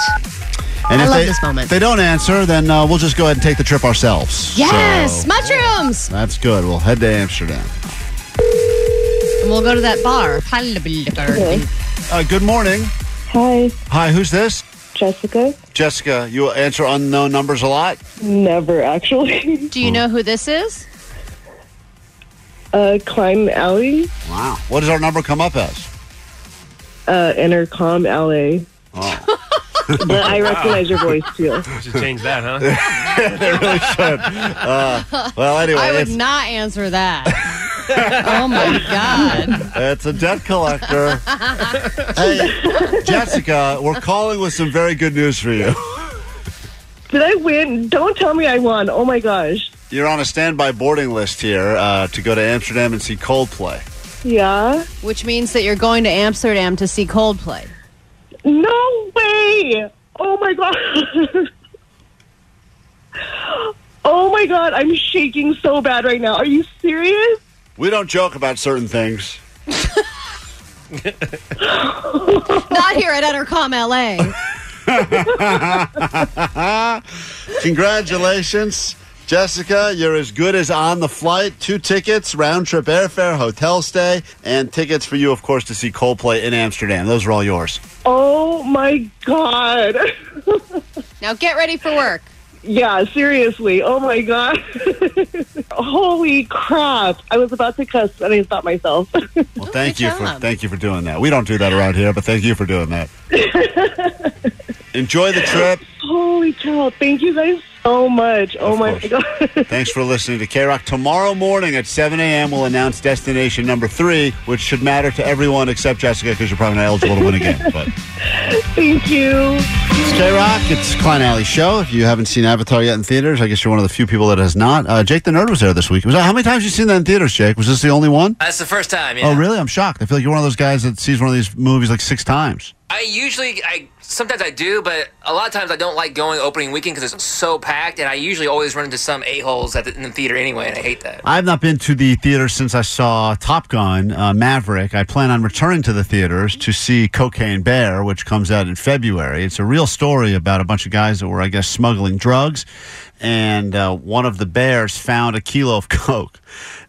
Speaker 2: And
Speaker 3: I
Speaker 2: if
Speaker 3: love
Speaker 2: they,
Speaker 3: this moment.
Speaker 2: if they don't answer, then uh, we'll just go ahead and take the trip ourselves.
Speaker 3: Yes,
Speaker 2: So,
Speaker 3: mushrooms.
Speaker 2: that's good. We'll head to Amsterdam.
Speaker 3: And we'll go to that bar.
Speaker 2: Uh, good morning.
Speaker 20: Hi,
Speaker 2: Hi, who's this?
Speaker 20: Jessica.
Speaker 2: Jessica, you answer unknown numbers a lot?
Speaker 20: Never actually.
Speaker 3: Do you know who this is?
Speaker 20: Uh, climb alley.
Speaker 2: Wow. What does our number come up as?
Speaker 20: Uh, intercom alley. but I recognize your voice too.
Speaker 8: You should change that, huh?
Speaker 2: [laughs] they really should.
Speaker 3: [laughs]
Speaker 2: Uh, well, anyway,
Speaker 3: I would
Speaker 2: it's,
Speaker 3: not answer
Speaker 2: [laughs]
Speaker 3: that. oh my god.
Speaker 2: it's a debt collector.
Speaker 3: [laughs]
Speaker 2: hey, Jessica, we're calling with some very good news for you.
Speaker 20: Did I win? Don't tell me I won. Oh my gosh. [laughs]
Speaker 2: You're on a standby boarding list here uh, to go to Amsterdam and see Coldplay.
Speaker 20: Yeah.
Speaker 3: Which means that you're going to Amsterdam to see Coldplay.
Speaker 20: No way. Oh my god. oh my god. I'm shaking so bad right now. Are you serious?
Speaker 2: We don't joke about certain things.
Speaker 3: [laughs] Not here at Entercom LA.
Speaker 2: [laughs] Congratulations, Jessica. You're as good as on the flight. Two tickets, round trip airfare, hotel stay, and tickets for you, of course, to see Coldplay in Amsterdam. Those are all yours.
Speaker 20: Oh my god. [laughs]
Speaker 3: Now get ready for work.
Speaker 20: Yeah, seriously. Oh my god. [laughs] Holy crap. I was about to cuss and I stopped myself. [laughs]
Speaker 2: Well, thank you for thank you for doing that. We don't do that around here, but thank you for
Speaker 20: [laughs]
Speaker 2: doing that. Enjoy the trip.
Speaker 20: Holy cow. Thank you guys so much. Oh my god.
Speaker 2: Thanks for listening to K Rock. Tomorrow morning at 7 a.m., we'll announce destination number three, which should matter to everyone except Jessica because you're probably not eligible to win again. But
Speaker 20: Thank you.
Speaker 2: it's K Rock. It's Klein Alley Show. If you haven't seen Avatar yet in theaters, I guess you're one of the few people that has not. Uh, Jake the Nerd was there this week. Was that, how many times you seen that in theaters, Jake? Was this the only one?
Speaker 4: That's the first time. Yeah.
Speaker 2: Oh, really? I'm shocked. I feel like you're one of those guys that sees one of these movies like six times.
Speaker 4: I usually, I sometimes I do, but a lot of times I don't like going opening weekend because it's so packed, and I usually always run into some a holes at the, in the theater anyway, and I hate that.
Speaker 2: I've not been to the theater since I saw Top Gun uh, Maverick. I plan on returning to the theaters to see Cocaine Bear, which comes out in February. It's a real story about a bunch of guys that were, I guess, smuggling drugs, and uh, one of the bears found a kilo of [laughs] coke,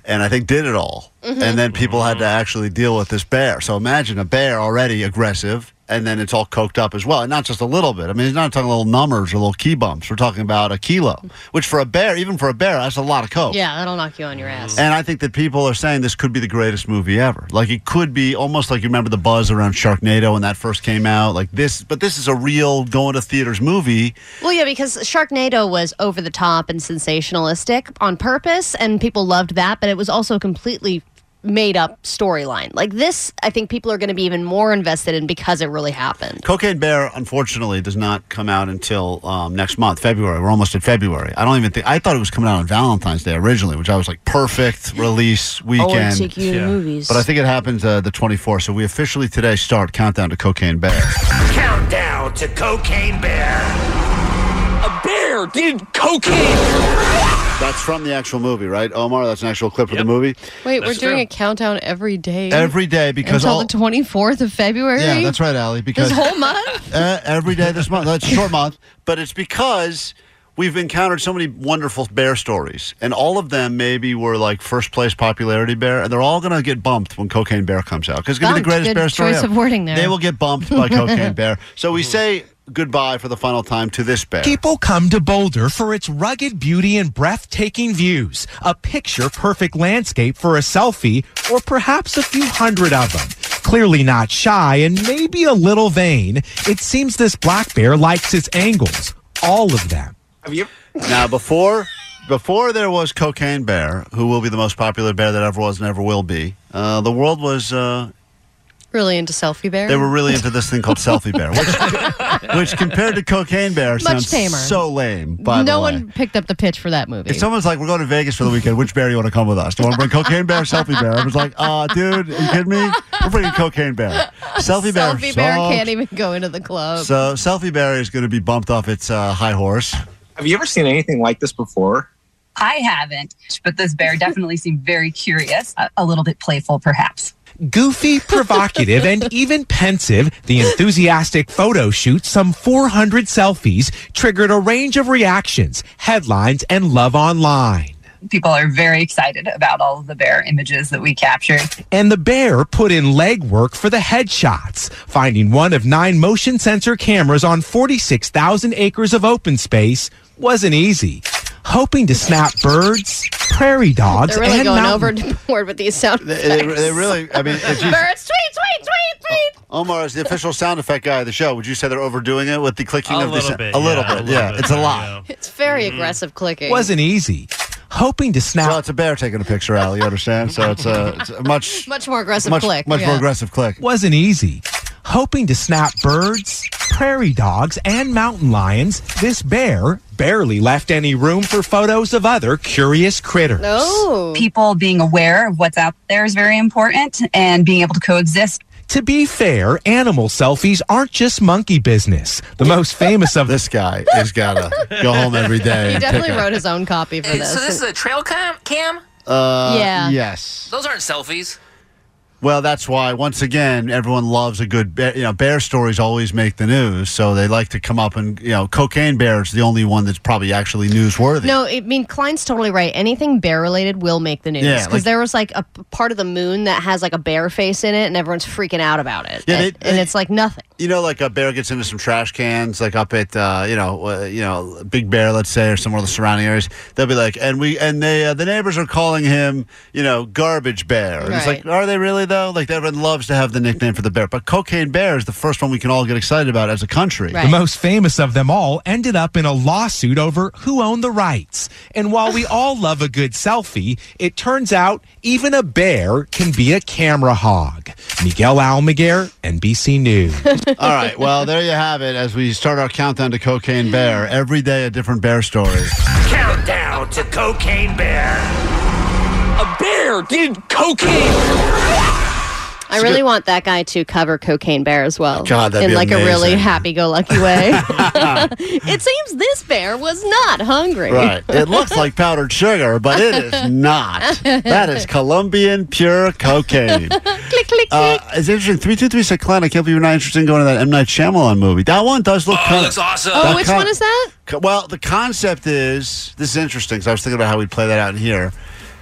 Speaker 2: and I think did it all.
Speaker 21: Mhm.
Speaker 2: And then people had to actually deal with this bear. So imagine a bear already aggressive. And then it's all coked up as well. And not just a little bit. I mean, it's not talking little numbers or little key bumps. We're talking about a kilo, which for a bear, even for a bear, that's a lot of coke.
Speaker 3: Yeah, that'll knock you on your ass.
Speaker 2: Mm-hmm. And I think that people are saying this could be the greatest movie ever. Like it could be almost like you remember the buzz around Sharknado when that first came out. Like this, but this is a real going to theaters movie.
Speaker 3: Well, yeah, because Sharknado was over the top and sensationalistic on purpose, and people loved that, but it was also completely made up storyline. Like this, I think people are going to be even more invested in because it really happened.
Speaker 2: Cocaine Bear, unfortunately, does not come out until um, next month, February. We're almost at February. I don't even think I thought it was coming out on Valentine's Day originally, which I was like perfect
Speaker 3: [laughs]
Speaker 2: release weekend.
Speaker 3: Oh, take you to the Yeah. movies.
Speaker 2: But I think it happens uh, the 24th. So we officially today start countdown to
Speaker 3: [laughs]
Speaker 2: Cocaine Bear.
Speaker 21: Countdown to Cocaine Bear. A bear did cocaine.
Speaker 2: That's from the actual movie, right, Omar? That's an actual clip of the movie.
Speaker 9: Wait, we're doing a countdown every day.
Speaker 2: every day because
Speaker 9: until
Speaker 2: all
Speaker 9: the twenty fourth of February.
Speaker 2: Yeah, that's right, Allie. Because
Speaker 9: this whole month.
Speaker 2: uh, every day this month. That's a short month, but it's because we've encountered so many wonderful bear stories, and all of them maybe were like first place popularity bear, and they're all going to get bumped when Cocaine Bear comes out because it's going to be the
Speaker 9: Bumped.
Speaker 2: greatest
Speaker 9: Good
Speaker 2: bear story.
Speaker 9: choice
Speaker 2: ever.
Speaker 9: of wording there.
Speaker 2: They will get bumped
Speaker 9: [laughs]
Speaker 2: by Cocaine Bear. So we say goodbye for the final time to this bear.
Speaker 22: People come to Boulder for its rugged beauty and breathtaking views, a picture perfect landscape for a selfie, or perhaps a few hundred of them. Clearly not shy and maybe a little vain, it seems this black bear likes its angles, all of them.
Speaker 2: Now, before before there was Cocaine Bear, who will be the most popular bear that ever was and ever will be, uh, the world was. Uh,
Speaker 9: Really into selfie bear.
Speaker 2: They were
Speaker 9: [laughs]
Speaker 2: really into this thing called Selfie Bear, which, which compared to Cocaine Bear
Speaker 9: Much
Speaker 2: sounds
Speaker 9: tamer.
Speaker 2: so lame. By
Speaker 9: no
Speaker 2: the way,
Speaker 9: one picked up the pitch for that movie.
Speaker 2: if someone's like, "We're going to Vegas for the weekend. Which bear do you want to come with us? Do you want to bring Cocaine Bear, or Selfie Bear?" I was like, "Uh, dude, are you kidding me? We're bringing Cocaine Bear. [laughs] Selfie Bear.
Speaker 9: selfie bear
Speaker 2: sucks."
Speaker 9: can't even go into the club.
Speaker 2: So Selfie Bear is going to be bumped off its uh, high horse.
Speaker 23: Have you ever seen anything like this before?
Speaker 18: I haven't, but this bear definitely seemed very curious, a, a little bit playful, perhaps.
Speaker 23: [laughs]
Speaker 22: Goofy, provocative, and even pensive, the enthusiastic photo shoot, some 400 selfies, triggered a range of reactions, headlines, and love online.
Speaker 18: People are very excited about all of the bear images that we captured.
Speaker 22: And the bear put in legwork for the headshots, finding one of nine motion sensor cameras on 46,000 acres of open space wasn't easy. Hoping to snap birds, prairie dogs,
Speaker 7: They're really
Speaker 22: and
Speaker 7: going
Speaker 9: [laughs]
Speaker 22: mountain
Speaker 7: overboard with these sound effects.
Speaker 2: They, they really, I mean, if you-
Speaker 7: Birds, tweet, tweet, tweet, tweet.
Speaker 2: Omar is the official sound effect guy of the show. Would you say they're overdoing it with the clicking
Speaker 22: A
Speaker 2: of the
Speaker 22: little
Speaker 2: sa-
Speaker 22: bit,
Speaker 2: a
Speaker 22: yeah,
Speaker 2: little
Speaker 22: a
Speaker 2: bit?
Speaker 22: little
Speaker 2: Yeah,
Speaker 22: bit,
Speaker 2: it's a lot.
Speaker 7: It's very
Speaker 2: Mm.
Speaker 7: aggressive clicking.
Speaker 22: wasn't easy. Hoping to snap.
Speaker 2: Well, it's a bear taking a picture, Al. You understand? So it's a, it's a much
Speaker 9: Much more aggressive click. yeah.
Speaker 2: aggressive click.
Speaker 22: Wasn't easy. Hoping to snap birds, prairie dogs, and mountain lions, this bear barely left any room for photos of other curious critters.
Speaker 18: No. People being aware of what's out there is very important and being able to coexist.
Speaker 22: To be fair, animal selfies aren't just monkey business. The most famous of
Speaker 2: [laughs] this guy has gotta go home every day.
Speaker 9: He definitely wrote his own copy for
Speaker 4: Uh,
Speaker 9: this.
Speaker 4: so this is a trail cam? Cam?
Speaker 2: Uh,
Speaker 9: Yeah.
Speaker 2: Yes.
Speaker 4: Those aren't selfies.
Speaker 2: Well, that's why once again everyone loves a good bear. You know, bear stories always make the news, so they like to come up and you know, cocaine bear is the only one that's probably actually newsworthy.
Speaker 3: No, I mean Klein's totally right. Anything bear related will make the news
Speaker 2: Yeah,
Speaker 3: because
Speaker 2: like-
Speaker 3: there was like a p- part of the moon that has like a bear face in it, and everyone's freaking out about it.
Speaker 2: Yeah,
Speaker 3: and,
Speaker 2: they-
Speaker 3: and it's like nothing.
Speaker 2: You know, like a bear gets into some trash cans, like up at uh, you know, uh, you know, Big Bear, let's say, or some of the surrounding areas. They'll be like, and we and they uh, the neighbors are calling him, you know, garbage bear. And It's like, are they really though? Like everyone loves to have the nickname for the bear, but cocaine bear is the first one we can all get excited about as a country.
Speaker 22: The most famous of them all ended up in a lawsuit over who owned the rights. And while we all love a good selfie, it turns out even a bear can be a camera hog. Miguel Almaguer,
Speaker 4: [laughs]
Speaker 22: NBC News.
Speaker 2: All right. Well, there you have it. As we start our countdown to Cocaine Bear, every day a different bear story.
Speaker 11: Countdown to Cocaine Bear. A bear did cocaine.
Speaker 17: I really want that guy to cover Cocaine Bear as well.
Speaker 2: God, that'd
Speaker 17: in
Speaker 2: be
Speaker 17: like a really
Speaker 2: amazing.
Speaker 17: happy-go-lucky way.
Speaker 20: [laughs]
Speaker 2: [laughs]
Speaker 3: [laughs]
Speaker 17: it seems this bear was not hungry. [laughs]
Speaker 2: Right. It looks like powdered sugar, but it is not. That is Colombian pure
Speaker 17: [laughs]
Speaker 2: cocaine.
Speaker 17: click, click,
Speaker 2: Uh, it's interesting. Three two three said, "Clan, I can't believe you're not interested in going to that M Night Shyamalan movie. That one does look.
Speaker 4: Oh,
Speaker 2: kinda-
Speaker 4: looks awesome.
Speaker 2: that
Speaker 4: Oh, which
Speaker 2: con-
Speaker 4: one is
Speaker 17: that?
Speaker 2: co- Well, the concept is this is interesting. Because I was thinking about how we'd play that out in here.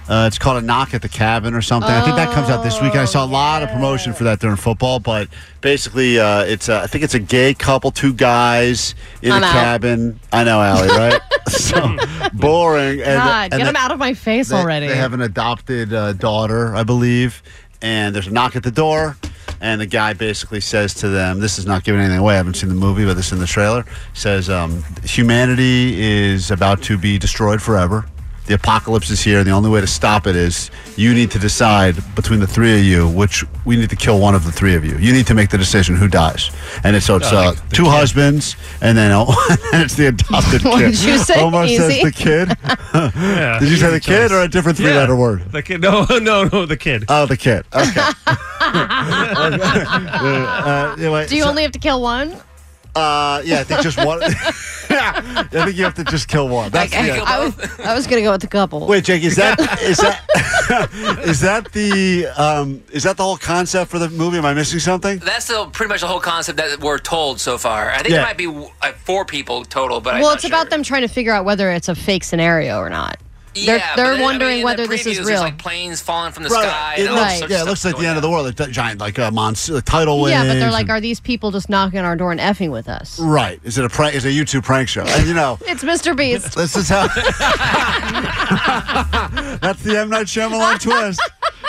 Speaker 2: Uh, it's called a knock at the cabin or something. I think that comes out this weekend. I saw a lot of promotion for that during football, but basically, uh, it's uh, I think it's a gay couple, two guys in
Speaker 3: I'm
Speaker 2: a
Speaker 3: out.
Speaker 2: cabin. I know, Allie, right? [laughs]
Speaker 3: [laughs]
Speaker 2: so boring. And,
Speaker 3: God,
Speaker 2: and
Speaker 3: get him
Speaker 2: the-
Speaker 3: out of my face
Speaker 2: they,
Speaker 3: already.
Speaker 2: They have an adopted uh, daughter, I believe, and there's a knock at the door, and the guy basically says to them, "This is not giving anything away. I haven't seen the movie, but this is in the trailer." Says um, humanity is about to be destroyed forever. The apocalypse is here. and The only way to stop it is you need to decide between the three of you, which we need to kill one of the three of you. You need to make the decision who dies. And it's, so it's
Speaker 11: Oh,
Speaker 2: uh,
Speaker 11: like the
Speaker 2: two husbands, and then oh, [laughs] and it's
Speaker 8: [laughs]
Speaker 11: [laughs]
Speaker 2: the adopted
Speaker 11: What
Speaker 2: kid.
Speaker 11: did you say?
Speaker 2: Omar says
Speaker 11: Easy. [laughs]
Speaker 2: the kid. Did you say the kid or a different
Speaker 8: Yeah.
Speaker 2: three-letter word?
Speaker 8: The kid? No, [laughs] no, no. The kid.
Speaker 2: Oh, the kid. Okay.
Speaker 8: [laughs]
Speaker 2: [laughs] Uh, anyway,
Speaker 3: Do you
Speaker 2: so-
Speaker 3: only have to kill one?
Speaker 2: Uh, yeah, I think just
Speaker 3: [laughs]
Speaker 2: one. I think you have to just kill one. That's the end.
Speaker 3: I was, I was gonna go with the couple.
Speaker 2: Wait, Jake, is that [laughs] is that is that the um, is that the whole concept for the movie? Am I missing something?
Speaker 4: That's the, pretty much the whole concept that we're told so far. I think
Speaker 2: Yeah.
Speaker 4: it might be uh, four people total, but I'm
Speaker 3: well,
Speaker 4: not
Speaker 3: it's about them trying to figure out whether it's a fake scenario or not.
Speaker 4: Yeah, but
Speaker 3: they're
Speaker 4: I mean,
Speaker 3: they're wondering
Speaker 4: in the
Speaker 3: whether this
Speaker 4: previews,
Speaker 3: is
Speaker 4: There's
Speaker 3: real.
Speaker 4: like planes falling from the sky.
Speaker 2: It
Speaker 4: and all
Speaker 2: looks-
Speaker 4: sorts of
Speaker 2: yeah, it
Speaker 4: stuff.
Speaker 2: looks like the end of the world. Like giant, like a monster, like tidal wave.
Speaker 3: yeah, but they're like, are these people just knocking on our door and effing with us?
Speaker 2: right? Is it a prank? Is it a YouTube prank show? And you know,
Speaker 3: It's Mr.
Speaker 2: [laughs]
Speaker 3: Beast.
Speaker 2: this is
Speaker 3: [laughs]
Speaker 2: how. That's the M Night Shyamalan twist.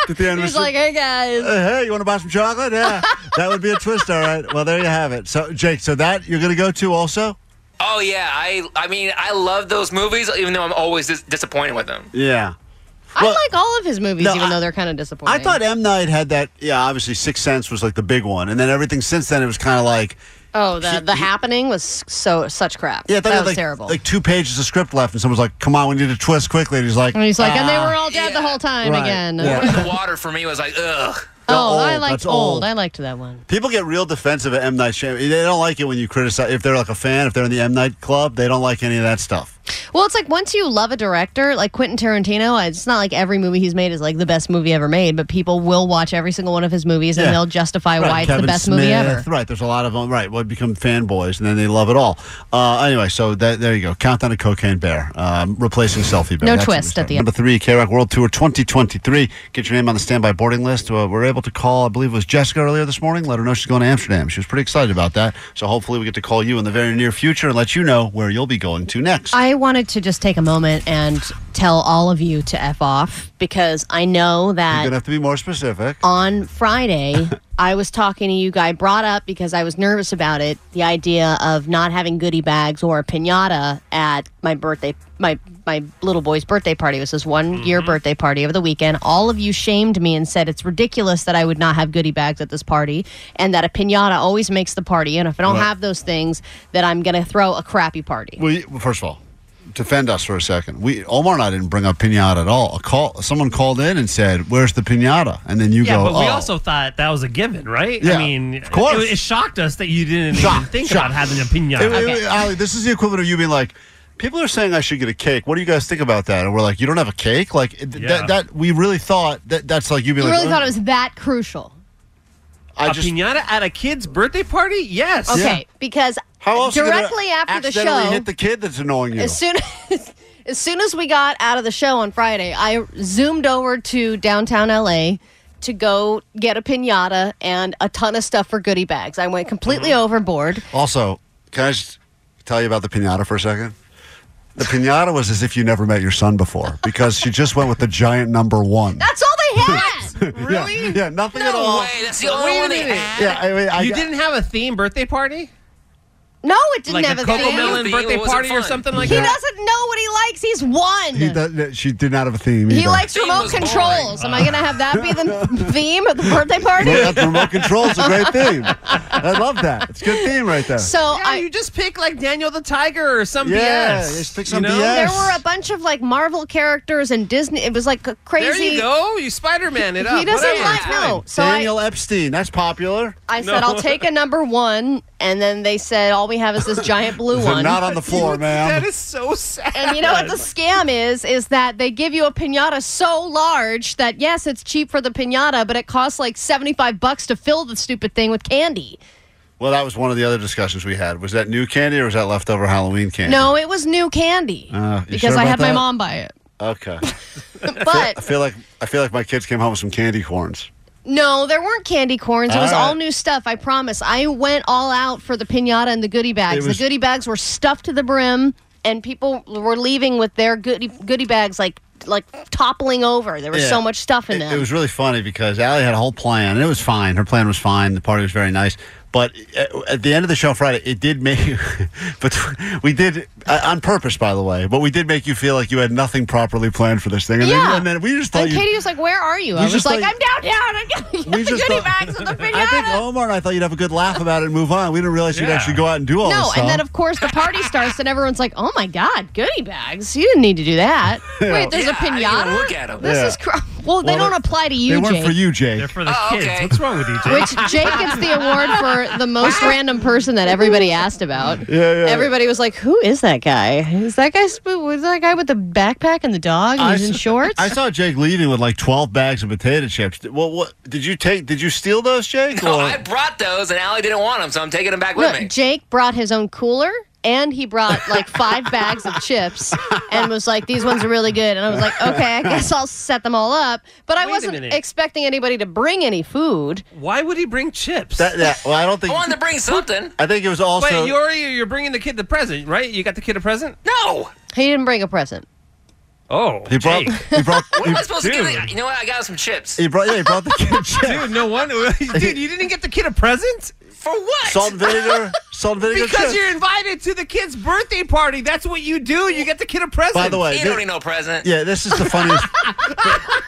Speaker 2: At the end,
Speaker 3: He's
Speaker 2: Mr.
Speaker 3: like, hey guys.
Speaker 2: Uh, hey, you want to buy some chocolate? [laughs] Yeah, that would be a twist. All right. Well, there you have it. So, Jake, so that you're going to go to also?
Speaker 4: Oh yeah, I I mean I love those movies, even though I'm always dis- disappointed with them.
Speaker 2: Yeah.
Speaker 3: I like all of his movies,
Speaker 2: No,
Speaker 3: even
Speaker 2: I-
Speaker 3: though they're kind of disappointing.
Speaker 2: I thought M Night had that. Yeah, obviously Sixth Sense was like the big one, and then everything since then it was kind of like
Speaker 3: Oh, the the happening was so such crap.
Speaker 2: yeah, I thought it
Speaker 3: that
Speaker 2: had,
Speaker 3: was
Speaker 2: like,
Speaker 3: terrible.
Speaker 2: Like two pages of script left, and someone's like, "Come on, we need to twist quickly," and he's like,
Speaker 3: and he's like, and they
Speaker 2: "Ah."
Speaker 3: were all dead the whole time
Speaker 2: Right,
Speaker 3: again.
Speaker 2: yeah.
Speaker 4: The water for me was like ugh.
Speaker 3: Oh,
Speaker 2: They're
Speaker 3: I
Speaker 2: old,
Speaker 3: liked
Speaker 2: that's
Speaker 3: old.
Speaker 2: old.
Speaker 3: I liked that one.
Speaker 2: People get real defensive at M Night Shyamalan. They don't like it when you criticize. If they're like a fan, if they're in the M Night club, they don't like any of that stuff.
Speaker 3: Well, it's like once you love a director like Quentin Tarantino, it's not like every movie he's made is like the best movie ever made, but people will watch every single one of his movies and
Speaker 2: Yeah.
Speaker 3: they'll justify
Speaker 2: Right,
Speaker 3: why it's
Speaker 2: Kevin
Speaker 3: the best
Speaker 2: Smith,
Speaker 3: movie ever.
Speaker 2: Right, there's a lot of them. Right, what become fanboys and then they love it all. Uh, anyway, so that, there you go. Countdown to Cocaine Bear, um, replacing Selfie Bear.
Speaker 3: No
Speaker 2: That's what
Speaker 3: twist
Speaker 2: we
Speaker 3: at the
Speaker 2: said.
Speaker 3: end.
Speaker 2: Number three, K Rock World Tour 2023. Get your name on the standby boarding list. Uh, we're able to call, I believe it was Jessica earlier this morning. Let her know she's going to Amsterdam. She was pretty excited about that. So hopefully we get to call you in the very near future and let you know where you'll be going to next.
Speaker 3: I wanted to just take a moment and tell all of you to F off because I know
Speaker 2: You're
Speaker 3: that
Speaker 2: going to have to be more specific.
Speaker 3: on
Speaker 2: [laughs]
Speaker 3: Friday, I was talking to you guy brought up because I was nervous about it, the idea of not having goodie bags or a piñata at my birthday my my little boy's birthday party. It was his one
Speaker 2: Mm-hmm.
Speaker 3: year birthday party over the weekend. All of you shamed me and said it's ridiculous that I would not have goodie bags at this party and that a piñata always makes the party and if I don't
Speaker 2: Right.
Speaker 3: have those things, that I'm going to throw a crappy party.
Speaker 2: Well, you- well, first of all, defend us for a second. We Omar and I didn't bring up pinata at all. A call, someone called in and said, "Where's the pinata?" And then you
Speaker 8: yeah,
Speaker 2: go,
Speaker 8: but we
Speaker 2: "Oh."
Speaker 8: also thought that was a given, right?
Speaker 2: Yeah,
Speaker 8: I mean,
Speaker 2: of course.
Speaker 8: It, it shocked us that you didn't
Speaker 2: Shock,
Speaker 8: even think
Speaker 2: shock.
Speaker 8: about having an opinion.
Speaker 2: It- it- Ali, this is the equivalent of you being like, People are saying I should get a cake. What do you guys think about that? And we're like, you don't have a cake? Like th-
Speaker 8: Yeah.
Speaker 2: that, that we really thought that that's like you being
Speaker 3: You
Speaker 2: like
Speaker 3: really
Speaker 2: "Oh,
Speaker 3: thought it was that crucial.
Speaker 2: I
Speaker 8: a pinata at a kid's birthday party? Yes.
Speaker 2: [laughs]
Speaker 3: Okay, because
Speaker 2: How else are you gonna
Speaker 3: directly after the
Speaker 2: accidentally
Speaker 3: show,
Speaker 2: hit the kid that's annoying you.
Speaker 3: as soon [laughs] as, as soon as we got out of the show on Friday, I zoomed over to downtown LA to go get a pinata and a ton of stuff for goodie bags. I went completely
Speaker 2: Mm-hmm.
Speaker 3: overboard.
Speaker 2: Also, can I just tell you about the pinata for a second? The pinata was as if you never met your son before because she just went with the giant number one.
Speaker 3: That's all they had.
Speaker 2: Really? Yeah, yeah, nothing at
Speaker 8: No
Speaker 2: all.
Speaker 8: way, that's the only one they had.
Speaker 2: Yeah, I mean, I
Speaker 8: you
Speaker 2: got-
Speaker 8: didn't have a theme birthday party?
Speaker 3: No, it didn't
Speaker 8: like
Speaker 3: have
Speaker 8: a
Speaker 3: a
Speaker 8: Coco
Speaker 3: theme.
Speaker 8: Melon birthday party or something like
Speaker 3: he
Speaker 8: that?
Speaker 3: doesn't know what he likes. He's one.
Speaker 2: He does, she did not have a theme.
Speaker 3: He
Speaker 2: either.
Speaker 3: likes remote controls. Am I going to have that
Speaker 2: [laughs]
Speaker 3: be the theme of the birthday party?
Speaker 2: Remote, remote control's a great
Speaker 3: [laughs]
Speaker 2: theme. I love that. It's a good theme right there.
Speaker 3: So
Speaker 8: Yeah, you just pick like Daniel the Tiger or some
Speaker 2: Yeah,
Speaker 8: BS.
Speaker 2: just pick
Speaker 8: you
Speaker 2: some
Speaker 8: know?
Speaker 2: BS.
Speaker 3: There were a bunch of like Marvel characters and Disney. It was like a crazy.
Speaker 8: There you go. You Spider Man it
Speaker 3: He
Speaker 8: up.
Speaker 3: doesn't
Speaker 8: Whatever,
Speaker 3: like-
Speaker 8: it's fine.
Speaker 3: no. So I-
Speaker 2: Daniel Epstein, that's popular.
Speaker 3: I said I'll take a number one, and then they said all we have is this giant blue
Speaker 2: [laughs] They're
Speaker 3: one.
Speaker 8: [laughs]
Speaker 2: not on the floor, ma'am.
Speaker 8: That is so sad.
Speaker 3: And you know what the scam is? Is that they give you a pinata so large that yes, it's cheap for the pinata, but it costs like seventy-five bucks to fill the stupid thing with candy.
Speaker 2: Well, that was one of the other discussions we had. Was that new candy or was that leftover Halloween candy?
Speaker 3: No, it was new candy
Speaker 2: Uh, you
Speaker 3: because
Speaker 2: sure
Speaker 3: I
Speaker 2: about
Speaker 3: had my
Speaker 2: that?
Speaker 3: mom buy
Speaker 2: [laughs]
Speaker 3: it.
Speaker 2: Okay.
Speaker 3: [laughs] But
Speaker 2: I feel like I feel like my kids came home with some candy corns.
Speaker 3: no, there weren't candy corns. It was
Speaker 2: All right.
Speaker 3: all new stuff. I promise. I went all out for the pinata and the goodie bags.
Speaker 2: It was-
Speaker 3: the goodie bags were stuffed to the brim, and people were leaving with their goodie goodie bags like like toppling over. There was
Speaker 2: Yeah.
Speaker 3: so much stuff in
Speaker 2: It,
Speaker 3: them.
Speaker 2: it was really funny because Allie had a whole plan, and it was fine. Her plan was fine. The party was very nice. But at, at the end of the show on Friday, it did make you, [laughs] but we did, uh, on purpose, by the way, but we did make you feel like you had nothing properly planned for this thing. And,
Speaker 3: Yeah.
Speaker 2: then, and then we just thought
Speaker 3: and
Speaker 2: you.
Speaker 3: Katie was like, "Where are you?"
Speaker 2: We
Speaker 3: I was
Speaker 2: just
Speaker 3: like,
Speaker 2: thought-
Speaker 3: "I'm downtown. I got the
Speaker 2: we
Speaker 3: goodie
Speaker 2: just thought-
Speaker 3: bags and the pinata."
Speaker 2: [laughs] I think Omar and I thought you'd have a good laugh about it and move on. We didn't realize you'd
Speaker 8: Yeah.
Speaker 2: actually go out and do all
Speaker 3: no,
Speaker 2: this
Speaker 3: and
Speaker 2: stuff.
Speaker 3: then of course the party starts, and everyone's like, "Oh my god, goodie bags! You didn't need to do that."
Speaker 2: [laughs] Yeah.
Speaker 3: Wait, there's a
Speaker 4: I didn't even
Speaker 3: pinata.
Speaker 4: look at 'em.
Speaker 3: This
Speaker 2: Yeah.
Speaker 3: is cr- well, they
Speaker 2: Well,
Speaker 3: don't apply to you,
Speaker 2: they weren't
Speaker 3: Jake.
Speaker 2: for you, Jake.
Speaker 8: They're for the
Speaker 4: Oh,
Speaker 8: kids.
Speaker 4: okay.
Speaker 8: What's wrong with you, Jake?
Speaker 3: Which Jake gets the award for the most random person that everybody asked about.
Speaker 2: [laughs] yeah.
Speaker 3: Everybody was like, "Who is that guy? Is that guy? sp- Was that guy with the backpack and the dog? And
Speaker 2: I
Speaker 3: he's in
Speaker 2: s-
Speaker 3: shorts."
Speaker 2: I saw Jake leaving with like twelve bags of potato chips. Did- Well, what did you take? Did you steal those, Jake?
Speaker 4: No,
Speaker 2: or-
Speaker 4: I brought those and Allie didn't want them, so I'm taking them back with
Speaker 3: Look,
Speaker 4: me.
Speaker 3: Jake brought his own cooler and he brought like five bags of chips and was like, these ones are really good. And I was like, okay, I guess I'll set them all up. But I
Speaker 8: Wait a
Speaker 3: wasn't
Speaker 8: minute.
Speaker 3: expecting anybody to bring any food.
Speaker 8: Why would he bring chips?
Speaker 2: That- yeah, well, I don't
Speaker 4: I
Speaker 2: think.
Speaker 4: wanted to bring something.
Speaker 2: I think it was also.
Speaker 8: Wait, Yori, you're bringing the kid the present, right? You got the kid a present?
Speaker 4: No.
Speaker 3: He didn't bring a present.
Speaker 8: Oh,
Speaker 2: he brought.
Speaker 8: Jake.
Speaker 2: He brought.
Speaker 4: What
Speaker 2: he,
Speaker 4: am I supposed to give?
Speaker 8: dude.
Speaker 4: The, you know what? I got some chips.
Speaker 2: he brought. Yeah,
Speaker 4: [laughs]
Speaker 2: he brought the
Speaker 8: [laughs]
Speaker 2: kid chips.
Speaker 8: Dude, no one. [laughs] Dude, you didn't get the kid a present?
Speaker 4: For what?
Speaker 2: Salt
Speaker 8: [laughs]
Speaker 2: and vinegar. Salt and vinegar
Speaker 8: Because
Speaker 2: chips.
Speaker 8: you're invited to the kid's birthday party. That's what you do. You get the kid a present.
Speaker 2: By the way,
Speaker 4: you
Speaker 2: thi-
Speaker 4: don't need no present.
Speaker 2: yeah, this is the funniest.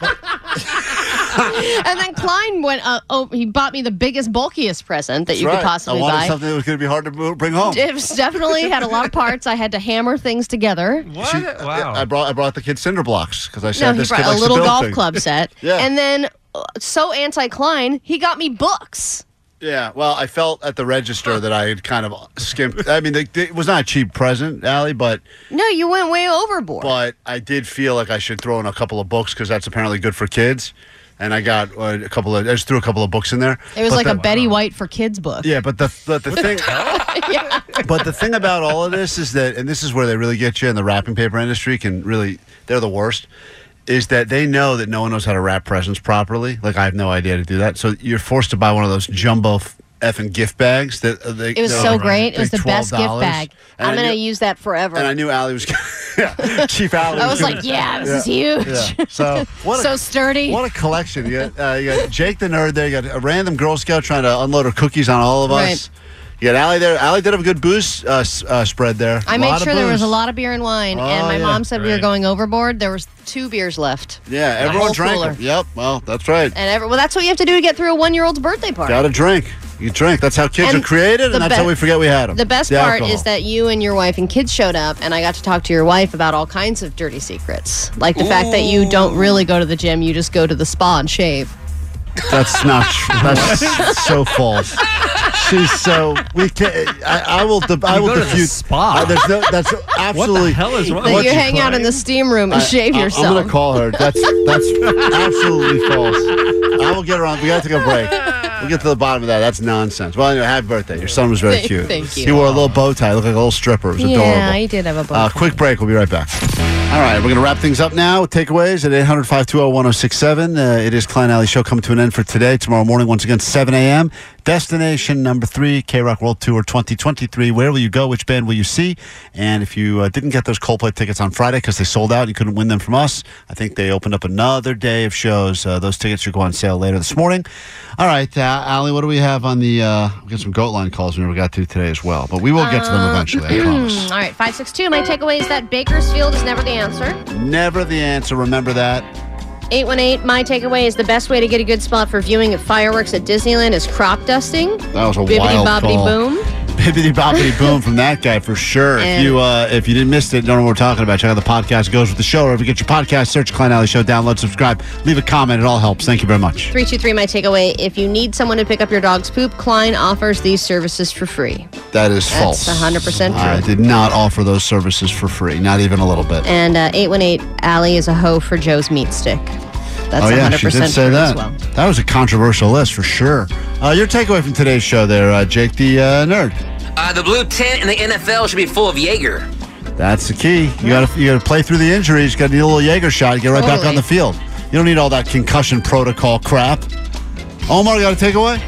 Speaker 3: [laughs] And then Klein went, uh, oh, he bought me the biggest, bulkiest present that you
Speaker 2: right.
Speaker 3: could
Speaker 2: I
Speaker 3: possibly
Speaker 2: wanted
Speaker 3: buy.
Speaker 2: something that was going to be hard to mo- bring home.
Speaker 3: It was definitely had a lot of parts. I had to hammer things together.
Speaker 8: What?
Speaker 2: She-
Speaker 8: wow.
Speaker 2: I brought. I brought the kid cinder blocks because I
Speaker 3: No,
Speaker 2: said
Speaker 3: he
Speaker 2: this kid
Speaker 3: brought a
Speaker 2: likes
Speaker 3: little
Speaker 2: to build
Speaker 3: golf
Speaker 2: things.
Speaker 3: club set.
Speaker 2: Yeah.
Speaker 3: And then, uh, so anti Klein, he got me books.
Speaker 2: [laughs] Yeah, well, I felt at the register that I had kind of skimped. I mean, they, they- it was not a cheap present, Allie, but
Speaker 3: No, you went way overboard.
Speaker 2: but I did feel like I should throw in a couple of books because that's apparently good for kids. And I got uh, a couple of, I just threw a couple of books in there.
Speaker 3: It was
Speaker 2: But
Speaker 3: like
Speaker 2: the-
Speaker 3: a Betty White for kids book.
Speaker 2: Yeah, but the but the thing,
Speaker 3: [laughs] yeah.
Speaker 2: but the thing about all of this is that, and this is where they really get you, and the wrapping paper industry can really, they're the worst. Is that they know that no one knows how to wrap presents properly? Like I have no idea how to do that, so you're forced to buy one of those jumbo f- effing gift bags. That uh, [laughs] they,
Speaker 3: It was
Speaker 2: they're
Speaker 3: so
Speaker 2: like-
Speaker 3: great. It was the
Speaker 2: like
Speaker 3: best gift
Speaker 2: $12.
Speaker 3: bag.
Speaker 2: And
Speaker 3: I'm
Speaker 2: I
Speaker 3: going to
Speaker 2: knew-
Speaker 3: use that forever.
Speaker 2: And I
Speaker 3: I,
Speaker 2: knew Allie was, yeah, Chief Allie.
Speaker 3: was
Speaker 2: gonna- [laughs]
Speaker 3: like, yeah, this is
Speaker 2: yeah.
Speaker 3: huge.
Speaker 2: So
Speaker 3: [laughs]
Speaker 2: what?
Speaker 3: so
Speaker 2: a,
Speaker 3: sturdy.
Speaker 2: what a collection! You got, uh, you got Jake the nerd there. You got a random Girl Scout trying to unload her cookies on all of us. You got Allie there. Allie did have a good booze uh, s- uh, spread there.
Speaker 3: I
Speaker 2: A
Speaker 3: made
Speaker 2: lot of
Speaker 3: sure there was a
Speaker 2: booze.
Speaker 3: lot of beer and wine, and
Speaker 2: Oh,
Speaker 3: my
Speaker 2: yeah.
Speaker 3: mom said we were
Speaker 8: Right.
Speaker 3: going overboard. There was two beers left,
Speaker 2: Yeah, everyone
Speaker 3: whole
Speaker 2: drank.
Speaker 3: cooler.
Speaker 2: them. Yep. Well, that's right.
Speaker 3: and every, well, that's what you have to do to get through a one-year-old's birthday party.
Speaker 2: Got to drink. You drink. That's how kids
Speaker 3: And
Speaker 2: are created,
Speaker 3: the
Speaker 2: and that's
Speaker 3: be-
Speaker 2: how we forget we had them.
Speaker 3: The best part is
Speaker 2: [laughs]
Speaker 3: that you and your wife and kids showed up, and I got to talk to your wife about all kinds of dirty secrets, like the fact that you don't really go to the gym; you just go to the spa and shave. [laughs]
Speaker 2: that's not. tr- That's so false. She's so we can I, I will. def- I
Speaker 29: You
Speaker 2: will
Speaker 29: go to the
Speaker 2: defute.
Speaker 29: spa.
Speaker 2: Uh, there's no,
Speaker 29: [laughs]
Speaker 2: that's absolutely.
Speaker 29: hell is wrong
Speaker 2: What
Speaker 3: That you
Speaker 2: she's
Speaker 3: hang out in the steam room and
Speaker 2: I-
Speaker 3: shave
Speaker 2: I-
Speaker 3: yourself.
Speaker 2: I'm gonna call her. That's that's absolutely false. I will get her on. We gotta take a break. We'll get to the bottom of that. That's nonsense. Well, anyway, happy birthday. Your son was very
Speaker 3: Thank-
Speaker 2: cute.
Speaker 3: thank you.
Speaker 2: He wore a little bow tie. Looked like a little stripper. It was
Speaker 3: yeah,
Speaker 2: adorable.
Speaker 3: he did have a bow.
Speaker 2: Uh, quick break. We'll be right back. All right, we're going to wrap things up now. with Takeaways at 800 520 1067. Uh, It is Klein Alley Show coming to an end for today. Tomorrow morning, once again, 7 a.m. Destination number three, K Rock World Tour 2023. Where will you go? Which band will you see? And if you uh, didn't get those Coldplay tickets on Friday because they sold out, you couldn't win them from us. I think they opened up another day of shows. Uh, those tickets should go on sale later this morning. All right, uh, Allie, what do we have on the. Uh, we got some goat line calls we never got to today as well, but we will get to them
Speaker 3: Uh,
Speaker 2: eventually,
Speaker 3: [clears throat]
Speaker 2: I promise.
Speaker 3: All right, 562. My takeaway is that Bakersfield is never the answer.
Speaker 2: Never the answer. Remember that.
Speaker 3: 818. My takeaway is the best way to get a good spot for viewing at fireworks at Disneyland is crop dusting.
Speaker 2: That was a
Speaker 3: Bibbidi
Speaker 2: wild
Speaker 3: bobbidi
Speaker 2: call.
Speaker 3: boom.
Speaker 2: [laughs] Bibbidi bobbidi boom from that guy for sure. If
Speaker 3: And-
Speaker 2: you uh, if you didn't miss it, don't know what we're talking about. Check out the podcast. It goes with the show. Or if you get your podcast, search Klein Alley Show. Download, subscribe, leave a comment. It all helps. Thank you very much.
Speaker 3: 323. My takeaway if you need someone to pick up your dog's poop, Klein offers these services for free.
Speaker 2: That is
Speaker 3: That's
Speaker 2: false.
Speaker 3: 100% true.
Speaker 2: I did not offer those services for free. Not even a little bit.
Speaker 3: And uh, 818. Allie is a hoe for Joe's meat stick. That's
Speaker 2: oh yeah,
Speaker 3: 100%
Speaker 2: she did say
Speaker 3: true
Speaker 2: that.
Speaker 3: as well.
Speaker 2: That was a controversial list for sure. Uh, your takeaway from today's show, there, uh, Jake the uh, nerd.
Speaker 4: [laughs] Uh, the blue tent in the NFL should be full of Jaeger.
Speaker 2: That's the key. You got to you got to play through the injuries. Got to need a little Jaeger shot. Get right back
Speaker 4: Totally.
Speaker 2: on the field. You don't need all that concussion protocol crap. Omar, got a takeaway?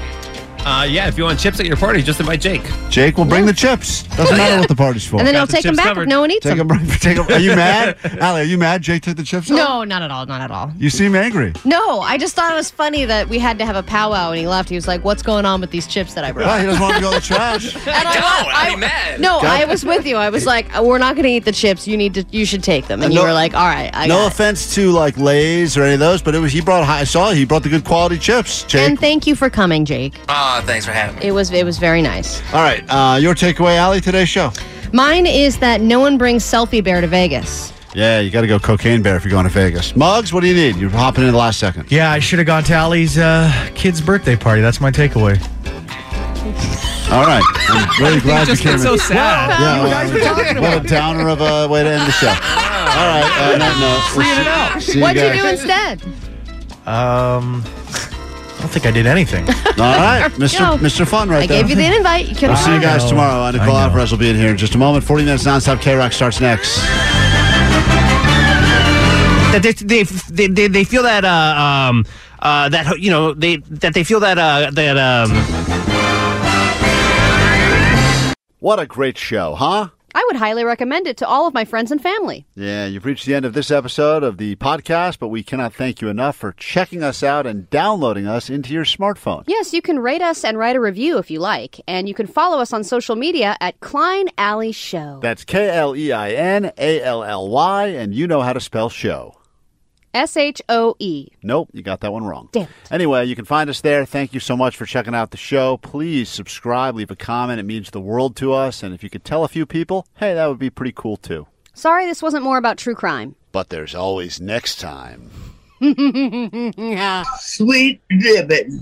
Speaker 29: Uh, yeah, if you want chips at your party, just invite Jake.
Speaker 2: Jake will bring the chips. Doesn't matter what the party's for.
Speaker 3: And then he'll take them back if no one eats
Speaker 2: Take
Speaker 3: them.
Speaker 2: them. Take them. Are
Speaker 3: [laughs]
Speaker 2: you mad, Allie? Are you mad? Jake took the chips. off?
Speaker 3: No, not at all. Not at all.
Speaker 2: You seem angry.
Speaker 3: No, I just thought it was funny that we had to have a powwow and he left. He was like, What's going on with these chips that I brought?
Speaker 2: Well, he doesn't want to go
Speaker 3: [laughs]
Speaker 2: in the trash.
Speaker 3: And I don't. I, am mad. No,
Speaker 2: Go.
Speaker 3: I was with you. I was
Speaker 2: [laughs]
Speaker 3: like, We're not going to eat the chips. You need to. You should take them. And
Speaker 2: Uh,
Speaker 3: you
Speaker 2: no-
Speaker 3: were like, All right. I
Speaker 2: no
Speaker 3: got it."
Speaker 2: offense to like Lay's or any of those, but it was he brought. high- I saw he brought the good quality chips. Jake.
Speaker 3: And thank you for coming, Jake.
Speaker 4: Ah, thanks for having me.
Speaker 3: It was it was very nice.
Speaker 2: All right, uh, your takeaway, Allie, today's show.
Speaker 3: Mine is that no one brings selfie bear to Vegas.
Speaker 2: Yeah, you got to go cocaine bear if you're going to Vegas. Muggs, what do you need? You're hopping in the last second.
Speaker 5: Yeah, I should have gone to Allie's uh, kid's birthday party. That's my takeaway.
Speaker 2: All right.
Speaker 5: [laughs]
Speaker 2: I'm really glad you
Speaker 5: just
Speaker 2: came
Speaker 5: got so
Speaker 2: in.
Speaker 5: sad.
Speaker 2: Wow.
Speaker 5: You guys were talking
Speaker 2: what
Speaker 5: about
Speaker 2: a downer of a way to end the show. All right. Uh, no, no. We'll
Speaker 5: Freeing it
Speaker 2: see-
Speaker 5: out.
Speaker 2: see
Speaker 3: What'd
Speaker 2: guys.
Speaker 3: you do instead?
Speaker 5: Um, I don't think I did anything.
Speaker 2: [laughs] All
Speaker 3: [laughs]
Speaker 2: right, Mr.
Speaker 3: No.
Speaker 2: Mr. Fun, right
Speaker 3: I
Speaker 2: there.
Speaker 3: gave you the invite. You could
Speaker 2: [laughs] We'll
Speaker 3: have
Speaker 2: see you guys tomorrow. Uh, Nicole Alvarez will be in here in just a moment. 40 minutes nonstop K Rock starts next.
Speaker 8: that they they they, they, they feel that uh, um uh that you know they that they feel that uh that um
Speaker 2: What a great show, huh?
Speaker 30: I would highly recommend it to all of my friends and family.
Speaker 2: Yeah, you've reached the end of this episode of the podcast, but we cannot thank you enough for checking us out and downloading us into your smartphone.
Speaker 30: Yes, you can rate us and write a review if you like, and you can follow us on social media at Klein Alley Show.
Speaker 2: That's K L E I N A L L Y, and you know how to spell show.
Speaker 30: S H O E.
Speaker 2: Nope, you got that one wrong.
Speaker 30: Damn it.
Speaker 2: Anyway, you can find us there. Thank you so much for checking out the show. Please subscribe, leave a comment. It means the world to us. And if you could tell a few people, hey, that would be pretty cool too.
Speaker 30: Sorry this wasn't more about true crime. [laughs]
Speaker 2: But there's always next time.
Speaker 31: Sweet ribbon.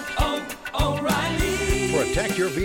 Speaker 13: Protect your